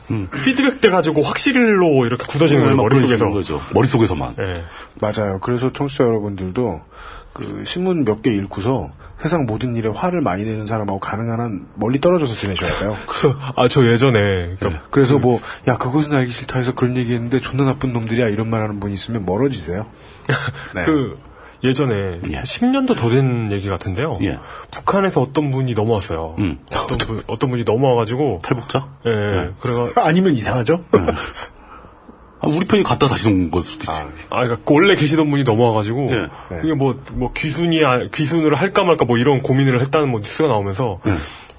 [SPEAKER 4] 피드백돼 가지고 확실로 이렇게 굳어지는
[SPEAKER 3] 음,
[SPEAKER 4] 거예요 머릿속에서. 예.
[SPEAKER 3] 굳어지는 거죠.
[SPEAKER 2] 머릿속에서만.
[SPEAKER 3] 맞아요. 그래서 청취자 여러분들도 그 신문 몇 개 읽고서 세상 모든 일에 화를 많이 내는 사람하고 가능한 한 멀리 떨어져서 지내셔야 돼요.
[SPEAKER 4] 아 저 예전에 그러니까
[SPEAKER 3] 그래서 뭐, 야, 그것은 알기 싫다 해서 그런 얘기 했는데 존나 나쁜 놈들이야 이런 말 하는 분이 있으면 멀어지세요. 네.
[SPEAKER 4] 그 예전에 10년도 더 된 얘기 같은데요.
[SPEAKER 3] 예.
[SPEAKER 4] 북한에서 어떤 분이 넘어왔어요.
[SPEAKER 3] 음.
[SPEAKER 4] 어떤, 분, 어떤 분이 넘어와가지고
[SPEAKER 2] 탈북자?
[SPEAKER 4] 예. 그래가
[SPEAKER 3] 아니면 이상하죠?
[SPEAKER 2] 아, 우리 편이 갔다 다시 온 걸 수도 있지.
[SPEAKER 4] 아, 그러니까 원래 계시던 분이 넘어와가지고 이게 뭐 뭐 귀순이 아- 귀순을 할까 말까 뭐 이런 고민을 했다는 뭐 뉴스가 나오면서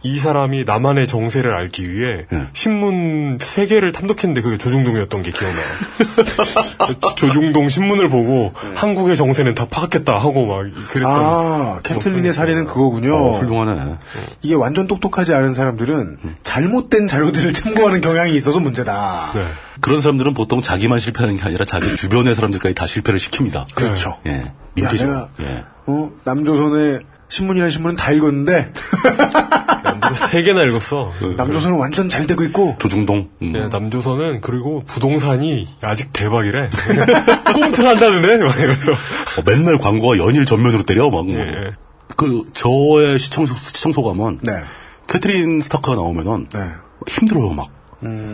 [SPEAKER 4] 이 사람이 나만의 정세를 알기 위해 신문 세 개를 탐독했는데 그게 조중동이었던 게 기억나요. 조- 조중동 신문을 보고 한국의 정세는 다 파악했다 하고 막 그랬던.
[SPEAKER 3] 아, 캔틀린의 살인은 그거군요.
[SPEAKER 4] 어,
[SPEAKER 2] 뭐 훌륭하네.
[SPEAKER 3] 이게 완전 똑똑하지 않은 사람들은 잘못된 자료들을 참고하는 경향이 있어서 문제다.
[SPEAKER 2] 그런 사람들은 보통 자기만 실패하는 게 아니라 자기 주변의 사람들까지 다 실패를 시킵니다.
[SPEAKER 3] 그렇죠.
[SPEAKER 2] 예. 민폐죠.
[SPEAKER 3] 야,
[SPEAKER 2] 예.
[SPEAKER 3] 어, 남조선의 신문이라는 신문은 다 읽었는데
[SPEAKER 4] 세 개나 읽었어.
[SPEAKER 3] 남조선은 완전 잘 되고 있고
[SPEAKER 2] 조중동. 음.
[SPEAKER 4] 예, 남조선은 그리고 부동산이 아직 대박이래. 꼼틀 한다는데? 막 이러면서.
[SPEAKER 2] 어, 맨날 광고가 연일 전면으로 때려, 막.
[SPEAKER 4] 예,
[SPEAKER 2] 뭐. 그, 저의 시청소, 시청소감은.
[SPEAKER 3] 네.
[SPEAKER 2] 캐트린 스타크가 나오면은. 힘들어요, 막.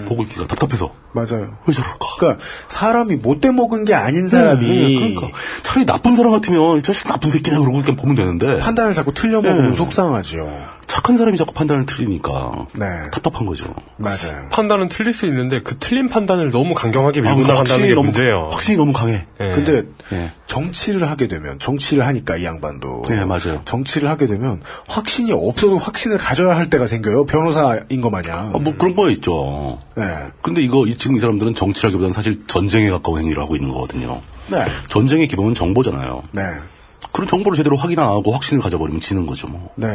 [SPEAKER 2] 보고 있기가 답답해서.
[SPEAKER 3] 맞아요.
[SPEAKER 2] 왜 저럴까?
[SPEAKER 3] 그러니까 사람이 못돼 먹은 게 아닌 사람이
[SPEAKER 2] 네, 그러니까. 차라리 나쁜 사람 같으면, 저 새끼 나쁜 새끼냐, 그러고 그냥 보면 되는데.
[SPEAKER 3] 판단을 자꾸 틀려 먹으면 속상하지요.
[SPEAKER 2] 착한 사람이 자꾸 판단을 틀리니까.
[SPEAKER 3] 네.
[SPEAKER 2] 답답한 거죠.
[SPEAKER 3] 맞아요.
[SPEAKER 4] 판단은 틀릴 수 있는데 그 틀린 판단을 너무 강경하게
[SPEAKER 2] 아,
[SPEAKER 4] 밀고
[SPEAKER 2] 그거
[SPEAKER 4] 나간다는
[SPEAKER 2] 확실히
[SPEAKER 4] 게
[SPEAKER 2] 너무-
[SPEAKER 4] 문제예요.
[SPEAKER 2] 확실히 너무 강해.
[SPEAKER 4] 예.
[SPEAKER 3] 근데 정치를 하게 되면 정치를 하니까 이 양반도
[SPEAKER 2] 네, 맞아요.
[SPEAKER 3] 정치를 하게 되면 확신이 없어도 확신을 가져야 할 때가 생겨요. 변호사인 거 마냥.
[SPEAKER 2] 뭐 그런 거 있죠.
[SPEAKER 3] 네.
[SPEAKER 2] 근데 이거, 이, 지금 이 사람들은 정치라기보다는 사실 전쟁에 가까운 행위를 하고 있는 거거든요.
[SPEAKER 3] 네.
[SPEAKER 2] 전쟁의 기본은 정보잖아요.
[SPEAKER 3] 네.
[SPEAKER 2] 그런 정보를 제대로 확인 안 하고 확신을 가져버리면 지는 거죠, 뭐.
[SPEAKER 3] 네.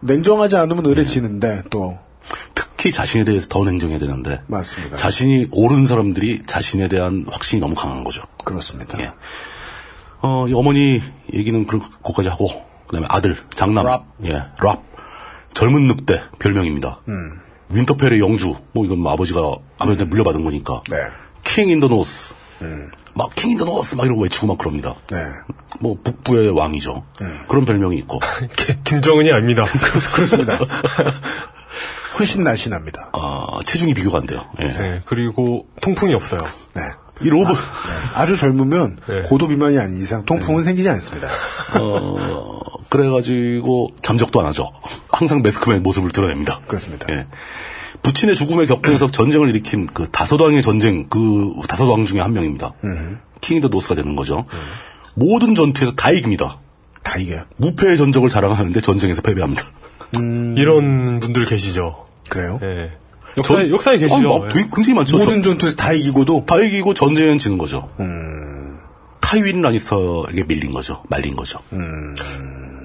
[SPEAKER 3] 냉정하지 않으면
[SPEAKER 2] 예.
[SPEAKER 3] 의뢰지는데 또
[SPEAKER 2] 특히 자신에 대해서 더 냉정해야 되는데.
[SPEAKER 3] 맞습니다.
[SPEAKER 2] 자신이 옳은 사람들이 자신에 대한 확신이 너무 강한 거죠.
[SPEAKER 3] 그렇습니다.
[SPEAKER 2] 예. 어, 이 어머니 얘기는 그런 것까지 하고, 그 다음에 아들, 장남. 랍. 예, 랍. 젊은 늑대, 별명입니다.
[SPEAKER 3] 음.
[SPEAKER 2] 윈터펠의 영주. 뭐 이건 뭐 아버지가 아무래도 물려받은 거니까.
[SPEAKER 3] 네.
[SPEAKER 2] 킹 인더 노스. 막 킹 인더 노스 막 이러고 외치고 막 그럽니다.
[SPEAKER 3] 네.
[SPEAKER 2] 뭐 북부의 왕이죠. 그런 별명이 있고.
[SPEAKER 4] 김정은이 아닙니다.
[SPEAKER 3] 그렇습니다. 훨씬 날씬합니다.
[SPEAKER 2] 아, 체중이 비교가 안 돼요. 예.
[SPEAKER 4] 네, 그리고 통풍이 없어요.
[SPEAKER 3] 네.
[SPEAKER 2] 이 로봇.
[SPEAKER 3] 아주 젊으면
[SPEAKER 2] 예.
[SPEAKER 3] 고도 비만이 아닌 이상 통풍은 생기지 않습니다.
[SPEAKER 2] 어, 그래가지고 잠적도 안 하죠. 항상 매스컴의 모습을 드러냅니다.
[SPEAKER 3] 그렇습니다.
[SPEAKER 2] 예. 부친의 죽음에 격분해서 전쟁을 일으킨 그 다섯왕의 전쟁 그 다섯왕 중에 한 명입니다.
[SPEAKER 3] 음.
[SPEAKER 2] 킹이 더 노스가 되는 거죠. 모든 전투에서 다 이깁니다.
[SPEAKER 3] 다 이겨요.
[SPEAKER 2] 무패의 전적을 자랑하는데 전쟁에서 패배합니다.
[SPEAKER 4] 이런 분들 계시죠.
[SPEAKER 3] 그래요?
[SPEAKER 4] 예. 역사에, 역사에
[SPEAKER 2] 아,
[SPEAKER 4] 계시죠.
[SPEAKER 2] 막
[SPEAKER 4] 예.
[SPEAKER 2] 되게 굉장히 많죠.
[SPEAKER 3] 모든 전투에서 다 이기고도 음.
[SPEAKER 2] 다 이기고 전쟁은 지는 거죠. 타이윈 라니스터에게 밀린 거죠. 말린 거죠.
[SPEAKER 3] 음.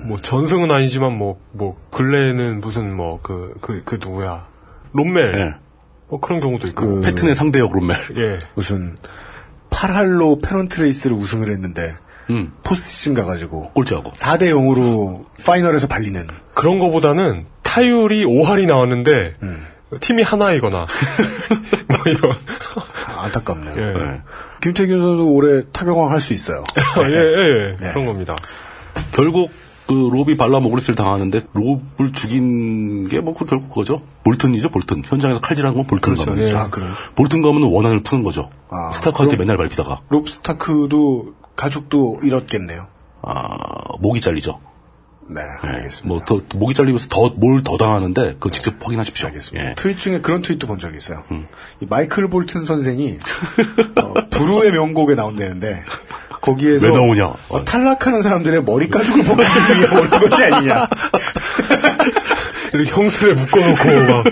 [SPEAKER 4] 뭐 전승은 아니지만 뭐, 뭐, 근래에는 무슨 뭐, 그, 그, 그 누구야. 롬멜.
[SPEAKER 2] 네.
[SPEAKER 4] 뭐 그런 경우도 있고.
[SPEAKER 2] 패튼의 상대역 롬멜.
[SPEAKER 4] 예.
[SPEAKER 3] 무슨 8할로 페런트레이스를 우승을 했는데
[SPEAKER 2] 음.
[SPEAKER 3] 포스트시즌 가가지고
[SPEAKER 2] 꼴찌하고
[SPEAKER 3] 4대 0으로 파이널에서 발리는
[SPEAKER 4] 그런 거보다는 타율이 5할이 나왔는데,
[SPEAKER 2] 음.
[SPEAKER 4] 팀이 하나이거나. 뭐 이런.
[SPEAKER 3] 아, 안타깝네요.
[SPEAKER 4] 예.
[SPEAKER 3] 김태균 선수 올해 타격왕 할 수 있어요.
[SPEAKER 2] 네.
[SPEAKER 3] 네.
[SPEAKER 4] 예, 예, 그런 겁니다.
[SPEAKER 2] 결국 그 로비 발라모그리스를 당하는데 롭을 죽인 게 뭐 결국 그거죠. 볼튼이죠, 볼튼. 현장에서 칼질한 건 볼튼
[SPEAKER 3] 그렇죠,
[SPEAKER 2] 가문이죠.
[SPEAKER 3] 예. 아, 그래요?
[SPEAKER 2] 볼튼 가문은 원한을 푸는 거죠.
[SPEAKER 3] 아,
[SPEAKER 2] 스타크한테
[SPEAKER 3] 그럼-
[SPEAKER 2] 맨날 밟히다가
[SPEAKER 3] 롭스타크도 가죽도 잃었겠네요.
[SPEAKER 2] 아, 목이 잘리죠.
[SPEAKER 3] 네, 알겠습니다.
[SPEAKER 2] 뭐 더 목이 잘리면서 더 뭘 더 당하는데 그거 직접 확인하십시오. 예. 음.
[SPEAKER 3] 트윗 중에 그런 트윗도 본 적이 있어요. 이 마이클 볼튼 선생이 어, 부르의 명곡에 나온다는데 거기에서
[SPEAKER 2] 왜 나오냐?
[SPEAKER 3] 어, 탈락하는 사람들의 머리 가죽을 벗기 위해 오는 것이 아니냐.
[SPEAKER 4] 이렇게 형틀에 묶어놓고 막.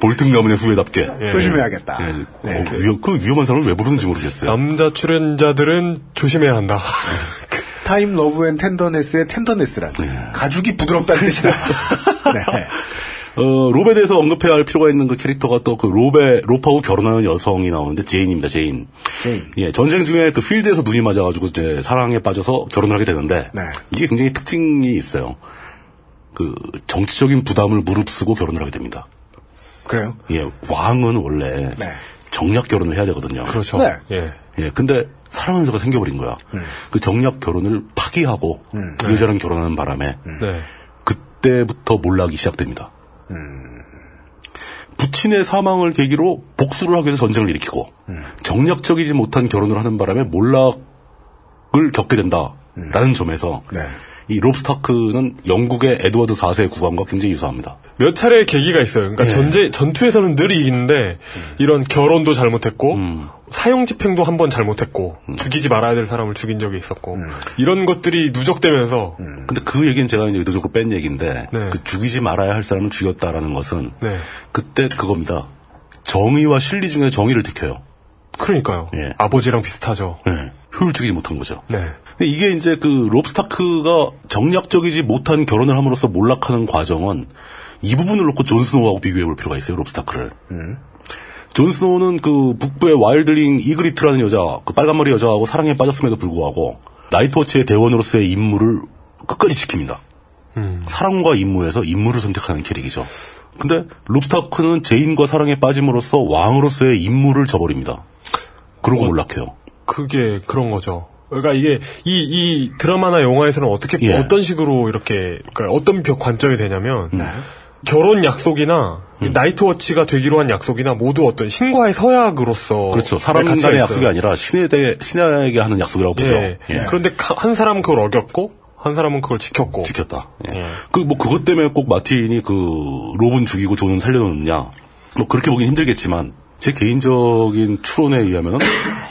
[SPEAKER 2] 볼튼 가문의 후예답게
[SPEAKER 3] 조심해야겠다.
[SPEAKER 2] 예.
[SPEAKER 3] 네,
[SPEAKER 2] 어, 그, 위험, 그 위험한 사람을 왜 부르는지 모르겠어요.
[SPEAKER 4] 남자 출연자들은 조심해야 한다.
[SPEAKER 3] 타임 러브 앤 텐더네스의 텐더네스란
[SPEAKER 2] 예.
[SPEAKER 3] 가죽이 부드럽다는 뜻이다. 네.
[SPEAKER 2] 어, 롭에 대해서 언급해야 할 필요가 있는 그 캐릭터가 또 그 롭에 롭하고 결혼하는 여성이 나오는데 제인입니다. 제인.
[SPEAKER 3] 제인.
[SPEAKER 2] 예, 전쟁 중에 그 필드에서 눈이 맞아가지고 이제 사랑에 빠져서 결혼을 하게 되는데
[SPEAKER 3] 네.
[SPEAKER 2] 이게 굉장히 특징이 있어요. 그 정치적인 부담을 무릅쓰고 결혼을 하게 됩니다.
[SPEAKER 3] 그래요?
[SPEAKER 2] 예, 왕은 원래
[SPEAKER 3] 네.
[SPEAKER 2] 정략 결혼을 해야 되거든요.
[SPEAKER 4] 그렇죠. 음.
[SPEAKER 3] 네.
[SPEAKER 4] 예.
[SPEAKER 2] 예, 근데 사랑하는 여자가 생겨버린 거야. 그 정략 결혼을 파기하고
[SPEAKER 4] 음.
[SPEAKER 2] 그 여자랑 결혼하는 바람에
[SPEAKER 4] 네.
[SPEAKER 2] 그때부터 몰락이 시작됩니다. 부친의 사망을 계기로 복수를 하기 위해서 전쟁을 일으키고 정략적이지 못한 결혼을 하는 바람에 몰락을 을 겪게 된다라는 점에서 이 롭스타크는 영국의 에드워드 4세의 구간과 굉장히 유사합니다.
[SPEAKER 4] 몇 차례의 계기가 있어요. 그러니까 전제 전투에서는 늘 이기는데 이런 결혼도 잘못했고 사형 집행도 한 번 잘못했고 죽이지 말아야 될 사람을 죽인 적이 있었고 이런 것들이 누적되면서
[SPEAKER 2] 근데 그 얘기는 제가 이제 의도적으로 뺀 얘기인데 그 죽이지 말아야 할 사람을 죽였다라는 것은
[SPEAKER 4] 네.
[SPEAKER 2] 그때 그겁니다. 정의와 실리 중에 정의를 택해요. 네.
[SPEAKER 4] 그러니까요. 아버지랑 비슷하죠.
[SPEAKER 2] 효율적이지 못한 거죠.
[SPEAKER 4] 네.
[SPEAKER 2] 근데 이게 이제 그 롭스타크가 정략적이지 못한 결혼을 함으로써 몰락하는 과정은 이 부분을 놓고 존스노우하고 비교해 볼 필요가 있어요, 롭스타크를. 존스노우는 그 북부의 와일드링 이그리트라는 여자, 그 빨간머리 여자하고 사랑에 빠졌음에도 불구하고 나이트워치의 대원으로서의 임무를 끝까지 지킵니다. 사랑과 임무에서 임무를 선택하는 캐릭이죠. 근데 롭스타크는 제인과 사랑에 빠짐으로써 왕으로서의 임무를 저버립니다. 그러고 몰락해요.
[SPEAKER 4] 그게 그런 거죠. 그러니까 이게 이 이 드라마나 영화에서는 어떻게
[SPEAKER 2] 예.
[SPEAKER 4] 어떤 식으로 이렇게 그러니까 어떤 벽 관점이 되냐면
[SPEAKER 2] 네.
[SPEAKER 4] 결혼 약속이나 이
[SPEAKER 2] 음.
[SPEAKER 4] 나이트워치가 되기로 한 약속이나 모두 어떤 신과의 서약으로서
[SPEAKER 2] 그렇죠. 사람
[SPEAKER 4] 가치가
[SPEAKER 2] 간의
[SPEAKER 4] 있어요.
[SPEAKER 2] 약속이 아니라 신에 대해, 신에게 하는 약속이라고 보죠.
[SPEAKER 4] 예. 그런데 가- 한 사람은 그걸 어겼고 한 사람은 그걸 지켰고
[SPEAKER 2] 지켰다. 그 뭐 그것 때문에 꼭 마틴이 그 롭은 죽이고 존은 살려놓느냐 뭐 그렇게 보긴 힘들겠지만 제 개인적인 추론에 의하면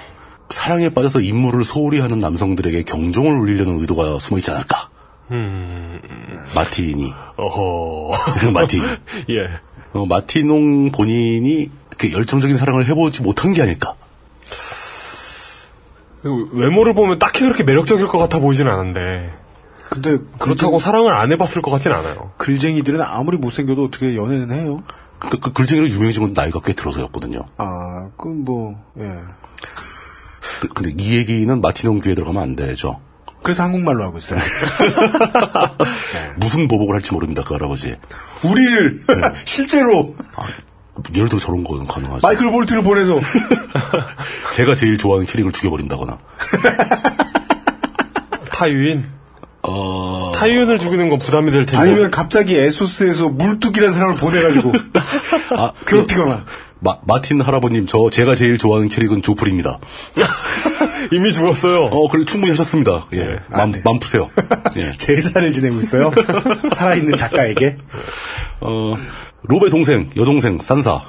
[SPEAKER 2] 사랑에 빠져서 임무를 소홀히 하는 남성들에게 경종을 울리려는 의도가 숨어 있지 않을까 음. 마틴이
[SPEAKER 4] 어허
[SPEAKER 2] 마틴
[SPEAKER 4] 예
[SPEAKER 2] 어, 마티농 본인이 그 열정적인 사랑을 해보지 못한 게 아닐까
[SPEAKER 4] 그리고 외모를 보면 딱히 그렇게 매력적일 것 같아 보이진 않은데
[SPEAKER 3] 근데
[SPEAKER 4] 그렇다고
[SPEAKER 2] 그러니까
[SPEAKER 4] 사랑을 안 해봤을 것 같진 않아요.
[SPEAKER 3] 글쟁이들은 아무리 못생겨도 어떻게 연애는 해요?
[SPEAKER 2] 그, 그 글쟁이로 유명해진 건 나이가 꽤 들어서였거든요
[SPEAKER 3] 아, 그럼 뭐, 예.
[SPEAKER 2] 그- 근데 이 얘기는 마티농 귀에 들어가면 안 되죠
[SPEAKER 3] 그래서 한국말로 하고 있어요.
[SPEAKER 2] 무슨 보복을 할지 모릅니다 그 할아버지 아,
[SPEAKER 3] 우리를
[SPEAKER 4] 네.
[SPEAKER 3] 실제로
[SPEAKER 2] 예를 들어 저런 거는 가능하죠
[SPEAKER 3] 마이클 볼트를 보내서
[SPEAKER 2] 제가 제일 좋아하는 캐릭을 죽여버린다거나.
[SPEAKER 4] 타유인? 타유인을 죽이는 건 부담이 될 텐데.
[SPEAKER 3] 어. 아니면 갑자기 에소스에서 물뚝이라는 사람을 보내가지고
[SPEAKER 2] 아,
[SPEAKER 3] 괴롭히거나.
[SPEAKER 2] 마, 마틴 할아버님, 저, 제가 제일 좋아하는 캐릭은 조플입니다.
[SPEAKER 4] 이미 죽었어요.
[SPEAKER 2] 어, 그래, 충분히 하셨습니다. 예.
[SPEAKER 3] 네, 아,
[SPEAKER 2] 맘, 맘 푸세요. 예.
[SPEAKER 3] 제사를 지내고 있어요. 살아있는 작가에게.
[SPEAKER 2] 어, 로베 동생, 여동생, 산사.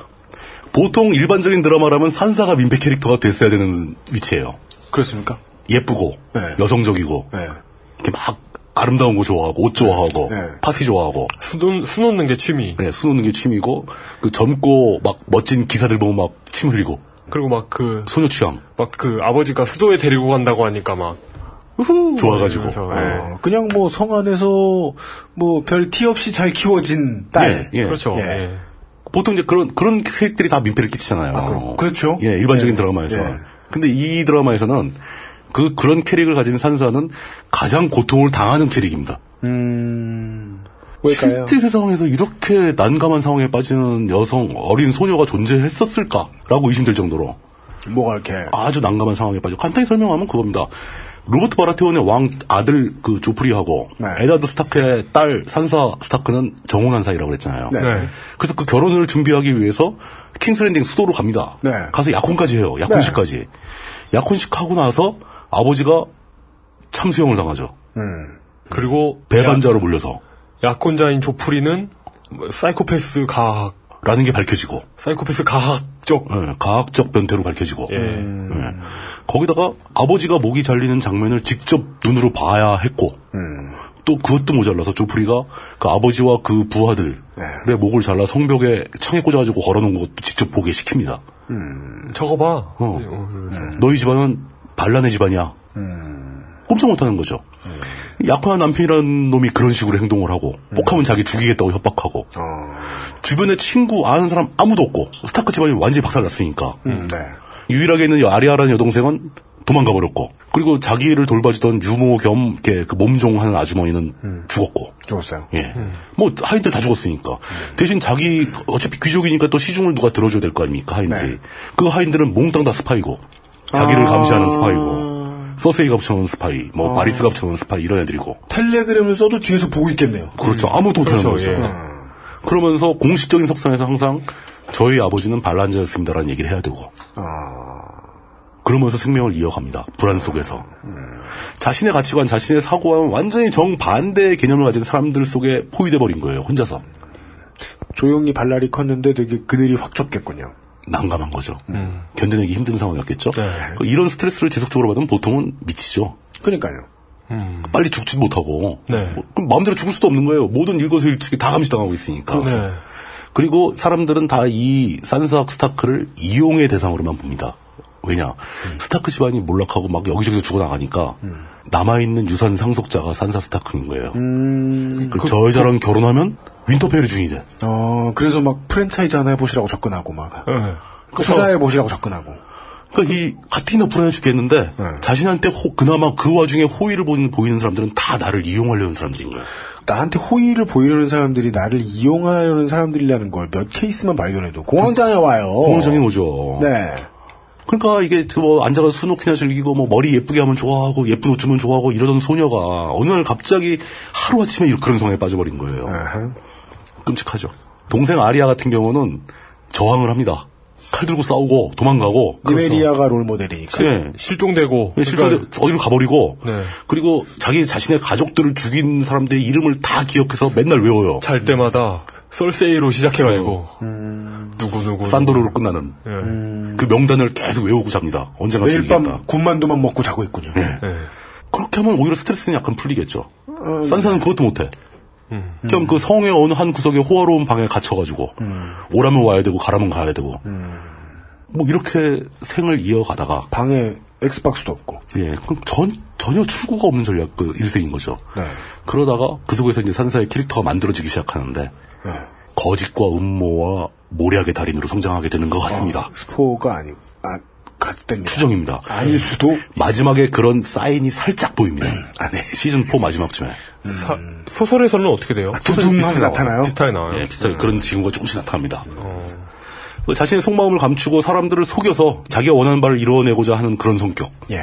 [SPEAKER 2] 보통 일반적인 드라마라면 산사가 민폐 캐릭터가 됐어야 되는 위치예요.
[SPEAKER 3] 그렇습니까?
[SPEAKER 2] 예쁘고,
[SPEAKER 3] 네.
[SPEAKER 2] 여성적이고, 이렇게 막 아름다운 거 좋아하고, 옷 좋아하고,
[SPEAKER 3] 네.
[SPEAKER 2] 파티 좋아하고.
[SPEAKER 4] 수놓, 수놓는 게 취미.
[SPEAKER 2] 네, 수놓는 게 취미고, 그 젊고, 막 멋진 기사들 보면 막 침 흘리고,
[SPEAKER 4] 그리고 막 그,
[SPEAKER 2] 소녀 취향.
[SPEAKER 4] 막 그 아버지가 수도에 데리고 간다고 하니까 막. 예,
[SPEAKER 2] 좋아가지고.
[SPEAKER 3] 어, 그냥 뭐 성 안에서 뭐 별 티 없이 잘 키워진 딸.
[SPEAKER 2] 예, 예.
[SPEAKER 4] 그렇죠.
[SPEAKER 2] 예. 보통 이제 그런 그런 캐릭들이 다 민폐를 끼치잖아요.
[SPEAKER 3] 그렇죠.
[SPEAKER 2] 예, 일반적인
[SPEAKER 3] 예.
[SPEAKER 2] 드라마에서.
[SPEAKER 3] 예.
[SPEAKER 2] 근데 이 드라마에서는 그 그런 캐릭을 가진 산사는 가장 고통을 당하는 캐릭입니다.
[SPEAKER 3] 음, 왜일까요?
[SPEAKER 2] 실제 세상에서 이렇게 난감한 상황에 빠지는 여성 어린 소녀가 존재했었을까라고 의심될 정도로
[SPEAKER 3] 뭐가 이렇게
[SPEAKER 2] 아주 난감한 상황에 빠져. 간단히 설명하면 그겁니다. 로버트 바라테온의 왕 아들 그 조프리하고
[SPEAKER 3] 네.
[SPEAKER 2] 에다드 스타크의 딸 산사 스타크는 정혼한 사이라고 그랬잖아요.
[SPEAKER 3] 네. 네.
[SPEAKER 2] 그래서 그 결혼을 준비하기 위해서 킹스랜딩 수도로 갑니다.
[SPEAKER 3] 네.
[SPEAKER 2] 가서 약혼까지 해요. 약혼식까지. 약혼식 하고 나서 아버지가 참수형을 당하죠.
[SPEAKER 3] 음,
[SPEAKER 4] 그리고
[SPEAKER 2] 배반자로 몰려서
[SPEAKER 4] 약혼자인 조프리는 뭐 사이코패스 가학.
[SPEAKER 2] 라는 게 밝혀지고
[SPEAKER 4] 사이코패스 가학적.
[SPEAKER 2] 예, 가학적 변태로 밝혀지고
[SPEAKER 4] 예.
[SPEAKER 3] 음.
[SPEAKER 2] 예. 거기다가 아버지가 목이 잘리는 장면을 직접 눈으로 봐야 했고 또 그것도 모자라서 조프리가 그 아버지와 그 부하들의 목을 잘라 성벽에 창에 꽂아가지고 걸어놓은 것도 직접 보게 시킵니다.
[SPEAKER 4] 저거 봐.
[SPEAKER 3] 어.
[SPEAKER 4] 예, 뭐
[SPEAKER 3] 네.
[SPEAKER 2] 너희 집안은 반란의 집안이야. 꼼짝 못하는 거죠. 약혼한 남편이라는 놈이 그런 식으로 행동을 하고 혹하면 자기 죽이겠다고 협박하고 주변에 친구 아는 사람 아무도 없고 스타크 집안이 완전히 박살났으니까
[SPEAKER 3] 음. 네.
[SPEAKER 2] 유일하게 있는 이 아리아라는 여동생은 도망가 버렸고 그리고 자기를 돌봐주던 유모 겸 이렇게 그 몸종하는 아주머니는
[SPEAKER 3] 음.
[SPEAKER 2] 죽었고
[SPEAKER 3] 죽었어요.
[SPEAKER 2] 예. 뭐 하인들 다 죽었으니까
[SPEAKER 3] 음.
[SPEAKER 2] 대신 자기 어차피 귀족이니까 또 시중을 누가 들어줘야 될 거 아닙니까 하인들이 그 하인들은 몽땅 다 스파이고 자기를
[SPEAKER 3] 네. 아.
[SPEAKER 2] 감시하는 스파이고 서세이가 붙여놓은 스파이 뭐
[SPEAKER 3] 아.
[SPEAKER 2] 바리스가 붙여놓은 스파이 이런 애들이고
[SPEAKER 3] 텔레그램을 써도 뒤에서 보고 있겠네요.
[SPEAKER 2] 그렇죠 아무도 못하는
[SPEAKER 3] 그렇죠,
[SPEAKER 2] 거죠
[SPEAKER 3] 예.
[SPEAKER 2] 그러면서 공식적인
[SPEAKER 3] 아.
[SPEAKER 2] 석상에서 항상 저희 아버지는 반란자였습니다라는 얘기를 해야 되고 그러면서 생명을 이어갑니다. 불안 속에서. 자신의 가치관, 자신의 사고와는 완전히 정반대의 개념을 가진 사람들 속에 포위돼버린 거예요, 혼자서.
[SPEAKER 3] 조용히 발랄이 컸는데 되게 그늘이 확 좁겠군요.
[SPEAKER 2] 난감한 거죠.
[SPEAKER 3] 음.
[SPEAKER 2] 견뎌내기 힘든 상황이었겠죠.
[SPEAKER 3] 네.
[SPEAKER 2] 그 이런 스트레스를 지속적으로 받으면 보통은 미치죠.
[SPEAKER 3] 그러니까요.
[SPEAKER 4] 음.
[SPEAKER 2] 빨리 죽지 못하고
[SPEAKER 4] 네.
[SPEAKER 2] 뭐, 그럼 마음대로 죽을 수도 없는 거예요. 모든 일거수일투기 다 감시당하고 있으니까.
[SPEAKER 3] 그렇죠.
[SPEAKER 4] 네.
[SPEAKER 2] 그리고 사람들은 다 이 산수학 스타크를 이용의 대상으로만 봅니다. 왜냐 스타크 집안이 몰락하고 막 여기저기서 죽어나가니까 남아있는 유산 상속자가 산사 스타크인 거예요.
[SPEAKER 3] 음.
[SPEAKER 2] 그, 저 여자랑 결혼하면 윈터펠이 주인이 돼.
[SPEAKER 3] 어, 그래서 막 프랜차이즈 하나 해보시라고 접근하고 막.
[SPEAKER 4] 예.
[SPEAKER 3] 투자해보시라고 접근하고.
[SPEAKER 2] 그러니까 이 가뜩이나 불안해 죽겠는데 자신한테 호- 그나마 그 와중에 호의를 보이는, 보이는 사람들은 다 나를 이용하려는 사람들인 거예요.
[SPEAKER 3] 나한테 호의를 보이려는 사람들이 나를 이용하려는 사람들이라는 걸 몇 케이스만 발견해도 공황장애 와요.
[SPEAKER 2] 공황장애 오죠.
[SPEAKER 3] 어. 네.
[SPEAKER 2] 그러니까 이게 그뭐 앉아서 수놓기나 즐기고 뭐 머리 예쁘게 하면 좋아하고 예쁜 옷 주면 좋아하고 이러던 소녀가 어느 날 갑자기 하루 아침에 그런 상황에 빠져버린 거예요.
[SPEAKER 3] 네.
[SPEAKER 2] 끔찍하죠. 동생 아리아 같은 경우는 저항을 합니다. 칼 들고 싸우고 도망가고
[SPEAKER 3] 니메리아가 그러니까 롤 모델이니까.
[SPEAKER 2] 예.
[SPEAKER 4] 실종되고 그러니까
[SPEAKER 2] 실제 로 어디로 가버리고
[SPEAKER 4] 네.
[SPEAKER 2] 그리고 자기 자신의 가족들을 죽인 사람들의 이름을 다 기억해서 맨날 외워요.
[SPEAKER 4] 잘 때마다
[SPEAKER 3] 음.
[SPEAKER 4] 썰세이로 시작해가지고
[SPEAKER 3] 어.
[SPEAKER 4] 누구 누구
[SPEAKER 2] 산도르로 끝나는
[SPEAKER 4] 예.
[SPEAKER 2] 그 명단을 계속 외우고 잡니다. 언젠가
[SPEAKER 3] 매일 밤
[SPEAKER 2] 즐기겠다.
[SPEAKER 3] 군만두만 먹고 자고 있군요.
[SPEAKER 4] 예.
[SPEAKER 2] 그렇게 하면 오히려 스트레스는 약간 풀리겠죠. 산사는 그것도 못해. 그냥 그 성의 어느 한 구석에 호화로운 방에 갇혀가지고 오라면 와야 되고 가라면 가야 되고 뭐 이렇게 생을 이어가다가
[SPEAKER 3] 방에 엑스박스도 없고
[SPEAKER 2] 예 그럼 전 전혀 출구가 없는 전략 그 일생인 거죠. 그러다가 그 속에서 이제 산사의 캐릭터가 만들어지기 시작하는데 거짓과 음모와 모략의 달인으로 성장하게 되는 것 같습니다.
[SPEAKER 3] 어. 스포가 아니고 아 같습니다.
[SPEAKER 2] 추정입니다.
[SPEAKER 3] 아닐 수도
[SPEAKER 2] 마지막에 그런 사인이 살짝 보입니다. 시즌 4 마지막쯤에.
[SPEAKER 4] 사- 소설에서는 어떻게 돼요?
[SPEAKER 3] 두둥하게 나타나요.
[SPEAKER 4] 비슷하게 아, 나와요.
[SPEAKER 2] 예, 비슷하게 그런 징후가 조금씩 나타납니다. 그 자신의 속마음을 감추고 사람들을 속여서 자기가 원하는 바를 이루어내고자 하는 그런 성격.
[SPEAKER 3] 예.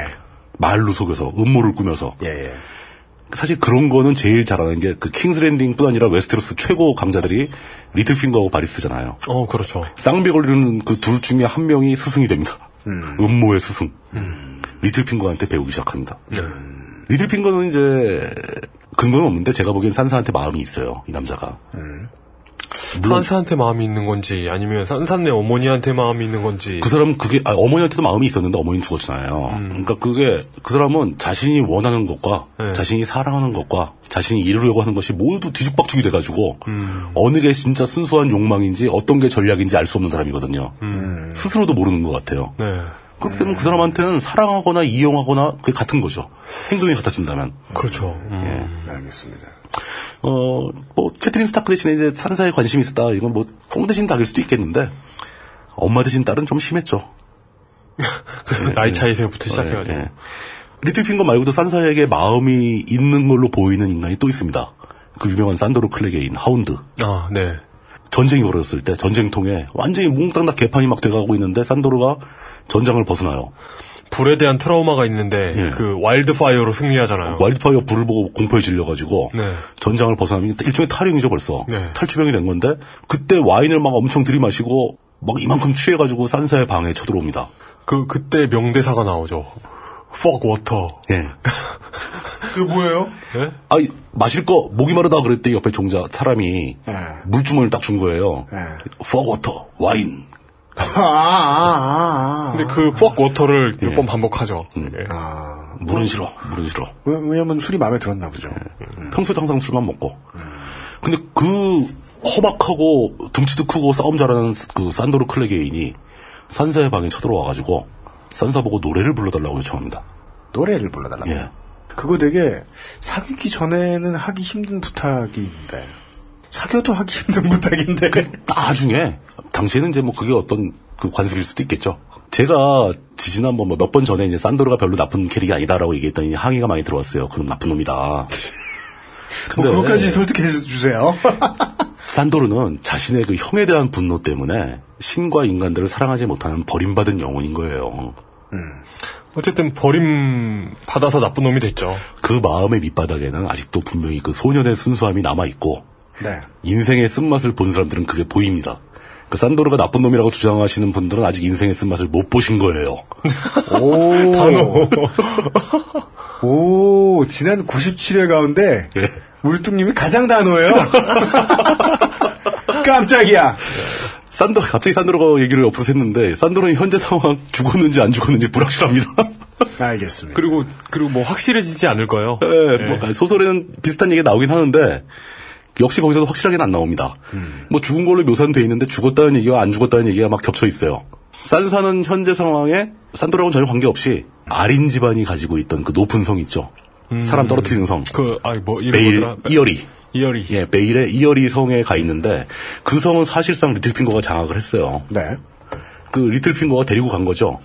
[SPEAKER 2] 말로 속여서 음모를 꾸며서.
[SPEAKER 3] 예.
[SPEAKER 2] 사실 그런 거는 제일 잘하는 게 그 킹스랜딩뿐 아니라 웨스테로스 최고 강자들이 리틀핑거하고 바리스잖아요.
[SPEAKER 4] 어 그렇죠.
[SPEAKER 2] 쌍비 걸리는 그 둘 중에 한 명이 스승이 됩니다. 음. 네. 모의 스승. 리틀핑거한테 배우기 시작합니다. 리틀핑거는 이제 근거는 없는데 제가 보기엔 산사한테 마음이 있어요. 이 남자가. 물론-
[SPEAKER 4] 산사한테 마음이 있는 건지 아니면 산사네 어머니한테 마음이 있는 건지
[SPEAKER 2] 그 사람은 그게 아, 어머니한테도 마음이 있었는데 어머니는 죽었잖아요. 그러니까 그게 그 사람은 자신이 원하는 것과 자신이 사랑하는 것과 자신이 이루려고 하는 것이 모두 뒤죽박죽이 돼가지고 어느 게 진짜 순수한 욕망인지 어떤 게 전략인지 알 수 없는 사람이거든요. 스스로도 모르는 것 같아요.
[SPEAKER 4] 네.
[SPEAKER 2] 그렇기 때문에 그 사람한테는 사랑하거나 이용하거나 그게 같은 거죠. 행동이 같아진다면.
[SPEAKER 4] 그렇죠. 음.
[SPEAKER 3] 네, 알겠습니다.
[SPEAKER 2] 어, 뭐, 캐트린 스타크 대신에 이제 산사에 관심이 있었다. 이건 뭐, 뽕 대신 닭일 수도 있겠는데, 엄마 대신 딸은 좀 심했죠.
[SPEAKER 4] 그 나이 차이에서부터 시작해가지고
[SPEAKER 2] 예, 예. 리틀핑거 말고도 산사에게 마음이 있는 걸로 보이는 인간이 또 있습니다. 그 유명한 산도르 클레게인 하운드.
[SPEAKER 4] 아 네.
[SPEAKER 2] 전쟁이 벌어졌을 때 전쟁통에 완전히 몽땅다 개판이 막 돼가고 있는데 산도르가 전장을 벗어나요.
[SPEAKER 4] 불에 대한 트라우마가 있는데 그 와일드파이어로 승리하잖아요.
[SPEAKER 2] 와일드파이어 불을 보고 공포에 질려가지고
[SPEAKER 4] 네.
[SPEAKER 2] 전장을 벗어나면 일종의 탈영이죠 벌써
[SPEAKER 4] 네.
[SPEAKER 2] 탈주병이 된 건데 그때 와인을 막 엄청 들이마시고 막 이만큼 취해가지고 산사의 방에 쳐들어옵니다.
[SPEAKER 4] 그 그때 명대사가 나오죠. Fuck water.
[SPEAKER 2] 예.
[SPEAKER 3] 그 뭐예요?
[SPEAKER 4] 예?
[SPEAKER 2] 아이 마실 거 목이 마르다 그랬더니 옆에 종자 사람이
[SPEAKER 3] 예.
[SPEAKER 2] 물주머니를 딱 준 거예요. 퍼워터 와인.
[SPEAKER 3] 아아아
[SPEAKER 4] 근데 그 fuck water를 몇 번 반복하죠. 예.
[SPEAKER 2] 물은 싫어. 물은 싫어.
[SPEAKER 3] 왜냐면 술이 마음에 들었나 보죠.
[SPEAKER 2] 평소에 항상 술만 먹고. 근데 그 험악하고 등치도 크고 싸움 잘하는 그 산도르 클레게인이 산사의 방에 쳐들어와가지고 산사 보고 노래를 불러달라고 요청합니다.
[SPEAKER 3] 노래를 불러달라.
[SPEAKER 2] 예.
[SPEAKER 3] 그거 되게 사귀기 전에는 하기 힘든 부탁인데 사귀어도 하기 힘든 부탁인데
[SPEAKER 2] 나중에 당시에는 이제 뭐 그게 어떤 그 관습일 수도 있겠죠. 제가 지지난번 뭐, 몇 번 전에 이제 산도르가 별로 나쁜 캐릭이 아니다라고 얘기했더니 항의가 많이 들어왔어요. 그놈 나쁜 놈이다.
[SPEAKER 3] 뭐
[SPEAKER 2] 근데 예.
[SPEAKER 3] 그것까지 설득해 주세요.
[SPEAKER 2] 산도르는 자신의 그 형에 대한 분노 때문에 신과 인간들을 사랑하지 못하는 버림받은 영혼인 거예요.
[SPEAKER 4] 어쨌든 버림 받아서 나쁜 놈이 됐죠.
[SPEAKER 2] 그 마음의 밑바닥에는 아직도 분명히 그 소년의 순수함이 남아있고
[SPEAKER 3] 네.
[SPEAKER 2] 인생의 쓴맛을 본 사람들은 그게 보입니다. 그 산도르가 나쁜 놈이라고 주장하시는 분들은 아직 인생의 쓴맛을 못 보신 거예요.
[SPEAKER 3] 오. 단어. 오, 지난 97회 가운데 우리 뚱님이 가장 단호해요. 깜짝이야.
[SPEAKER 2] 산도 갑자기 산도르가 얘기를 옆으로 샜는데 산도르는 현재 상황 죽었는지 안 죽었는지 불확실합니다.
[SPEAKER 3] 알겠습니다.
[SPEAKER 4] 그리고 그리고 뭐 확실해지지 않을 거예요.
[SPEAKER 2] 예, 뭐 소설에는 비슷한 얘기가 나오긴 하는데 역시 거기서도 확실하게는 안 나옵니다.
[SPEAKER 4] 음.
[SPEAKER 2] 뭐 죽은 걸로 묘사는 돼 있는데 죽었다는 얘기와 안 죽었다는 얘기가 막 겹쳐 있어요. 산사는 현재 상황에 산도라고는 전혀 관계없이 아린 집안이 가지고 있던 그 높은 성 있죠. 사람 떨어뜨리는 성.
[SPEAKER 4] 음. 그 아니 뭐 이런
[SPEAKER 2] 베일
[SPEAKER 4] 거더라.
[SPEAKER 2] 이어리.
[SPEAKER 4] 이어리.
[SPEAKER 2] 예, 베일의 이어리 성에 가 있는데 그 성은 사실상 리틀핑거가 장악을 했어요.
[SPEAKER 3] 네.
[SPEAKER 2] 그 리틀핑거가 데리고 간 거죠.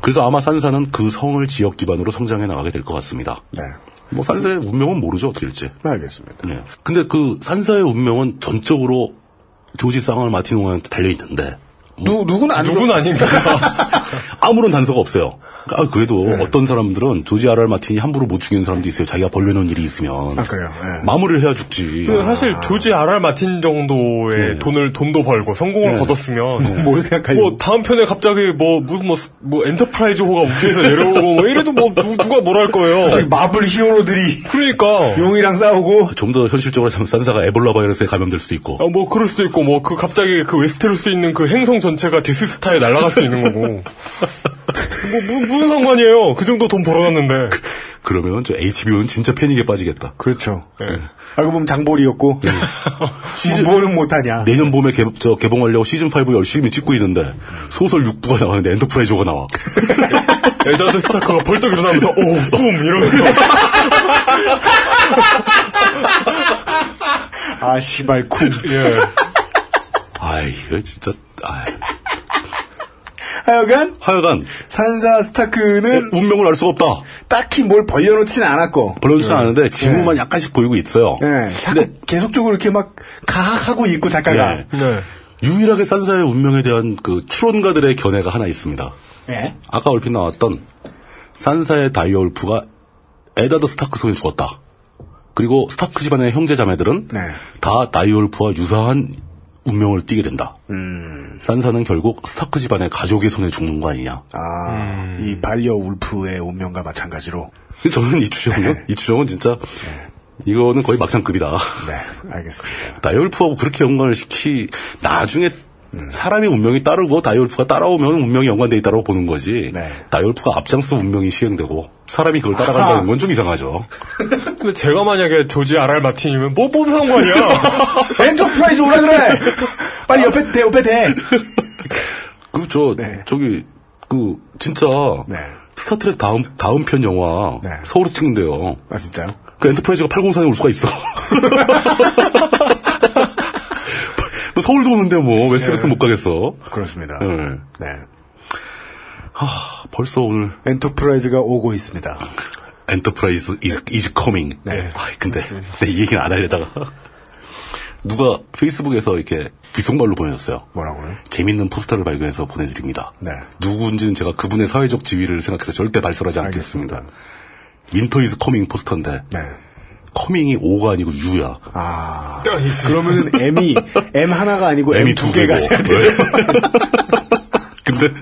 [SPEAKER 2] 그래서 아마 산사는 그 성을 지역 기반으로 성장해 나가게 될 것 같습니다.
[SPEAKER 3] 네.
[SPEAKER 2] 뭐 산사의 운명은 모르죠 어떻게 될지.
[SPEAKER 3] 알겠습니다.
[SPEAKER 2] 네. 근데 그 산사의 운명은 전적으로 조지 쌍을 마티노한테 달려 있는데
[SPEAKER 3] 누 누군 안
[SPEAKER 4] 누군 아닙니까?
[SPEAKER 2] 아무런 단서가 없어요. 아, 그래도
[SPEAKER 3] 네.
[SPEAKER 2] 어떤 사람들은 조지 아랄 마틴이 함부로 못 죽이는 사람도 있어요. 자기가 벌려놓은 일이 있으면
[SPEAKER 3] 아, 그래요. 예.
[SPEAKER 2] 마무리를 해야 죽지.
[SPEAKER 4] 그 사실 조지 아랄 마틴 정도의 돈을 돈도 벌고 성공을
[SPEAKER 2] 네.
[SPEAKER 4] 거뒀으면
[SPEAKER 3] 네. 뭐, 뭘 생각하려고.
[SPEAKER 4] 뭐 다음 편에 갑자기 뭐 무슨 뭐, 뭐 엔터프라이즈 호가 우주에서 내려오고 뭐 이래도 뭐 누, 누가 뭘 할
[SPEAKER 3] 저기
[SPEAKER 4] 거예요.
[SPEAKER 3] 마블 히어로들이
[SPEAKER 4] 그러니까
[SPEAKER 3] 용이랑 싸우고
[SPEAKER 2] 좀 더 현실적으로 하면 산사가 에볼라 바이러스에 감염될 수도 있고
[SPEAKER 3] 어?
[SPEAKER 4] 아, 뭐 그럴 수도 있고 뭐 그 갑자기 그 웨스테로스 있는 그 행성 전체가 데스스타에 날아갈 수 있는 거고 뭐 무, 무슨 상관이에요 그 정도 돈 벌어놨는데
[SPEAKER 2] 그러면 저 HBO는 진짜 패닉에 빠지겠다.
[SPEAKER 3] 그렇죠. 알고 보면 장볼이었고 뭐, 뭐는 못하냐.
[SPEAKER 2] 내년 봄에 개, 저 개봉하려고 시즌 5 열심히 찍고 있는데 소설 6부가 나왔는데 엔터프라이즈가 나와.
[SPEAKER 4] 에자드 스타크가 벌떡 일어나면서 오꿈 이러면서
[SPEAKER 3] 아 씨발 쿵.
[SPEAKER 4] 예.
[SPEAKER 2] 아 이거 진짜 아,
[SPEAKER 3] 하여간
[SPEAKER 2] 하여간
[SPEAKER 3] 산사 스타크는
[SPEAKER 2] 운명을 알 수가 없다.
[SPEAKER 3] 딱히 뭘 벌려놓진 않았고.
[SPEAKER 2] 네.
[SPEAKER 4] 네.
[SPEAKER 2] 벌어지지 않는데 지금만 약간씩 보이고 있어요.
[SPEAKER 3] 예, 자꾸 계속적으로 이렇게 막 가학하고 있고 작가가.
[SPEAKER 2] 예.
[SPEAKER 4] 네.
[SPEAKER 2] 유일하게 산사의 운명에 대한 그 추론가들의 견해가 하나 있습니다.
[SPEAKER 3] 예.
[SPEAKER 2] 아까 얼핏 나왔던 산사의 다이어울프가 에다드 스타크 손에 죽었다. 그리고 스타크 집안의 형제 자매들은
[SPEAKER 3] 네.
[SPEAKER 2] 다 다이어울프와 유사한 운명을 띠게 된다. 산사는 결국 스타크 집안의 가족의 손에 죽는 거 아니냐.
[SPEAKER 3] 아, 이 반려 울프의 운명과 마찬가지로.
[SPEAKER 2] 근데 저는 이 추정은 이 추정은 진짜 이거는 거의 막장급이다.
[SPEAKER 3] 네, 알겠습니다.
[SPEAKER 2] 다이올프하고 그렇게 연관을 시키 나중에 사람의 운명이 따르고 다이올프가 따라오면 운명이 연관돼 있다고 보는 거지.
[SPEAKER 3] 네.
[SPEAKER 2] 다이올프가 앞장서 운명이 시행되고 사람이 그걸 따라간다는 건 좀 이상하죠.
[SPEAKER 4] 근데 제가 만약에 조지 아랄 마틴이면 뭐 뭔 상관이야
[SPEAKER 3] 엔터프라이즈 오라 그래! 빨리 옆에 대, 옆에 대!
[SPEAKER 2] 그저
[SPEAKER 3] 네.
[SPEAKER 2] 저기 그 진짜
[SPEAKER 3] 네.
[SPEAKER 2] 스타트랙 다음 다음 편 영화
[SPEAKER 3] 네.
[SPEAKER 2] 서울에서 찍는데요.
[SPEAKER 3] 아, 진짜요?
[SPEAKER 2] 그 엔터프라이즈가 804에 올 수가 있어. 뭐 서울도 오는데 뭐
[SPEAKER 3] 네.
[SPEAKER 2] 웨스트로스 못 가겠어.
[SPEAKER 3] 그렇습니다.
[SPEAKER 2] 네.
[SPEAKER 3] 네.
[SPEAKER 2] 아, 벌써 오늘
[SPEAKER 3] 엔터프라이즈가 오고 있습니다.
[SPEAKER 2] 엔터프라이즈 is, is coming.
[SPEAKER 3] 네.
[SPEAKER 2] 아, 근데 내 이 얘기는 안 하려다가 누가 페이스북에서 이렇게 귀속말로 보내줬어요.
[SPEAKER 3] 뭐라고요?
[SPEAKER 2] 재밌는 포스터를 발견해서 보내드립니다.
[SPEAKER 3] 네.
[SPEAKER 2] 누구인지는 제가 그분의 사회적 지위를 생각해서 절대 발설하지 않겠습니다. 윈터 이즈 커밍 포스터인데
[SPEAKER 3] 네.
[SPEAKER 2] 커밍이 오가 아니고 유야
[SPEAKER 3] 아. 그러면은 M이, M 하나가 아니고 M,
[SPEAKER 2] 뭐 M이
[SPEAKER 3] 두
[SPEAKER 2] 두
[SPEAKER 3] 개가.
[SPEAKER 2] 개고.
[SPEAKER 3] 돼야 돼.
[SPEAKER 2] 근데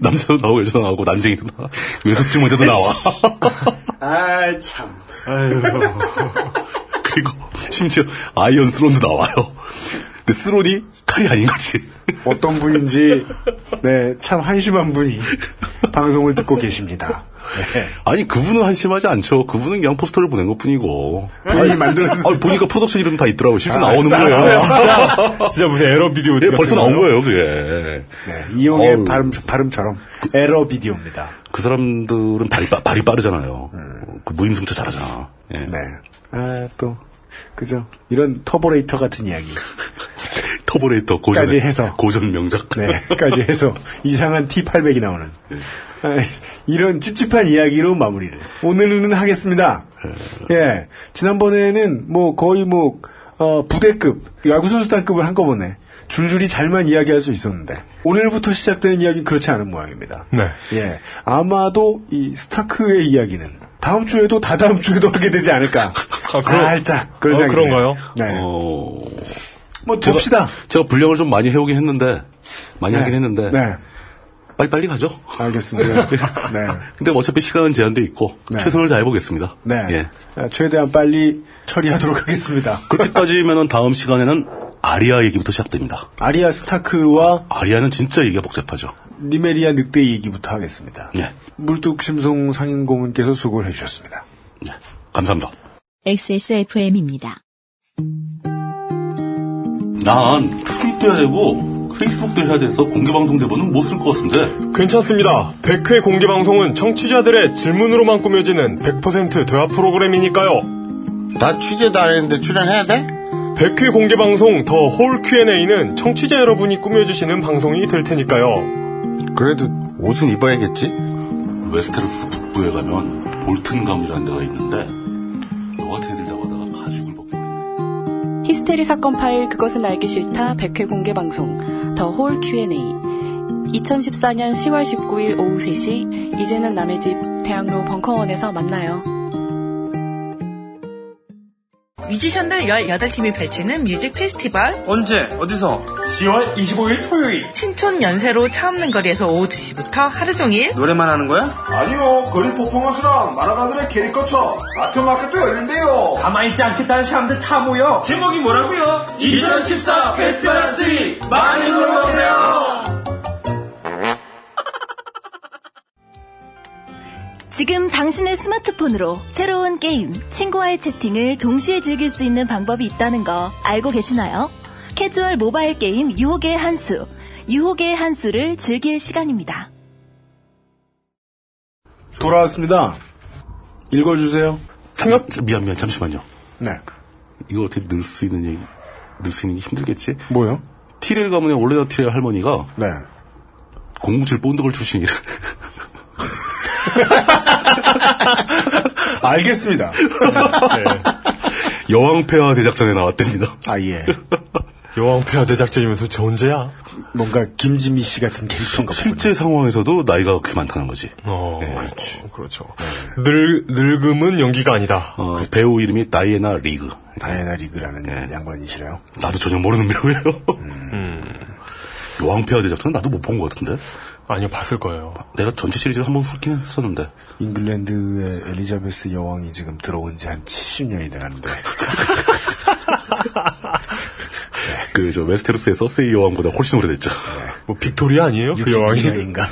[SPEAKER 2] 남자도 나오고 여자도 나오고 난쟁이도 나와. 외숙집 문제도 나와.
[SPEAKER 3] 아, 참.
[SPEAKER 2] 그리고 심지어 아이언 스론도 나와요. 근데 스론이 칼이 아닌 거지.
[SPEAKER 3] 어떤 분인지, 네, 참 한심한 분이 방송을 듣고 계십니다. 네.
[SPEAKER 2] 아니 그분은 한심하지 않죠. 그분은 그냥 포스터를 보낸 것 뿐이고.
[SPEAKER 3] 본인이 만들었을 아,
[SPEAKER 2] 아, 보니까 프로덕션 이름 다 있더라고. 실제 나오는
[SPEAKER 3] 알았어,
[SPEAKER 2] 거예요.
[SPEAKER 3] 알았어.
[SPEAKER 4] 진짜 진짜 무슨 에러 비디오
[SPEAKER 2] 예,
[SPEAKER 4] 같은
[SPEAKER 2] 벌써
[SPEAKER 4] 거예요?
[SPEAKER 2] 나온 거예요, 그게.
[SPEAKER 3] 네, 이용의
[SPEAKER 2] 어우.
[SPEAKER 3] 발음, 발음처럼 에러 비디오입니다.
[SPEAKER 2] 그 사람들은 발이, 빠, 발이 빠르잖아요. 그 무임승차 잘하잖아. 예.
[SPEAKER 3] 음. 네. 아, 또, 그죠. 이런 터보레이터 같은 이야기.
[SPEAKER 2] 터보레이터 고전.
[SPEAKER 3] 까지 해서.
[SPEAKER 2] 고전 명작.
[SPEAKER 3] 네. 까지 해서 이상한 T800이 나오는. 아, 이런 찝찝한 이야기로 마무리를. 오늘은 하겠습니다. 예. 지난번에는 뭐 거의 뭐, 어, 부대급, 야구선수단급을 한꺼번에 줄줄이 잘만 이야기할 수 있었는데, 오늘부터 시작되는 이야기는 그렇지 않은 모양입니다.
[SPEAKER 4] 네.
[SPEAKER 3] 예. 아마도 이 스타크의 이야기는 다음 주에도 다다음 주에도 하게 되지 않을까.
[SPEAKER 4] 아, 그럼-
[SPEAKER 3] 살짝. 그런
[SPEAKER 4] 어,
[SPEAKER 3] 생각이
[SPEAKER 4] 그런가요?
[SPEAKER 3] 드네요. 네.
[SPEAKER 2] 어,
[SPEAKER 3] 뭐 봅시다. 네.
[SPEAKER 2] 제가, 제가 분량을 좀 많이 해오긴 했는데 많이 하긴
[SPEAKER 4] 네.
[SPEAKER 2] 했는데 빨리빨리 가죠.
[SPEAKER 3] 알겠습니다. 네.
[SPEAKER 2] 근데 어차피 시간은 제한돼 있고
[SPEAKER 3] 네.
[SPEAKER 2] 최선을 다해 보겠습니다. 예.
[SPEAKER 3] 네.
[SPEAKER 14] 예.
[SPEAKER 3] 아, 최대한 빨리 처리하도록 하겠습니다.
[SPEAKER 2] 그렇게 따지면은 다음 시간에는 아리아 얘기부터 시작됩니다.
[SPEAKER 3] 아리아 스타크와
[SPEAKER 2] 아리아는 진짜 얘기가 복잡하죠.
[SPEAKER 3] 니메리아 늑대 얘기부터 하겠습니다.
[SPEAKER 2] 네.
[SPEAKER 3] 물뚝심송 상인고문께서 수고를 해주셨습니다.
[SPEAKER 2] 네. 감사합니다.
[SPEAKER 1] XSFM입니다.
[SPEAKER 2] 난 트윗도 해야 되고 페이스북도 해야 돼서 공개 방송 대본은 못 쓸 것 같은데.
[SPEAKER 4] 괜찮습니다. 100회 공개 방송은 청취자들의 질문으로만 꾸며지는 100% 대화 프로그램이니까요.
[SPEAKER 14] 나 취재도 안 했는데 출연해야 돼?
[SPEAKER 4] 100회 공개 방송 더 홀 Q&A는 청취자 여러분이 꾸며주시는 방송이 될 테니까요.
[SPEAKER 14] 그래도 옷은 입어야겠지?
[SPEAKER 2] 웨스테로스 북부에 가면 볼튼 감이라는 데가 있는데 너 같은 애들 잡아다가 가죽을 벗고
[SPEAKER 8] 히스테리 사건 파일 그것은 알기 싫다 100회 공개 방송 더 홀 Q&A 2014년 10월 19일 오후 3시 이제는 남의 집 대학로 벙커원에서 만나요.
[SPEAKER 12] 뮤지션들 18팀이 펼치는 뮤직 페스티벌
[SPEAKER 11] 언제 어디서 10월 25일 토요일
[SPEAKER 12] 신촌 연세로 차없는 거리에서 오후 2시부터 하루 종일
[SPEAKER 11] 노래만 하는 거야?
[SPEAKER 13] 아니요, 거리 퍼포먼스랑 마라다들의 캐릭터처 마트마켓도 열린대요.
[SPEAKER 11] 가만히 있지 않겠다는 사람들 다 모여 제목이 뭐라고요? 2014 페스티벌 3 많이 놀러오세요
[SPEAKER 7] 지금 당신의 스마트폰으로 새로운 게임, 친구와의 채팅을 동시에 즐길 수 있는 방법이 있다는 거 알고 계시나요? 캐주얼 모바일 게임 유혹의 한수, 유혹의 한수를 즐길 시간입니다.
[SPEAKER 3] 돌아왔습니다. 읽어주세요.
[SPEAKER 2] 잠시, 미안 미안 잠시만요.
[SPEAKER 3] 네.
[SPEAKER 2] 이거 어떻게 늘 수 있는 얘기 늘 수 있는 게 힘들겠지?
[SPEAKER 3] 뭐요?
[SPEAKER 2] 티렐 가문의 올레나 티렐 할머니가
[SPEAKER 3] 네.
[SPEAKER 2] 007 본드걸 출신이래.
[SPEAKER 3] 알겠습니다.
[SPEAKER 4] 네.
[SPEAKER 2] 여왕 폐하 대작전에 나왔답니다.
[SPEAKER 3] 아, 예.
[SPEAKER 4] 여왕 폐하 대작전이면서 저 혼자야?
[SPEAKER 3] 뭔가 김지미 씨 같은 캐릭터인가 보군요.
[SPEAKER 2] 실제 상황에서도 나이가 그렇게 많다는 거지.
[SPEAKER 4] 어,
[SPEAKER 11] 네.
[SPEAKER 4] 그렇지. 그렇죠. 늙, 늙음은 연기가 아니다.
[SPEAKER 2] 어, 배우 이름이 다이애나 리그.
[SPEAKER 3] 다이애나 리그라는
[SPEAKER 14] 네.
[SPEAKER 3] 양반이시래요.
[SPEAKER 2] 나도 전혀 모르는 배우예요.
[SPEAKER 4] 음.
[SPEAKER 2] 여왕 폐하 대작전은 나도 못 본 것 같은데.
[SPEAKER 4] 아니요, 봤을 거예요.
[SPEAKER 2] 내가 전체 시리즈를 한번 훑긴 했었는데.
[SPEAKER 3] 잉글랜드의 엘리자베스 여왕이 지금 들어온 지 한 70년이 돼가는데.
[SPEAKER 2] 그, 저, 웨스테로스의 서세이 여왕보다 훨씬 오래됐죠.
[SPEAKER 4] 뭐, 빅토리아 아니에요? 그 여왕이?
[SPEAKER 3] 60년인가?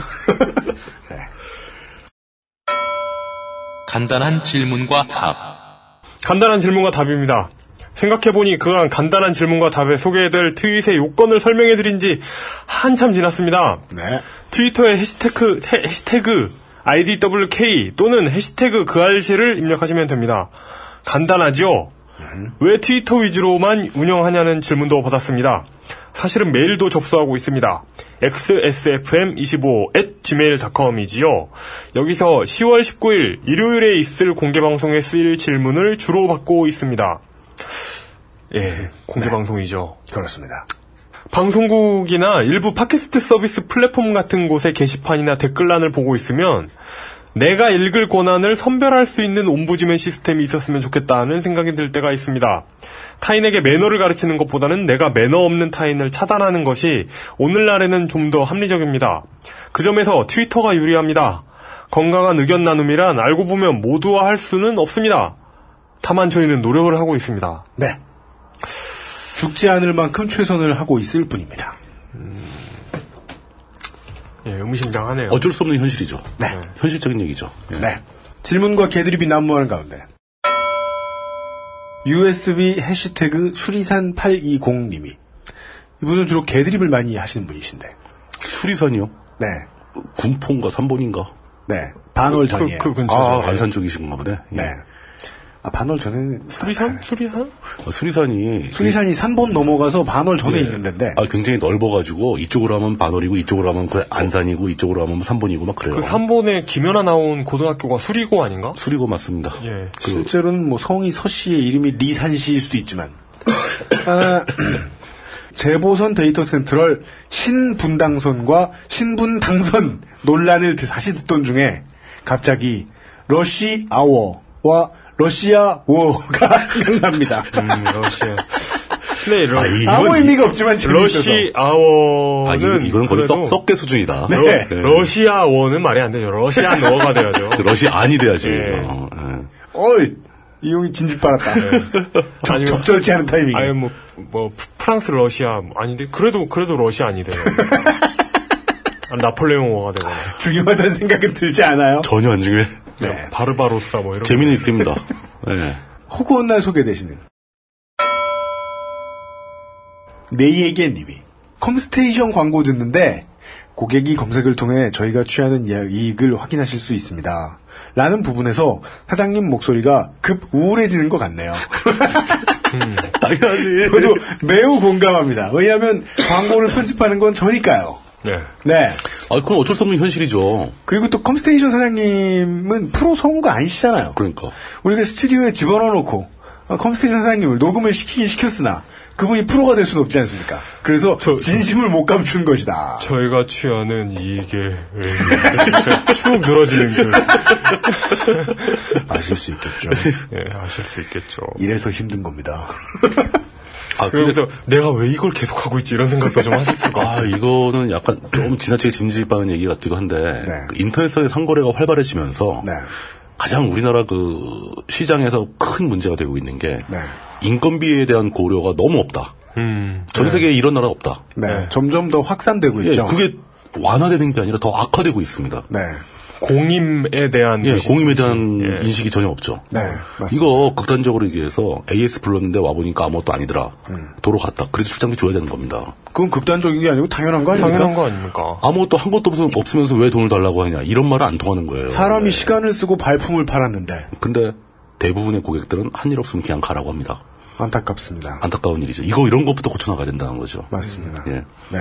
[SPEAKER 9] 간단한 질문과 답.
[SPEAKER 4] 간단한 질문과 답입니다. 생각해보니 그간 간단한 질문과 답에 소개해드릴 트윗의 요건을 설명해드린 지 한참 지났습니다.
[SPEAKER 3] 네.
[SPEAKER 4] 트위터에 해시태그, 해- 해시태그 IDWK 또는 해시태그 그알씨를 입력하시면 됩니다. 간단하죠?
[SPEAKER 3] 음.
[SPEAKER 4] 왜 트위터 위주로만 운영하냐는 질문도 받았습니다. 사실은 메일도 접수하고 있습니다. xsfm25 at gmail.com이지요. 여기서 10월 19일 일요일에 있을 공개방송에 쓰일 질문을 주로 받고 있습니다. 예, 공개방송이죠.
[SPEAKER 3] 네. 그렇습니다.
[SPEAKER 4] 방송국이나 일부 팟캐스트 서비스 플랫폼 같은 곳의 게시판이나 댓글란을 보고 있으면 내가 읽을 권한을 선별할 수 있는 옴부즈맨 시스템이 있었으면 좋겠다는 생각이 들 때가 있습니다. 타인에게 매너를 가르치는 것보다는 내가 매너 없는 타인을 차단하는 것이 오늘날에는 좀 더 합리적입니다. 그 점에서 트위터가 유리합니다. 건강한 의견 나눔이란 알고 보면 모두와 할 수는 없습니다. 다만 저희는 노력을 하고 있습니다.
[SPEAKER 3] 네. 죽지 않을 만큼 최선을 하고 있을 뿐입니다.
[SPEAKER 4] 예, 의무심장하네요.
[SPEAKER 2] 어쩔 수 없는 현실이죠.
[SPEAKER 3] 네.
[SPEAKER 2] 현실적인 얘기죠. 예.
[SPEAKER 3] 네. 질문과 개드립이 난무하는 가운데. USB 해시태그 수리산820님이. 이분은 주로 개드립을 많이 하시는 분이신데.
[SPEAKER 2] 수리산이요?
[SPEAKER 3] 네.
[SPEAKER 2] 군포인가 삼본인가?
[SPEAKER 3] 네. 반월 전이에요.
[SPEAKER 4] 그, 그 근처죠.
[SPEAKER 2] 아,
[SPEAKER 4] 예.
[SPEAKER 2] 안산 쪽이신가 보네. 예.
[SPEAKER 3] 네. 아, 반월 전에.
[SPEAKER 4] 수리산? 수리산? 그
[SPEAKER 2] 어, 수리산이
[SPEAKER 3] 수리산이 산본 넘어가서 반월
[SPEAKER 4] 예.
[SPEAKER 3] 전에 있는 데인데.
[SPEAKER 2] 아, 굉장히 넓어가지고 이쪽으로 하면 반월이고 이쪽으로 하면 그 안산이고 이쪽으로 하면 삼본이고 막 그래요.
[SPEAKER 4] 그 3번에 김연아 나온 고등학교가 수리고 아닌가?
[SPEAKER 2] 수리고 맞습니다.
[SPEAKER 4] 예.
[SPEAKER 2] 그
[SPEAKER 3] 실제로는 뭐 성이 서 씨의 이름이 리산 씨일 수도 있지만. 아, 재보선 데이터 센트럴 신분당선과 신분당선 논란을 드- 다시 듣던 중에 갑자기 러시 아워와 러시아 워가 생각납니다.
[SPEAKER 4] 음, 러시아. 근데 러,
[SPEAKER 2] 아, 이-
[SPEAKER 3] 아무
[SPEAKER 2] 이건-
[SPEAKER 3] 의미가 없지만 재밌어서.
[SPEAKER 4] 러시 아워는 네.
[SPEAKER 2] 아, 이건, 이건 거의 네. 썩, 썩게 수준이다.
[SPEAKER 4] 러, 러시아워는 말이 안 되죠. 러시아노가 돼야죠.
[SPEAKER 2] 네. 그 러시안이 돼야지.
[SPEAKER 4] 예.
[SPEAKER 2] 어, 예.
[SPEAKER 3] 어이 이용이 진지 빨았다. 적-
[SPEAKER 4] 네. 아니면-
[SPEAKER 3] 적절치 않은 타이밍.
[SPEAKER 4] 아니 뭐, 뭐 프- 프랑스 러시아 뭐 아닌데 그래도 그래도 러시아 아니 돼요. 아, 나폴레옹호가 되거나
[SPEAKER 3] 중요하다는 생각은 들지 않아요. 네.
[SPEAKER 2] 전혀 안 중요해.
[SPEAKER 4] 그냥 바르바로사 뭐 이런
[SPEAKER 2] 네. 재미는 있습니다. 예.
[SPEAKER 3] 혹은 날 소개되시는 네이에게 님이 컴스테이션 광고 듣는데 고객이 검색을 통해 저희가 취하는 예- 이익을 확인하실 수 있습니다. 라는 부분에서 사장님 목소리가 급 우울해지는 것 같네요.
[SPEAKER 2] 당연하지.
[SPEAKER 3] 저도 매우 공감합니다. 왜냐하면 광고를 편집하는 건 저니까요.
[SPEAKER 4] 네.
[SPEAKER 3] 네.
[SPEAKER 2] 아, 그건 어쩔 수 없는 현실이죠.
[SPEAKER 3] 그리고 또 컴스테이션 사장님은 프로 성우가 아니시잖아요.
[SPEAKER 2] 그러니까.
[SPEAKER 3] 우리가 스튜디오에 집어넣어놓고 어, 컴스테이션 사장님을 녹음을 시키긴 시켰으나 그분이 프로가 될 수는 없지 않습니까? 그래서 진심을 못 감춘 것이다.
[SPEAKER 4] 저희가 취하는 이게 예. 쭉 늘어지는 줄
[SPEAKER 3] 아실 수 있겠죠.
[SPEAKER 4] 예, 아실 수 있겠죠.
[SPEAKER 3] 이래서 힘든 겁니다.
[SPEAKER 2] 아, 근데,
[SPEAKER 4] 그래서 내가 왜 이걸 계속 하고 있지 이런 생각도 좀 하셨을 것
[SPEAKER 2] 아,
[SPEAKER 4] 같아요.
[SPEAKER 2] 이거는 약간 좀 지나치게 진지빠는 얘기 같기도
[SPEAKER 3] 네.
[SPEAKER 2] 한데, 그 인터넷상의 상거래가 활발해지면서, 가장 우리나라 그 시장에서 큰 문제가 되고 있는 게,
[SPEAKER 3] 네.
[SPEAKER 2] 인건비에 대한 고려가 너무 없다.
[SPEAKER 4] 음.
[SPEAKER 2] 전 세계에 이런 나라 없다.
[SPEAKER 3] 네, 그렇죠. 점점 더 확산되고
[SPEAKER 2] 예,
[SPEAKER 3] 있죠.
[SPEAKER 2] 그게 완화되는 게 아니라 더 악화되고 있습니다.
[SPEAKER 3] 네,
[SPEAKER 4] 공임에 대한
[SPEAKER 2] 예,
[SPEAKER 4] 의식.
[SPEAKER 2] 공임에 대한 인식이 전혀 없죠.
[SPEAKER 3] 네, 맞습니다.
[SPEAKER 2] 이거 극단적으로 얘기해서 AS 불렀는데 와보니까 아무것도 아니더라.
[SPEAKER 3] 음.
[SPEAKER 2] 도로 갔다. 그래서 출장비 줘야 되는 겁니다.
[SPEAKER 3] 그건 극단적인 게 아니고 당연한 거 아닙니까?
[SPEAKER 4] 당연한 거 아닙니까?
[SPEAKER 2] 아무것도 한 것도 없으- 없으면서 왜 돈을 달라고 하냐. 이런 말은 안 통하는 거예요.
[SPEAKER 3] 사람이 시간을 쓰고 발품을 팔았는데
[SPEAKER 2] 근데 대부분의 고객들은 한 일 없으면 그냥 가라고 합니다.
[SPEAKER 3] 안타깝습니다.
[SPEAKER 2] 안타까운 일이죠. 이거 이런 것부터 고쳐나가야 된다는 거죠.
[SPEAKER 3] 맞습니다.
[SPEAKER 2] 예.
[SPEAKER 3] 네,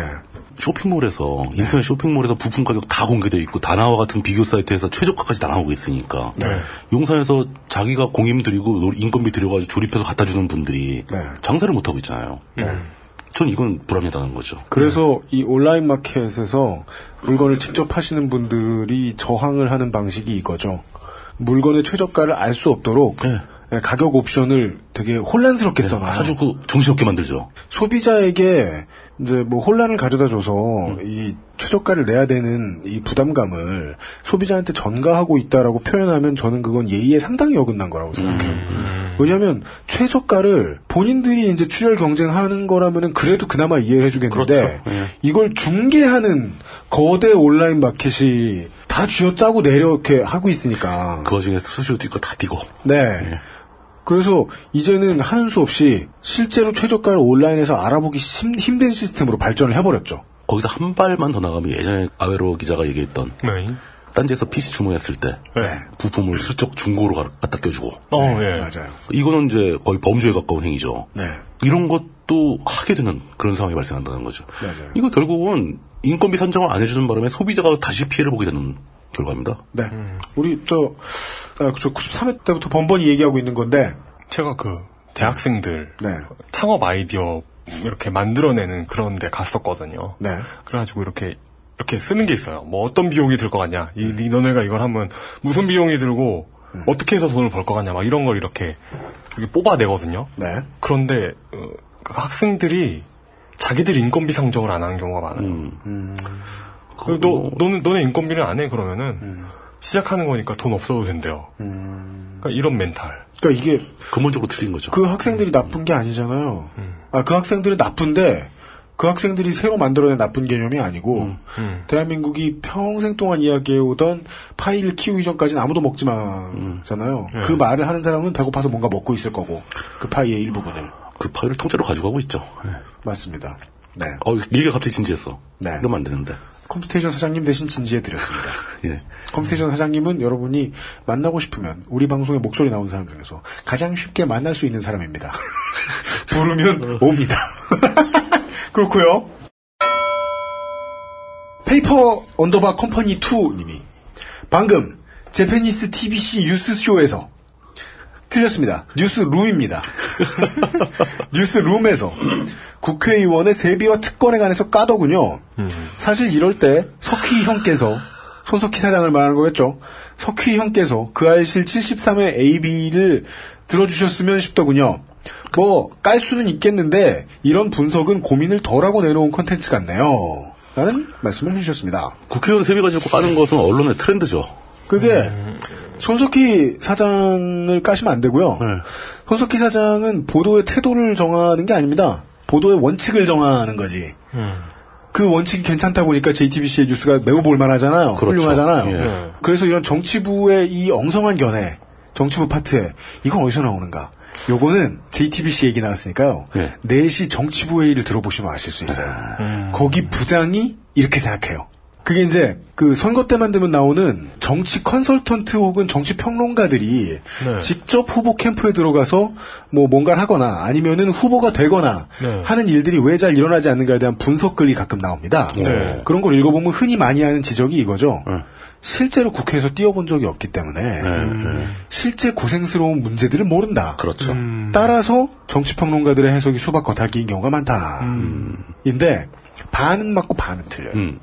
[SPEAKER 2] 쇼핑몰에서 인터넷 쇼핑몰에서 부품 가격 다 공개돼 있고 다나와 같은 비교 사이트에서 최저가까지 다 나오고 있으니까
[SPEAKER 3] 네.
[SPEAKER 2] 용산에서 자기가 공임 드리고 노- 인건비 들여가지고 조립해서 갖다 주는 분들이
[SPEAKER 3] 네.
[SPEAKER 2] 장사를 못 하고 있잖아요. 전 이건 불합리하다는 거죠.
[SPEAKER 3] 그래서 이 온라인 마켓에서 물건을 직접 하시는 분들이 저항을 하는 방식이 이거죠. 물건의 최저가를 알 수 없도록 예, 가격 옵션을 되게 혼란스럽게 써놔요.
[SPEAKER 2] 네. 아주 그 정신없게 만들죠.
[SPEAKER 3] 소비자에게 이제 뭐 혼란을 가져다 줘서
[SPEAKER 4] 음.
[SPEAKER 3] 이 최저가를 내야 되는 이 부담감을 소비자한테 전가하고 있다라고 표현하면 저는 그건 예의에 상당히 어긋난 거라고 생각해요.
[SPEAKER 4] 음.
[SPEAKER 3] 왜냐하면 최저가를 본인들이 이제 출혈 경쟁하는 거라면은 그래도 그나마 이해해 주겠는데
[SPEAKER 4] 그렇죠.
[SPEAKER 3] 이걸 중개하는 거대 온라인 마켓이 다 쥐어짜고 내려 이렇게 하고 있으니까
[SPEAKER 2] 그 와중에 수수료 뛸 거 다 뛰고
[SPEAKER 3] 네.
[SPEAKER 4] 예.
[SPEAKER 3] 그래서 이제는 하는 수 없이 실제로 최저가를 온라인에서 알아보기 힘, 힘든 시스템으로 발전을 해버렸죠.
[SPEAKER 2] 거기서 한 발만 더 나가면 예전에 아웨로 기자가 얘기했던
[SPEAKER 4] 네.
[SPEAKER 2] 딴지에서 PC 주문했을 때
[SPEAKER 3] 네.
[SPEAKER 2] 부품을 슬쩍 중고로 가- 갖다 껴주고
[SPEAKER 4] 예. 어, 예.
[SPEAKER 3] 맞아요.
[SPEAKER 2] 이거는 이제 거의 범죄에 가까운 행위죠.
[SPEAKER 3] 네.
[SPEAKER 2] 이런 것도 하게 되는 그런 상황이 발생한다는 거죠. 이거 결국은 인건비 산정을 안 해주는 바람에 소비자가 다시 피해를 보게 되는 결과입니다.
[SPEAKER 3] 네.
[SPEAKER 4] 음.
[SPEAKER 3] 우리 저, 아, 저 93회 때부터 번번이 얘기하고 있는 건데,
[SPEAKER 4] 제가 그 대학생들
[SPEAKER 3] 네.
[SPEAKER 4] 창업 아이디어 이렇게 만들어내는 그런 데 갔었거든요.
[SPEAKER 3] 네.
[SPEAKER 4] 그래가지고 이렇게 이렇게 쓰는 게 있어요. 뭐 어떤 비용이 들 것 같냐. 이, 이 너네가 이걸 하면 무슨 비용이 들고
[SPEAKER 3] 음.
[SPEAKER 4] 어떻게 해서 돈을 벌 것 같냐. 막 이런 걸 이렇게, 이렇게 뽑아내거든요.
[SPEAKER 3] 네.
[SPEAKER 4] 그런데 어, 그 학생들이 자기들이 인건비 상정을 안 하는 경우가 많아요.
[SPEAKER 3] 음.
[SPEAKER 4] 음. 그럼 너 너는 너네 인건비를 안 해 그러면은
[SPEAKER 3] 음.
[SPEAKER 4] 시작하는 거니까 돈 없어도 된대요. 그러니까 이런 멘탈.
[SPEAKER 3] 그러니까 이게
[SPEAKER 2] 근본적으로 틀린 거죠.
[SPEAKER 3] 그 학생들이 나쁜 게 아니잖아요. 아, 그 학생들은 나쁜데, 그 학생들이 새로 만들어낸 나쁜 개념이 아니고, 대한민국이 평생 동안 이야기해오던 파이를 키우기 전까지는 아무도 먹지 마잖아요. 그 말을 하는 사람은 배고파서 뭔가 먹고 있을 거고, 그 파이의 일부분을.
[SPEAKER 2] 그 파일을 통째로 가져가고 있죠.
[SPEAKER 3] 맞습니다. 네.
[SPEAKER 2] 어, 얘기가 갑자기 진지했어.
[SPEAKER 3] 네.
[SPEAKER 2] 이러면 안 되는데.
[SPEAKER 3] 컴스테이션 사장님 대신 진지해드렸습니다.
[SPEAKER 2] 예.
[SPEAKER 3] 컴스테이션 사장님은 여러분이 만나고 싶으면 우리 방송에 목소리 나오는 사람 중에서 가장 쉽게 만날 수 있는 사람입니다. 부르면 옵니다. 그렇고요. 페이퍼 언더바 컴퍼니 2님이 방금 제페니스 TBC 뉴스쇼에서 틀렸습니다. 뉴스룸입니다. 뉴스룸에서 국회의원의 세비와 특권에 관해서 까더군요. 사실 이럴 때 석희 형께서 손석희 사장을 말하는 거겠죠. 석희 형께서 그 아이실 73회 AB를 들어주셨으면 싶더군요. 뭐, 깔 수는 있겠는데, 이런 분석은 고민을 덜하고 내놓은 컨텐츠 같네요. 라는 말씀을 해주셨습니다.
[SPEAKER 2] 국회의원 세비가 자고 까는 것은 언론의 트렌드죠.
[SPEAKER 3] 그게,
[SPEAKER 2] 음.
[SPEAKER 3] 손석희 사장을 까시면 안 되고요.
[SPEAKER 2] 네.
[SPEAKER 3] 손석희 사장은 보도의 태도를 정하는 게 아닙니다. 보도의 원칙을 정하는 거지.
[SPEAKER 2] 음.
[SPEAKER 3] 그 원칙이 괜찮다 보니까 JTBC의 뉴스가 매우 볼만하잖아요.
[SPEAKER 2] 그렇죠.
[SPEAKER 3] 훌륭하잖아요.
[SPEAKER 11] 네.
[SPEAKER 2] 예.
[SPEAKER 3] 그래서 이런 정치부의 이 엉성한 견해, 정치부 파트에 이건 어디서 나오는가? 요거는 JTBC 얘기 나왔으니까요.
[SPEAKER 2] 예.
[SPEAKER 3] 4시 정치부 회의를 들어보시면 아실 수 있어요.
[SPEAKER 11] 음.
[SPEAKER 3] 거기 부장이 이렇게 생각해요. 그게 이제 그 선거 때만 되면 나오는 정치 컨설턴트 혹은 정치 평론가들이
[SPEAKER 11] 네.
[SPEAKER 3] 직접 후보 캠프에 들어가서 뭐 뭔가를 하거나 아니면은 후보가 되거나
[SPEAKER 11] 네.
[SPEAKER 3] 하는 일들이 왜 잘 일어나지 않는가에 대한 분석글이 가끔 나옵니다.
[SPEAKER 11] 네.
[SPEAKER 3] 그런 걸 읽어보면 흔히 많이 하는 지적이 이거죠. 실제로 국회에서 뛰어본 적이 없기 때문에 실제 고생스러운 문제들을 모른다.
[SPEAKER 2] 네, 그렇죠.
[SPEAKER 3] 따라서 정치평론가들의 해석이 수박 겉핥기인 경우가 많다. 인데 반은 맞고 반은 틀려요.
[SPEAKER 2] 음,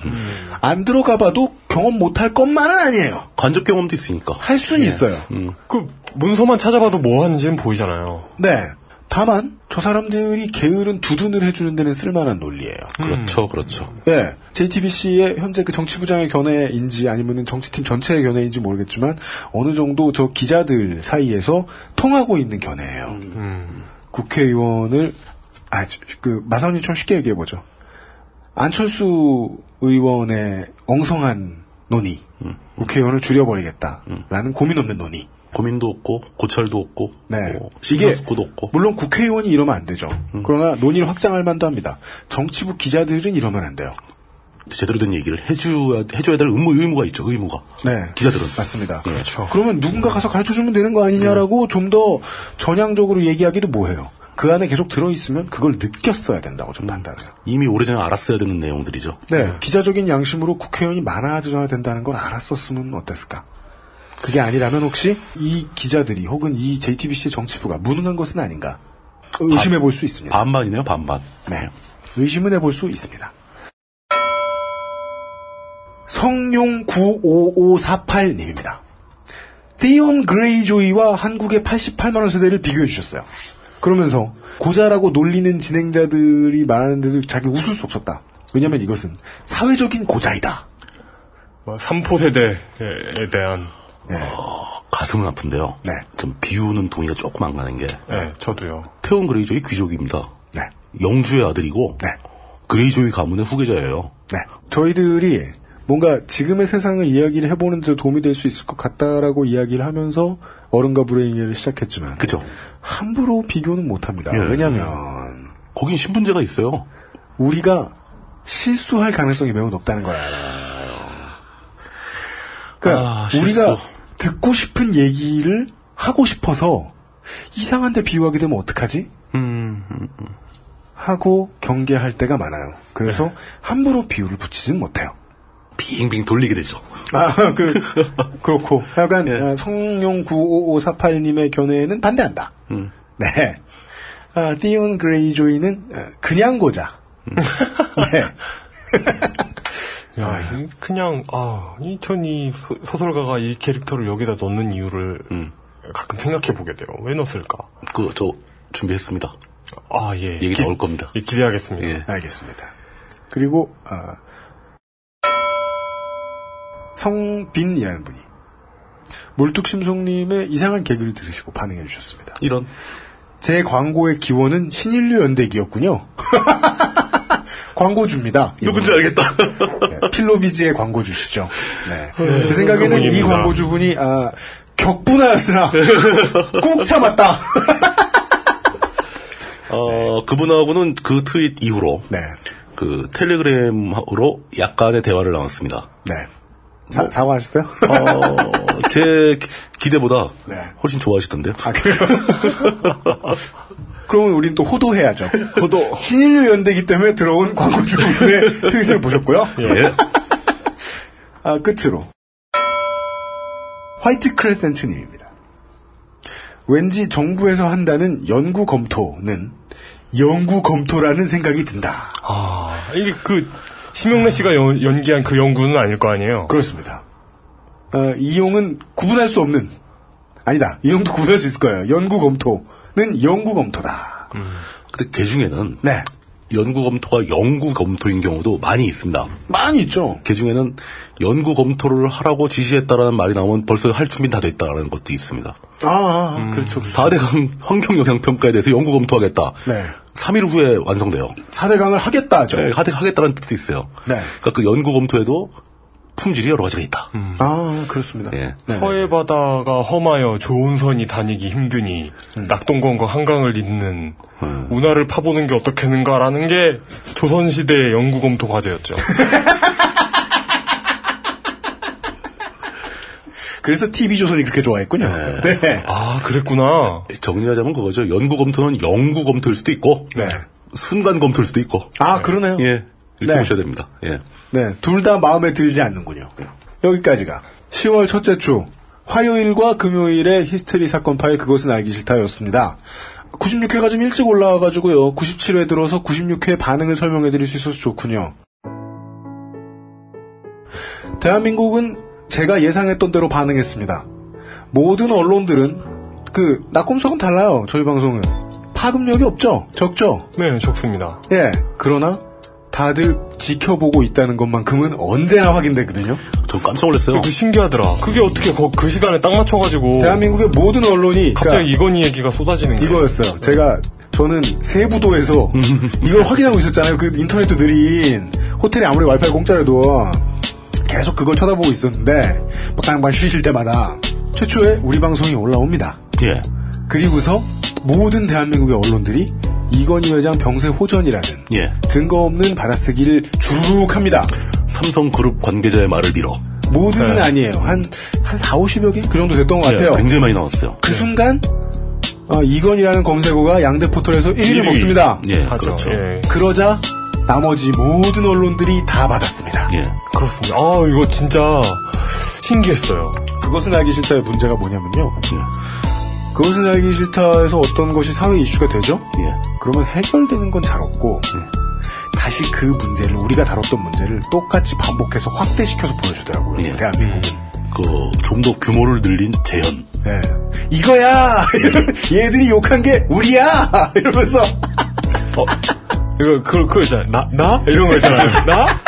[SPEAKER 3] 안 들어가봐도 경험 못할 것만은 아니에요.
[SPEAKER 2] 간접 경험도 있으니까.
[SPEAKER 3] 할 수는 있어요.
[SPEAKER 2] 음.
[SPEAKER 4] 그 문서만 찾아봐도 뭐 하는지는 보이잖아요.
[SPEAKER 3] 네. 다만 저 사람들이 게으른 두둔을 해주는 데는 쓸만한 논리예요.
[SPEAKER 2] 그렇죠, 그렇죠.
[SPEAKER 3] 예, JTBC의 현재 그 정치부장의 견해인지 아니면은 정치팀 전체의 견해인지 모르겠지만 어느 정도 저 기자들 사이에서 통하고 있는 견해예요. 국회의원을 아그 마사오님처럼 쉽게 얘기해 보죠. 안철수 의원의 엉성한 논의, 국회의원을 줄여버리겠다라는 고민 없는 논의.
[SPEAKER 2] 고민도 없고 고찰도 없고
[SPEAKER 3] 네.
[SPEAKER 2] 이게 구도 없고
[SPEAKER 3] 물론 국회의원이 이러면 안 되죠. 그러나 논의를 확장할 만도 합니다. 정치부 기자들은 이러면 안 돼요.
[SPEAKER 2] 제대로 된 얘기를 해줘야 해줘야 될 의무 의무가 있죠. 그 의무가
[SPEAKER 3] 네.
[SPEAKER 2] 기자들은
[SPEAKER 3] 맞습니다. 그렇죠. 예. 그러면 누군가 가서 가르쳐 주면 되는 거 아니냐라고 좀 더 전향적으로 얘기하기도 뭐해요. 그 안에 계속 들어 있으면 그걸 느꼈어야 된다고 좀 판단해요.
[SPEAKER 2] 이미 오래전에 알았어야 되는 내용들이죠.
[SPEAKER 3] 음. 네, 기자적인 양심으로 국회의원이 많아져야 된다는 걸 알았었으면 어땠을까? 그게 아니라면 혹시 이 기자들이 혹은 이 JTBC 정치부가 무능한 것은 아닌가 의심해 볼 수 있습니다.
[SPEAKER 2] 반반이네요, 반반.
[SPEAKER 3] 네. 의심은 해볼 수 있습니다. 성룡95548님입니다. 디온 그레이조이와 한국의 88만원 세대를 비교해 주셨어요. 그러면서 고자라고 놀리는 진행자들이 말하는데도 자기 웃을 수 없었다. 왜냐면 이것은 사회적인 고자이다.
[SPEAKER 4] 뭐 삼포 세대에 대한
[SPEAKER 2] 가슴은 아픈데요.
[SPEAKER 3] 네.
[SPEAKER 2] 좀 비우는 동의가 조금 안 가는 게.
[SPEAKER 4] 네, 저도요.
[SPEAKER 2] 태원 그레이조이 귀족입니다.
[SPEAKER 3] 네.
[SPEAKER 2] 영주의 아들이고. 그레이조이 가문의 후계자예요.
[SPEAKER 3] 네. 저희들이 뭔가 지금의 세상을 이야기를 해보는데 도움이 될 수 있을 것 같다라고 이야기를 하면서 어른과 브레인이를 시작했지만.
[SPEAKER 2] 그죠.
[SPEAKER 3] 함부로 비교는 못합니다.
[SPEAKER 2] 예.
[SPEAKER 3] 왜냐면.
[SPEAKER 2] 거긴 신분제가 있어요.
[SPEAKER 3] 우리가 실수할 가능성이 매우 높다는 걸 알아요. 그러니까
[SPEAKER 2] 아, 실수.
[SPEAKER 3] 우리가 듣고 싶은 얘기를 하고 싶어서 이상한데 비유하게 되면 어떡하지?
[SPEAKER 2] 음,
[SPEAKER 3] 하고 경계할 때가 많아요. 그래서
[SPEAKER 2] 네.
[SPEAKER 3] 함부로 비유를 붙이진 못해요.
[SPEAKER 2] 빙빙 돌리게 되죠.
[SPEAKER 3] 아, 그, 그렇고. 약간,
[SPEAKER 2] 예.
[SPEAKER 3] 아, 성룡95548님의 견해에는 반대한다.
[SPEAKER 2] 음.
[SPEAKER 3] 네. 아, 디온 그레이조이는 어, 그냥 고자.
[SPEAKER 4] 야, 이 그냥 아, 이천이 소설가가 이 캐릭터를 여기다 넣는 이유를
[SPEAKER 2] 음.
[SPEAKER 4] 가끔 생각해 보게 돼요. 왜 넣었을까?
[SPEAKER 2] 그 저 준비했습니다.
[SPEAKER 4] 아, 예.
[SPEAKER 2] 얘기
[SPEAKER 4] 기-
[SPEAKER 2] 나올 겁니다.
[SPEAKER 4] 예, 기대하겠습니다.
[SPEAKER 2] 예.
[SPEAKER 3] 알겠습니다. 그리고 아, 성빈이라는 분이 물뚝심송님의 이상한 개그를 들으시고 반응해 주셨습니다.
[SPEAKER 2] 이런
[SPEAKER 3] 제 광고의 기원은 신인류 연대기였군요. 광고주입니다.
[SPEAKER 2] 누군지 알겠다.
[SPEAKER 3] 네, 필로비지의 광고주시죠. 네. 제
[SPEAKER 11] 네,
[SPEAKER 3] 생각에는 이
[SPEAKER 11] 그분입니다.
[SPEAKER 3] 광고주분이 아, 격분하였으나 꾹 참았다.
[SPEAKER 2] 어, 그분하고는 그 트윗 이후로
[SPEAKER 3] 네.
[SPEAKER 2] 그 텔레그램으로 약간의 대화를 나눴습니다.
[SPEAKER 3] 네. 사,
[SPEAKER 11] 뭐?
[SPEAKER 3] 사과하셨어요?
[SPEAKER 2] 어, 제 기- 기대보다
[SPEAKER 3] 네.
[SPEAKER 2] 훨씬 좋아하시던데요.
[SPEAKER 3] 그러면 우린 또 호도해야죠. 호도. 신인류 연대기 때문에 들어온 광고주분의 트윗을 보셨고요.
[SPEAKER 2] 예.
[SPEAKER 3] 아, 끝으로. 화이트 크레센트님입니다. 왠지 정부에서 한다는 연구 검토는 연구 검토라는 생각이 든다.
[SPEAKER 4] 아, 이게 그 심영래 씨가 연, 연기한 그 연구는 아닐 거 아니에요.
[SPEAKER 3] 그렇습니다. 어, 이용은 구분할 수 없는 아니다. 이용도 구분할 수 있을 거예요. 연구 검토. 는 연구 검토다.
[SPEAKER 2] 근데 개 중에는
[SPEAKER 3] 네.
[SPEAKER 2] 연구 검토가 연구 검토인 경우도 많이 있습니다.
[SPEAKER 3] 많이 있죠.
[SPEAKER 2] 개 중에는 연구 검토를 하라고 지시했다라는 말이 나오면 벌써 할 준비 다 됐다라는 것도 있습니다.
[SPEAKER 3] 아, 아, 아, 그렇죠.
[SPEAKER 2] 4대강 환경 영향 평가에 대해서 연구 검토하겠다.
[SPEAKER 3] 네.
[SPEAKER 2] 3일 후에 완성돼요.
[SPEAKER 3] 4대강을 하겠다죠.
[SPEAKER 2] 네, 하대 하겠다라는 뜻도 있어요.
[SPEAKER 3] 네.
[SPEAKER 2] 그러니까 그 연구 검토에도 품질이 여러 가지가 있다.
[SPEAKER 3] 아, 그렇습니다.
[SPEAKER 2] 예.
[SPEAKER 4] 서해 바다가 네. 험하여 좋은 선이 다니기 힘드니
[SPEAKER 3] 음.
[SPEAKER 4] 낙동강과 한강을 잇는 운하를 파보는 게 어떻겠는가라는 게 조선시대의 연구 검토 과제였죠.
[SPEAKER 3] 그래서 TV 조선이 그렇게 좋아했군요. 네.
[SPEAKER 4] 아, 그랬구나.
[SPEAKER 2] 정리하자면 그거죠. 연구 검토는 연구 검토일 수도 있고,
[SPEAKER 3] 네.
[SPEAKER 2] 순간 검토일 수도 있고.
[SPEAKER 3] 아, 그러네요.
[SPEAKER 2] 예. 이렇게
[SPEAKER 3] 네.
[SPEAKER 2] 보셔야 됩니다. 예.
[SPEAKER 3] 네, 둘 다 마음에 들지 않는군요. 여기까지가 10월 첫째 주 화요일과 금요일의 히스테리 사건 파일 그것은 알기 싫다였습니다. 96회가 좀 일찍 올라와가지고요. 97회 들어서 96회 반응을 설명해드릴 수 있어서 좋군요. 대한민국은 제가 예상했던 대로 반응했습니다. 모든 언론들은 그 낙곰석은 달라요. 저희 방송은 파급력이 없죠. 적죠.
[SPEAKER 4] 네, 좋습니다.
[SPEAKER 3] 예. 그러나 다들 지켜보고 있다는 것만큼은 언제나 확인되거든요.
[SPEAKER 2] 전 깜짝 놀랐어요.
[SPEAKER 4] 그 신기하더라. 그게 어떻게 거- 그 시간에 딱 맞춰가지고
[SPEAKER 3] 대한민국의 모든 언론이
[SPEAKER 4] 갑자기
[SPEAKER 3] 그러니까
[SPEAKER 4] 이건희 얘기가 쏟아지는 게
[SPEAKER 3] 이거였어요. 제가 저는 세부도에서 이걸 확인하고 있었잖아요. 그 인터넷도 느린 호텔에 아무리 와이파이 공짜라도 계속 그걸 쳐다보고 있었는데 막 당방 쉬실 때마다 최초에 우리 방송이 올라옵니다.
[SPEAKER 2] 예.
[SPEAKER 3] 그리고서 모든 대한민국의 언론들이 이건희 회장 병세 호전이라는
[SPEAKER 2] 예.
[SPEAKER 3] 증거 없는 받아쓰기를 주룩 합니다.
[SPEAKER 2] 삼성그룹 관계자의 말을 빌어.
[SPEAKER 3] 모든은 아니에요. 한, 한 4, 50여 개? 그 정도 됐던 것
[SPEAKER 2] 네. 예,
[SPEAKER 3] 같아요.
[SPEAKER 2] 굉장히 많이 나왔어요.
[SPEAKER 3] 그 순간, 어, 이건이라는 검색어가 양대 포털에서 1위를
[SPEAKER 4] 일위.
[SPEAKER 3] 먹습니다.
[SPEAKER 2] 예,
[SPEAKER 4] 하죠.
[SPEAKER 2] 그렇죠.
[SPEAKER 4] 예.
[SPEAKER 3] 그러자, 나머지 모든 언론들이 다 받았습니다.
[SPEAKER 2] 예.
[SPEAKER 4] 그렇습니다. 아, 이거 진짜 신기했어요.
[SPEAKER 3] 그것은 알기 싫다의 문제가 뭐냐면요. 그것은 알기 싫다에서 어떤 것이 사회 이슈가 되죠?
[SPEAKER 2] 예.
[SPEAKER 3] 그러면 해결되는 건 잘 없고, 다시 그 문제를, 우리가 다뤘던 문제를 똑같이 반복해서 확대시켜서 보여주더라고요.
[SPEAKER 2] 예.
[SPEAKER 3] 대한민국은.
[SPEAKER 2] 그, 좀 더 규모를 늘린 재현.
[SPEAKER 3] 예. 이거야!
[SPEAKER 4] 예.
[SPEAKER 3] 얘들이 욕한 게 우리야! 이러면서.
[SPEAKER 2] 어,
[SPEAKER 4] 이거 그 그거 있잖아요. 나 나? 이런 거 있잖아요. 나?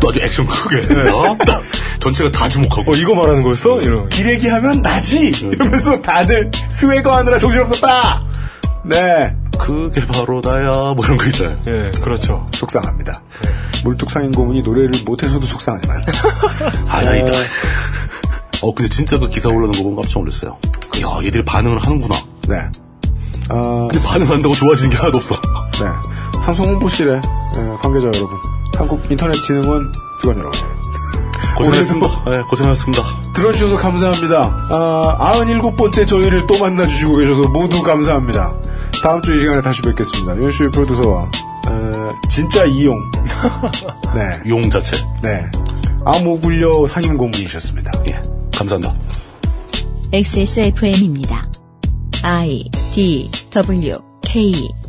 [SPEAKER 2] 또 아주 액션 크게. 어? 딱 전체가 다 주목하고.
[SPEAKER 4] 어 이거 말하는 거였어? 이런.
[SPEAKER 3] 기레기 하면 나지!
[SPEAKER 4] 그렇죠.
[SPEAKER 3] 이러면서 다들 스웨거 하느라 정신없었다! 네.
[SPEAKER 2] 그게 바로 나야. 뭐 이런 거 있잖아요.
[SPEAKER 4] 예, 그렇죠.
[SPEAKER 3] 속상합니다.
[SPEAKER 4] 네.
[SPEAKER 3] 물뚝상인 고문이 노래를 못해서도 속상하지만.
[SPEAKER 2] 아나이다. 어, 근데 진짜 그 기사 올라오는 거 보면 깜짝 놀랐어요. 야, 얘들이 반응을 하는구나.
[SPEAKER 3] 네. 아,
[SPEAKER 2] 근데 반응한다고 좋아지는 게 하나도 없어.
[SPEAKER 3] 네. 삼성 홍보실에, 예, 관계자 여러분. 한국인터넷진흥원 직원 여러분. 뭐
[SPEAKER 2] 고생하셨습니다. 예, 고생하셨습니다.
[SPEAKER 3] 들어주셔서 감사합니다. 아, 97번째 저희를 또 만나주시고 계셔서 모두 감사합니다. 다음 주 이 시간에 다시 뵙겠습니다. 윤수희 프로듀서와, 어, 진짜 이용. 네,
[SPEAKER 2] 용 자체.
[SPEAKER 3] 네. 암호굴려 상임 고문이셨습니다.
[SPEAKER 2] 예. 감사합니다.
[SPEAKER 1] XSFM입니다. I D W K